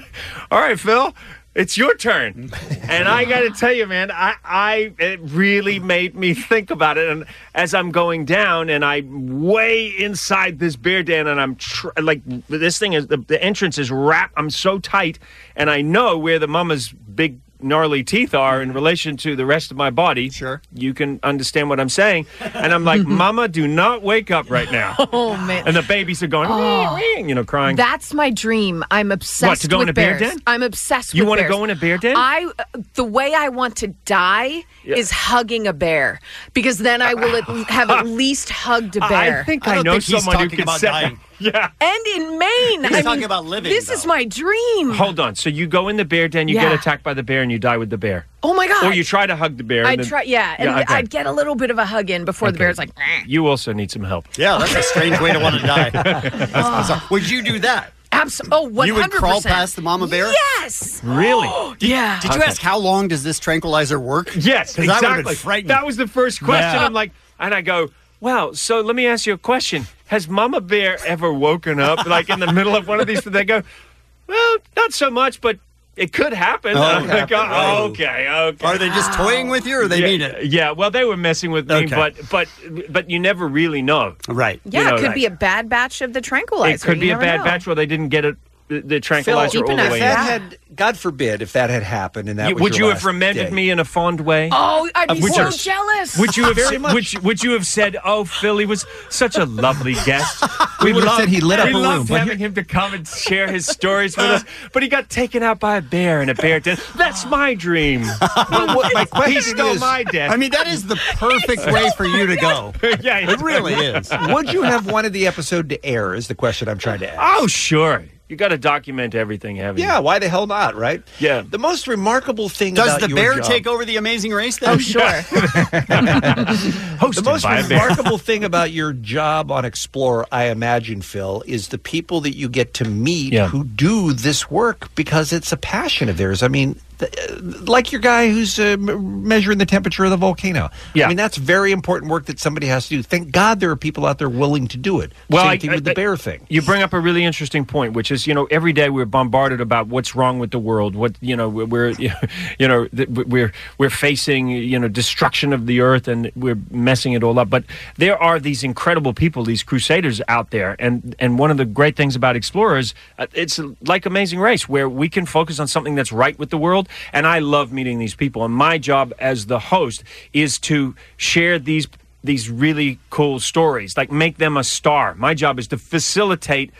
Speaker 10: "All right, Phil." It's your turn, and I got to tell you, man, I, I it really made me think about it. And as I'm going down, and I'm way inside this bear den, and I'm tr- like, this thing is the, the entrance is wrapped. I'm so tight, and I know where the mama's big gnarly teeth are in relation to the rest of my body. Sure, you can understand what I'm saying. And I'm like, Mama, do not wake up right now.
Speaker 9: Oh, man.
Speaker 10: And the babies are going,
Speaker 9: Oh.
Speaker 10: "Wee, wee," you know, crying.
Speaker 9: That's my dream. I'm obsessed
Speaker 10: What, to go
Speaker 9: with
Speaker 10: in a bear
Speaker 9: bears.
Speaker 10: den?
Speaker 9: I'm obsessed
Speaker 10: You
Speaker 9: with
Speaker 10: wanna
Speaker 9: bears.
Speaker 10: go in a bear den?
Speaker 9: I the way I want to die
Speaker 10: Yeah.
Speaker 9: is hugging a bear because then I will at, have at least hugged a bear.
Speaker 10: I think I, know someone who can set that- Yeah.
Speaker 9: And in Maine,
Speaker 8: He's
Speaker 9: I
Speaker 8: talking
Speaker 9: mean,
Speaker 8: about living,
Speaker 9: This is my dream.
Speaker 10: Hold on. So you go in the bear den, you
Speaker 9: Yeah.
Speaker 10: get attacked by the bear, and you die with the bear.
Speaker 9: Oh my god!
Speaker 10: Or you try to hug the bear. and
Speaker 9: I'd
Speaker 10: then-
Speaker 9: try, yeah, and
Speaker 10: okay.
Speaker 9: I'd get a little bit of a hug in before the bear's like. "Eh."
Speaker 10: You also need some help.
Speaker 8: Yeah, that's a strange way to want to die. That's bizarre. Would you do that?
Speaker 9: Absolutely. Oh, what?
Speaker 8: You would crawl past the mama bear?
Speaker 9: Yes.
Speaker 10: Really?
Speaker 8: Did-
Speaker 9: yeah.
Speaker 8: Did you
Speaker 10: Okay.
Speaker 8: ask how long does this tranquilizer work?
Speaker 10: Yes,
Speaker 8: 'Cause That would have
Speaker 10: exactly.
Speaker 8: been frightening.
Speaker 10: That was the first question.
Speaker 8: Yeah.
Speaker 10: I'm like, and I go, wow. So let me ask you a question: Has Mama Bear ever woken up like in the middle of one of these? They go, well, not so much, but it could happen.
Speaker 8: Oh,
Speaker 10: And I'm like,
Speaker 8: happen.
Speaker 10: oh, okay, okay.
Speaker 8: Are they just toying with you, or they
Speaker 10: yeah,
Speaker 8: mean it?
Speaker 10: Yeah. Well, they were messing with me,
Speaker 8: Okay.
Speaker 10: but but but you never really know.
Speaker 8: Right.
Speaker 9: Yeah, it could be a bad batch of the tranquilizer.
Speaker 10: It could be
Speaker 9: You
Speaker 10: a
Speaker 9: never
Speaker 10: bad
Speaker 9: know.
Speaker 10: batch where they didn't get it. The, the tranquilizer
Speaker 9: deep
Speaker 10: all the
Speaker 9: enough,
Speaker 10: way
Speaker 9: yeah.
Speaker 10: in.
Speaker 3: Had God forbid if that had happened, and that
Speaker 10: You-
Speaker 3: was
Speaker 10: would
Speaker 3: your
Speaker 10: you have
Speaker 3: last
Speaker 10: remembered
Speaker 3: day.
Speaker 10: me in a fond way?
Speaker 9: Oh, I'd be
Speaker 4: Uh,
Speaker 10: Of which
Speaker 9: so
Speaker 10: are-
Speaker 9: jealous.
Speaker 10: Would you have
Speaker 3: Very much.
Speaker 10: Would you, would you have said, "Oh, Philly was such a lovely guest"?
Speaker 3: We would've
Speaker 10: loved-
Speaker 3: said he lit up
Speaker 10: we
Speaker 3: a room,
Speaker 10: loved
Speaker 3: but
Speaker 10: having him to come and share his stories with us, but he got taken out by a bear in a bear den. That's my dream.
Speaker 3: Well, what- my question
Speaker 10: he stole
Speaker 3: is-
Speaker 10: my den.
Speaker 3: I mean, that is the perfect way for you to go.
Speaker 10: yeah,
Speaker 3: It really is. Would you have wanted the episode to air? Is the question I'm trying to ask.
Speaker 10: Oh, sure. You got to document everything, haven't you?
Speaker 3: Yeah, why the hell not, right?
Speaker 10: Yeah.
Speaker 3: The most remarkable thing
Speaker 8: Does
Speaker 3: about
Speaker 8: the
Speaker 3: your
Speaker 8: bear
Speaker 3: job-
Speaker 8: take over the amazing race then? Oh,
Speaker 5: sure.
Speaker 3: the most
Speaker 8: by a bear.
Speaker 3: remarkable thing about your job on Explorer, I imagine, Phil, is the people that you get to meet who do this work because it's a passion of theirs. I mean, th- uh, like your guy who's uh, m- measuring the temperature of the volcano. Yeah. I mean, that's very important work that somebody has to do. Thank God there are people out there willing to do it. Same
Speaker 10: I-
Speaker 3: thing
Speaker 10: I-
Speaker 3: with the
Speaker 10: I-
Speaker 3: bear thing.
Speaker 10: You bring up a really interesting point, which is you know every day we're bombarded about what's wrong with the world. What you know we're- we're you know th- we're we're facing you know destruction of the earth and we're messing it all up. But there are these incredible people, these crusaders out there, and and one of the great things about explorers, uh, it's like Amazing Race, where we can focus on something that's right with the world. And I love meeting these people. And my job as the host is to share these these really cool stories, like make them a star. My job is to facilitate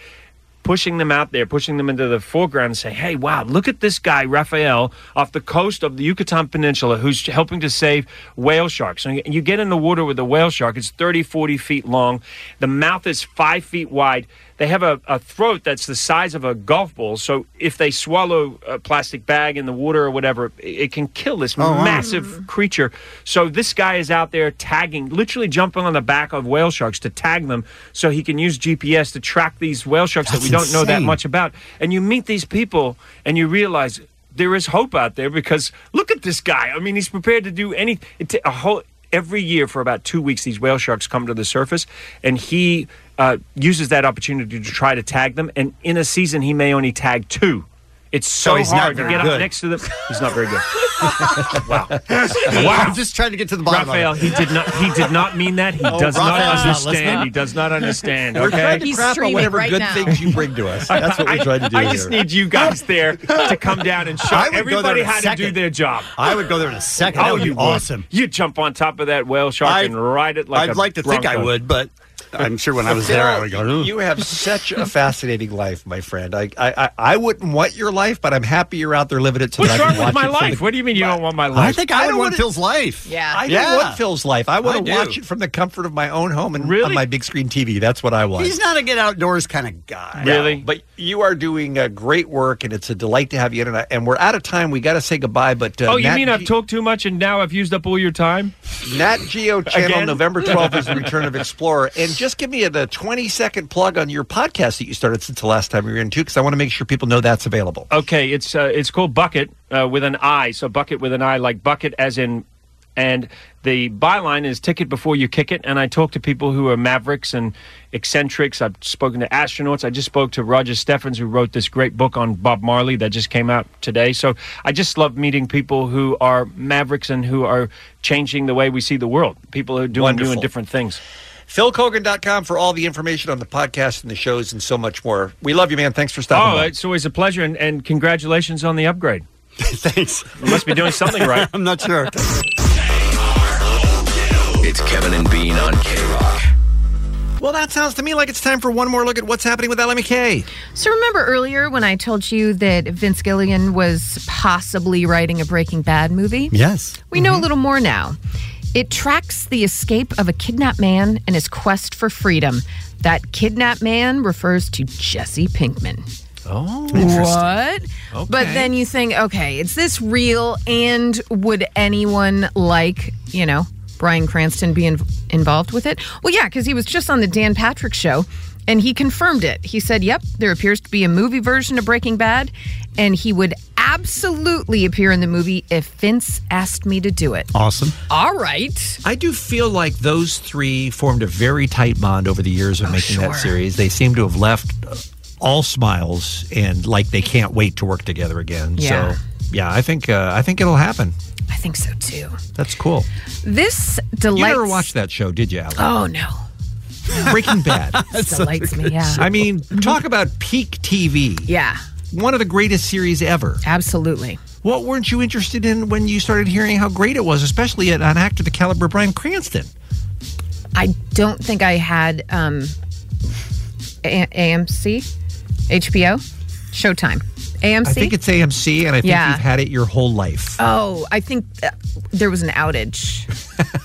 Speaker 10: pushing them out there, pushing them into the foreground and say, hey, wow, look at this guy, Raphael, off the coast of the Yucatan Peninsula, who's helping to save whale sharks. And you get in the water with a whale shark, it's 30, 40 feet long. The mouth is five feet wide. They have a, a throat that's the size of a golf ball. So if they swallow a plastic bag in the water or whatever, it, it can kill this
Speaker 25: Oh, wow.
Speaker 10: massive creature. So this guy is out there tagging, literally jumping on the back of whale sharks to tag them so he can use GPS to track these whale sharks that
Speaker 3: That's
Speaker 10: we don't know that
Speaker 3: insane.
Speaker 10: much about. And you meet these people and you realize there is hope out there because look at this guy. I mean, he's prepared to do any it ta- a whole every year for about 2 weeks these whale sharks come to the surface and he uh, uses that opportunity to try to tag them and in a season he may only tag 2. It's so,
Speaker 8: So he's not
Speaker 10: hard to
Speaker 8: very
Speaker 10: get
Speaker 8: good.
Speaker 10: up next to them. He's not very good. wow.
Speaker 8: I'm just trying to get to the bottom
Speaker 10: Raphael,
Speaker 8: of it.
Speaker 10: he did not. He did not mean that. He
Speaker 8: Oh,
Speaker 10: does
Speaker 8: Raphael's
Speaker 10: not
Speaker 8: not listening.
Speaker 10: understand. He does not understand.
Speaker 3: We're
Speaker 10: okay?
Speaker 3: trying to He's crap on streaming whatever right good now. things you bring to us. That's what we're
Speaker 10: I-
Speaker 3: trying to do
Speaker 10: I just
Speaker 3: here.
Speaker 10: need you guys there to come down and show
Speaker 3: I would go there
Speaker 10: everybody
Speaker 3: in a
Speaker 10: how to do
Speaker 3: second.
Speaker 10: their job.
Speaker 8: I would go there in a second. That
Speaker 10: Oh,
Speaker 8: would be
Speaker 10: you would.
Speaker 8: awesome.
Speaker 10: You jump on top of that whale shark
Speaker 8: I-
Speaker 10: and ride it like
Speaker 8: I'd
Speaker 10: a
Speaker 8: like to think I
Speaker 10: bronco.
Speaker 8: would, but I'm sure when I was there, I would go. "Ooh."
Speaker 3: You have such a fascinating life, my friend. I, I, I, I wouldn't want your life, but I'm happy you're out there living it. So
Speaker 10: What's
Speaker 3: that I
Speaker 10: wrong
Speaker 3: can
Speaker 10: with
Speaker 3: watch
Speaker 10: my
Speaker 3: it from
Speaker 10: life?
Speaker 3: the-
Speaker 10: What do you mean you don't want my life?
Speaker 3: I think I, would want Phil's
Speaker 8: life.
Speaker 5: Yeah.
Speaker 3: I
Speaker 10: Yeah.
Speaker 3: don't want Phil's life. I
Speaker 8: I
Speaker 3: want
Speaker 8: do.
Speaker 3: to watch it from the comfort of my own home and on my big screen TV. That's what I want.
Speaker 8: He's not a get outdoors kind of guy.
Speaker 3: No, but you are doing uh, great work, and it's a delight to have you in. And, I- and we're out of time. We got to say goodbye. But uh,
Speaker 10: oh, you
Speaker 3: Nat
Speaker 10: mean I've talked too much and now I've used up all your time?
Speaker 3: Nat Geo Channel
Speaker 10: Again?
Speaker 3: November 12th is the return of Explorer. And just give me a, the 20 second plug on your podcast that you started since the last time we were in, too, because I want to make sure people know that's available.
Speaker 10: Okay, it's uh, it's called Bucket uh, with an I. So Bucket with an I, like Bucket as in, and the byline is Ticket Before You Kick It. And I talk to people who are mavericks and eccentrics. I've spoken to astronauts. I just spoke to Roger Steffens, who wrote this great book on Bob Marley that just came out today. So I just love meeting people who are mavericks and who are changing the way we see the world. People who are doing new
Speaker 3: Wonderful.
Speaker 10: and different things.
Speaker 3: PhilKogan.com for all the information on the podcast and the shows and so much more. We love you, man. Thanks for stopping
Speaker 10: Oh,
Speaker 3: by.
Speaker 10: it's always a pleasure, and, and congratulations on the upgrade.
Speaker 8: Thanks.
Speaker 10: You must be doing something right.
Speaker 8: I'm not sure.
Speaker 13: It's Kevin and Bean on K Rock.
Speaker 3: Well, that sounds to me like it's time for one more look at what's happening with LMK.
Speaker 9: So remember earlier when I told you that Vince Gilligan was possibly writing a Breaking Bad movie?
Speaker 8: Yes.
Speaker 9: We know a little more now. It tracks the escape of a kidnapped man and his quest for freedom. That kidnapped man refers to Jesse Pinkman.
Speaker 3: Oh.
Speaker 9: What? But
Speaker 5: Okay.
Speaker 9: then you think, okay, is this real? And would anyone like, you know, Brian Cranston be in- involved with it? Well, yeah, because he was just on the Dan Patrick show and he confirmed it. He said, yep, there appears to be a movie version of Breaking Bad, and he would absolutely appear in the movie if Vince asked me to do it.
Speaker 8: Awesome.
Speaker 9: All right.
Speaker 3: I do feel like those three formed a very tight bond over the years
Speaker 9: Oh,
Speaker 3: of making that series. They seem to have left uh, all smiles and like they can't wait to work together again.
Speaker 9: Yeah.
Speaker 3: So, yeah, I think uh, I think it'll happen.
Speaker 9: I think so too.
Speaker 3: That's cool.
Speaker 9: This
Speaker 3: You
Speaker 9: delights.
Speaker 3: never watched that show, did you, Alex?
Speaker 9: Oh, no.
Speaker 3: Breaking Bad.
Speaker 9: This delights me, yeah.
Speaker 3: I mean, talk about peak TV.
Speaker 9: Yeah.
Speaker 3: One of the greatest series ever.
Speaker 9: Absolutely.
Speaker 3: What weren't you interested in when you started hearing how great it was, especially an an actor the caliber of Brian Cranston?
Speaker 9: I don't think I had um, A- AMC, HBO, Showtime, AMC.
Speaker 3: I think it's AMC, and I think
Speaker 9: Yeah.
Speaker 3: you've had it your whole life.
Speaker 9: oh, I think uh, there was an outage.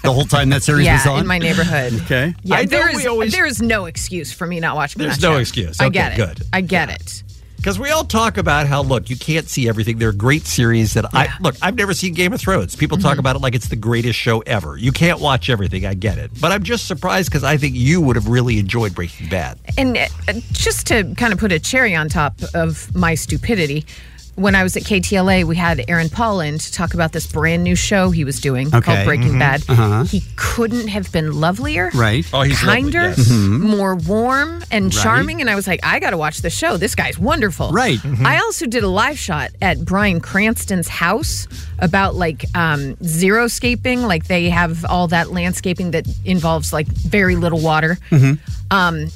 Speaker 8: The whole time that series
Speaker 9: yeah,
Speaker 8: was on
Speaker 9: in my neighborhood.
Speaker 8: Okay.
Speaker 9: Yeah,
Speaker 3: I know
Speaker 9: there is
Speaker 3: we always-
Speaker 9: there is no excuse for me not watching.
Speaker 3: There's
Speaker 9: that
Speaker 3: no
Speaker 9: show.
Speaker 3: excuse.
Speaker 9: I
Speaker 3: Okay,
Speaker 9: get it.
Speaker 3: good.
Speaker 9: I get it.
Speaker 18: Because we all talk about how look, you can't see everything. There are great series that I look. I've never seen Game of Thrones. People
Speaker 9: Mm-hmm.
Speaker 18: talk about it like it's the greatest show ever. You can't watch everything. I get it, but I'm just surprised because I think you would have really enjoyed Breaking Bad.
Speaker 9: And uh, just to kind of put a cherry on top of my stupidity, when I was at KTLA, we had Aaron Paul in to talk about this brand new show he was doing
Speaker 8: Okay,
Speaker 9: called Breaking
Speaker 8: mhm,
Speaker 9: Bad.
Speaker 8: uh-huh.
Speaker 9: He couldn't have been lovelier,
Speaker 8: Right. Oh, he's lovely,
Speaker 9: kinder,
Speaker 8: yes. Mhm.
Speaker 9: more warm and
Speaker 8: Right.
Speaker 9: charming. And I was like, I got to watch the show. This guy's wonderful,
Speaker 8: Right. Mhm.
Speaker 9: I also did a live shot at Brian Cranston's house about like um, xeriscaping, like they have all that landscaping that involves like very little water.
Speaker 18: Mm-hmm.
Speaker 9: Um,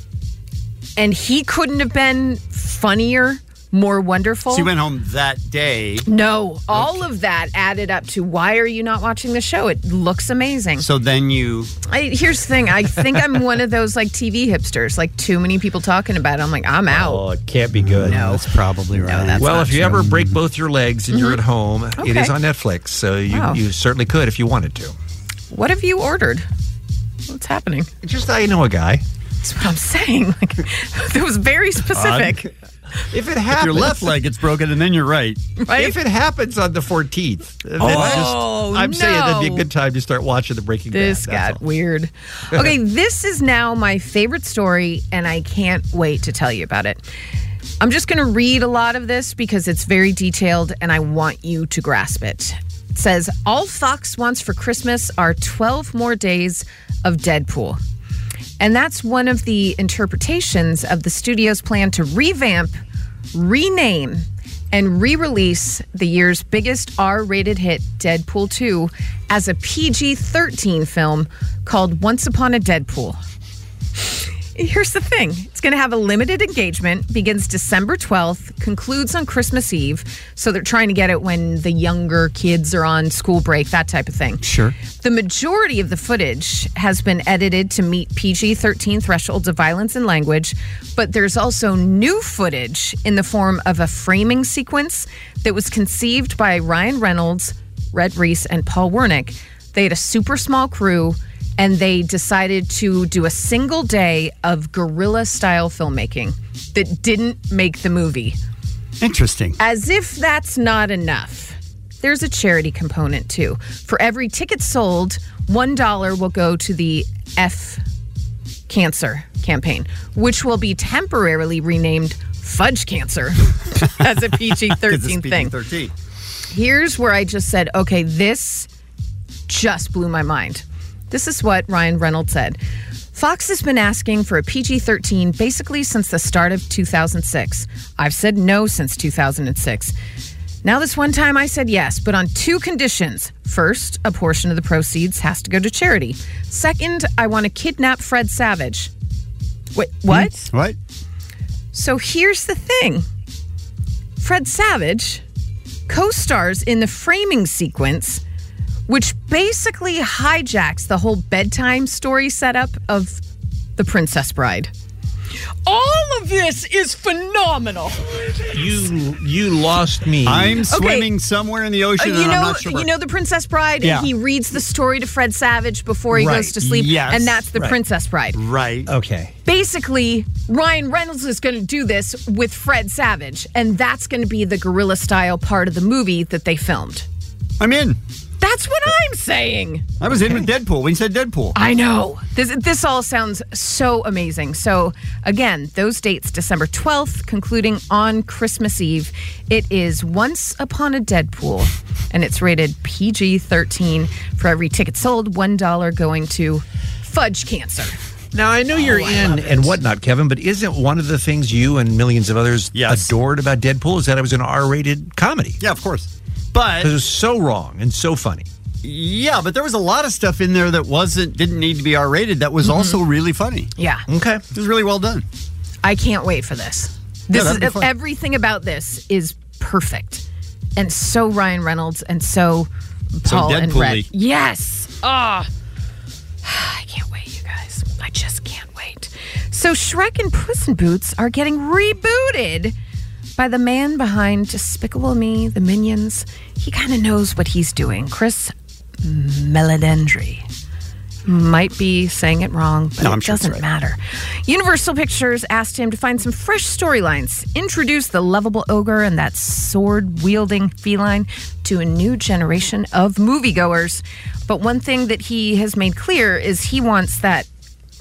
Speaker 9: and he couldn't have been funnier, more wonderful.
Speaker 8: So you went home that day.
Speaker 9: No, all of that added up to why are you not watching the show? It looks amazing.
Speaker 8: So then you.
Speaker 9: I, here's the thing. I think I'm one of those like TV hipsters. Like too many people talking about it. I'm like I'm out.
Speaker 18: Oh, it can't be good.
Speaker 8: No, that's probably right.
Speaker 18: well,
Speaker 8: not
Speaker 18: if you
Speaker 8: true.
Speaker 18: ever break both your legs and you're at home, it is
Speaker 9: Mm-hmm. Okay.
Speaker 18: on Netflix, so you,
Speaker 9: Wow.
Speaker 18: you certainly could if you wanted to.
Speaker 9: What have you ordered? What's happening?
Speaker 18: Just I know a guy.
Speaker 9: That's what I'm saying. Like that was very specific.
Speaker 18: If it
Speaker 8: If your left leg gets broken and then you're right.
Speaker 18: If it happens on the 14th, then
Speaker 8: Oh,
Speaker 18: just-
Speaker 9: Oh,
Speaker 18: I'm saying that'd be a
Speaker 9: no.
Speaker 18: good time to start watching the Breaking
Speaker 9: This
Speaker 18: Bad. that's
Speaker 9: got weird. okay, this is now my favorite story, and I can't wait to tell you about it. I'm just going to read a lot of this because it's very detailed and I want you to grasp it. It says All Fox wants for Christmas are 12 more days of Deadpool. And that's one of the interpretations of the studio's plan to revamp, rename, and re release the year's biggest R rated hit, Deadpool 2, as a PG 13 film called Once Upon a Deadpool. Here's the thing it's going to have a limited engagement, begins December 12th, concludes on Christmas Eve. So they're trying to get it when the younger kids are on school break, that type of thing.
Speaker 8: Sure.
Speaker 9: The majority of the footage has been edited to meet PG 13 thresholds of violence and language, but there's also new footage in the form of a framing sequence that was conceived by Ryan Reynolds, Red Reese, and Paul Wernick. They had a super small crew and they decided to do a single day of guerrilla style filmmaking that didn't make the movie.
Speaker 8: Interesting.
Speaker 9: As if that's not enough, there's a charity component too. For every ticket sold, $1 will go to the F Cancer campaign, which will be temporarily renamed Fudge Cancer as a PG 13 thing.
Speaker 8: PG-13.
Speaker 9: Here's where I just said, okay, this just blew my mind. This is what Ryan Reynolds said. Fox has been asking for a PG 13 basically since the start of 2006. I've said no since 2006. Now, this one time I said yes, but on two conditions. First, a portion of the proceeds has to go to charity. Second, I want to kidnap Fred Savage. Wait, what?
Speaker 8: What?
Speaker 9: So here's the thing Fred Savage co stars in the framing sequence, which basically hijacks the whole bedtime story setup of The Princess Bride. All of this is phenomenal.
Speaker 18: You you lost me.
Speaker 8: I'm
Speaker 9: Okay.
Speaker 8: swimming somewhere in the ocean
Speaker 9: Uh,
Speaker 8: and
Speaker 9: you know,
Speaker 8: I'm not sure.
Speaker 9: you know the Princess Bride.
Speaker 8: Yeah.
Speaker 9: He reads the story to Fred Savage before he
Speaker 8: Right.
Speaker 9: goes to sleep,
Speaker 8: Yes.
Speaker 9: and that's the
Speaker 8: Right.
Speaker 9: Princess Bride.
Speaker 8: right.
Speaker 18: Okay.
Speaker 9: Basically, Ryan Reynolds is going to do this with Fred Savage, and that's going to be the guerrilla style part of the movie that they filmed.
Speaker 8: I'm in.
Speaker 9: That's what I'm saying.
Speaker 8: I was in with Deadpool when you said Deadpool.
Speaker 9: I know. This this all sounds so amazing. So again, those dates December 12th concluding on Christmas Eve. It is Once Upon a Deadpool and it's rated PG-13 for every ticket sold, $1 going to Fudge Cancer.
Speaker 18: Now Oh, I know you're in and whatnot, Kevin, but isn't one of the things you and millions of others adored about Deadpool is that it was an R-rated comedy?
Speaker 8: Yeah, of course. But
Speaker 18: it was so wrong and so funny.
Speaker 8: Yeah, but there was a lot of stuff in there that wasn't didn't need to be R rated. That
Speaker 9: Mm-hmm.
Speaker 8: was also really funny.
Speaker 9: Yeah.
Speaker 18: Okay.
Speaker 8: It was really well done.
Speaker 9: I can't wait for this.
Speaker 8: Yeah,
Speaker 9: This
Speaker 8: that'd be
Speaker 9: is
Speaker 8: fun.
Speaker 9: everything about this is perfect. And so Ryan Reynolds and so
Speaker 8: So
Speaker 9: Paul and
Speaker 8: Deadpool-y.
Speaker 9: Red. Yes. Ah. I can't wait, you guys. I just can't wait. So Shrek and Puss in Boots are getting rebooted by the man behind Despicable Me, The Minions. He kind of knows what he's doing. Chris Melodendry. might be saying it wrong, but
Speaker 8: No,
Speaker 9: it
Speaker 8: I'm sure it's
Speaker 9: doesn't
Speaker 8: right.
Speaker 9: matter. Universal Pictures asked him to find some fresh storylines, introduce the lovable ogre and that sword wielding feline to a new generation of moviegoers. But one thing that he has made clear is he wants that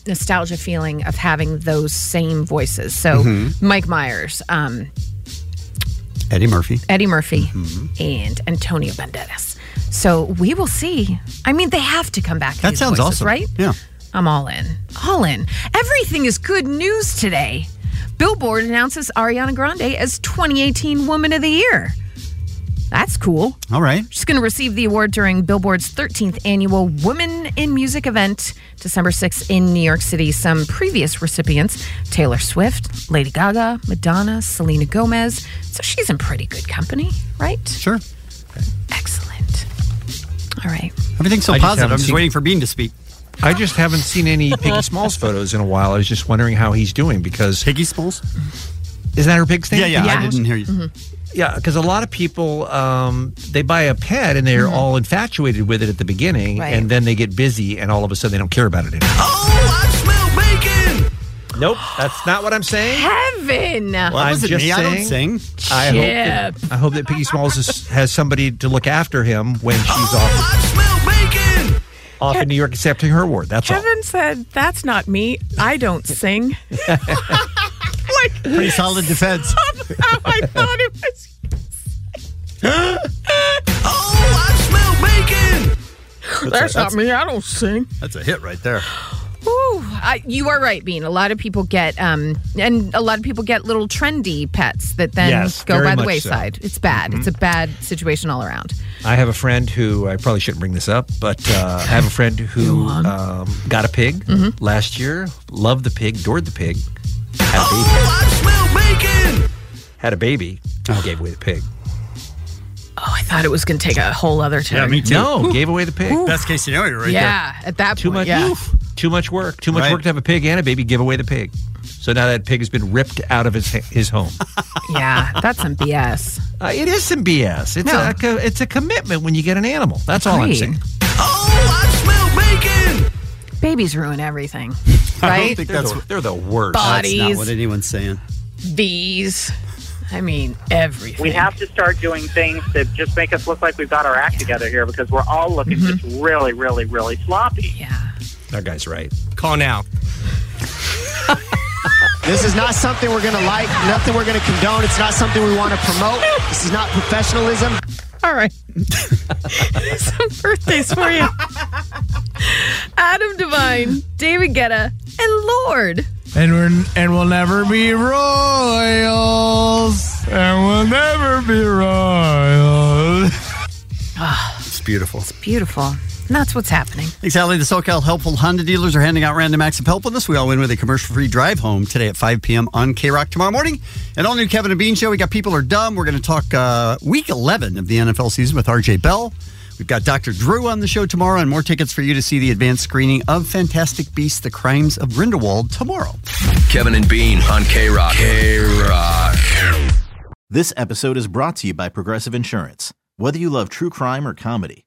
Speaker 9: nostalgia feeling of having those same voices. So,
Speaker 8: Mhm.
Speaker 9: Mike Myers, um,
Speaker 8: Eddie Murphy.
Speaker 9: Eddie Murphy
Speaker 8: Mm-hmm.
Speaker 9: and Antonio Banderas. So we will see. I mean, they have to come back. to
Speaker 8: That
Speaker 9: these
Speaker 8: sounds
Speaker 9: voices,
Speaker 8: awesome.
Speaker 9: right?
Speaker 8: Yeah.
Speaker 9: I'm all in. All in. Everything is good news today. Billboard announces Ariana Grande as 2018 Woman of the Year. That's cool.
Speaker 8: All right.
Speaker 9: She's going to receive the award during Billboard's 13th annual Women in Music event, December 6th in New York City. Some previous recipients Taylor Swift, Lady Gaga, Madonna, Selena Gomez. So she's in pretty good company, right?
Speaker 8: Sure.
Speaker 9: Excellent. All right.
Speaker 8: Everything's so
Speaker 3: I just
Speaker 8: positive.
Speaker 3: haven't
Speaker 8: I'm just
Speaker 3: seen-
Speaker 8: waiting for Bean to speak.
Speaker 3: I just haven't seen any Piggy Smalls photos in a while. I was just wondering how he's doing because
Speaker 8: Piggy Smalls
Speaker 3: is that her pig's name?
Speaker 8: Yeah, yeah, I Yeah. didn't hear you.
Speaker 9: Mm-hmm.
Speaker 3: Yeah, because a lot of people um, they buy a pet and
Speaker 9: Mm-hmm.
Speaker 3: they're all infatuated with it at the beginning,
Speaker 4: Right.
Speaker 3: and then they get busy and all of a sudden they don't care about it anymore. Nope, that's not what I'm saying.
Speaker 9: Heaven.
Speaker 3: I'm just saying, I hope,
Speaker 9: Chip.
Speaker 3: that, I hope that Piggy Smalls is, has somebody to look after him when she's off. Off in New York accepting her award. That's all.
Speaker 9: Kevin said, That's not me. I don't sing. like,
Speaker 3: Pretty solid defense.
Speaker 9: Somehow I thought it was.
Speaker 3: Oh,
Speaker 9: That's not me. I don't sing.
Speaker 8: That's a hit right there.
Speaker 9: Ooh, I, you are right, Bean. A lot of people get, um, and a lot of people get little trendy pets that then
Speaker 3: Yes,
Speaker 9: go
Speaker 3: very
Speaker 9: by
Speaker 3: much
Speaker 9: the
Speaker 3: so. Mm-hmm.
Speaker 9: wayside. It's bad. It's a bad situation all around.
Speaker 3: I have a friend who I probably shouldn't bring this up, but uh, I have a friend who um, got a pig last year. Loved the pig, adored the pig. Had a baby. Had a baby. Gave away the pig.
Speaker 9: Oh, I thought it was going to take a whole other turn.
Speaker 3: No, gave away the pig.
Speaker 9: Oof.
Speaker 3: Best
Speaker 8: case scenario,
Speaker 9: yeah, at that
Speaker 3: Too
Speaker 9: point,
Speaker 3: much.
Speaker 9: yeah.
Speaker 3: oof. Too much work. Too much
Speaker 8: Right.
Speaker 3: work to have a pig and a baby. Give away the pig. So now that pig has been ripped out of his his home.
Speaker 9: yeah, that's some BS.
Speaker 3: Uh, it is some BS. It's
Speaker 9: No.
Speaker 3: a co- it's a commitment when you get an animal. That's all I'm
Speaker 9: Agreed.
Speaker 3: saying.
Speaker 9: Babies ruin everything,
Speaker 8: I don't
Speaker 9: right?
Speaker 8: think that's what-
Speaker 3: they're the worst.
Speaker 9: Bodies.
Speaker 8: That's not what anyone's saying.
Speaker 9: These, I mean, everything.
Speaker 23: We have to start doing things that just make us look like we've got our act together here because we're all looking just really, really, really sloppy.
Speaker 9: Mm-hmm. Yeah.
Speaker 3: That guy's right.
Speaker 16: Call now.
Speaker 19: This is not something we're going to like, nothing we're going to condone. It's not something we want to promote. This is not professionalism.
Speaker 9: All right. Some birthdays for you. Adam Devine, David Guetta, and Lord.
Speaker 20: And we're and we'll never be royals. And we'll never be royals.
Speaker 8: It's beautiful.
Speaker 9: Beautiful. And that's what's happening.
Speaker 8: Thanks, Allie. The SoCal Helpful Honda dealers are handing out random acts of helpfulness. We all win with a commercial free drive home today at 5 p.m. on K Rock tomorrow morning. An all new Kevin and Bean show. We got People Are Dumb. We're going to talk uh, week 11 of the NFL season with RJ Bell. We've got Dr. Drew on the show tomorrow and more tickets for you to see the advanced screening of Fantastic Beasts The Crimes of Grindelwald tomorrow.
Speaker 13: Kevin and Bean on K Rock. K Rock.
Speaker 21: This episode is brought to you by Progressive Insurance. Whether you love true crime or comedy,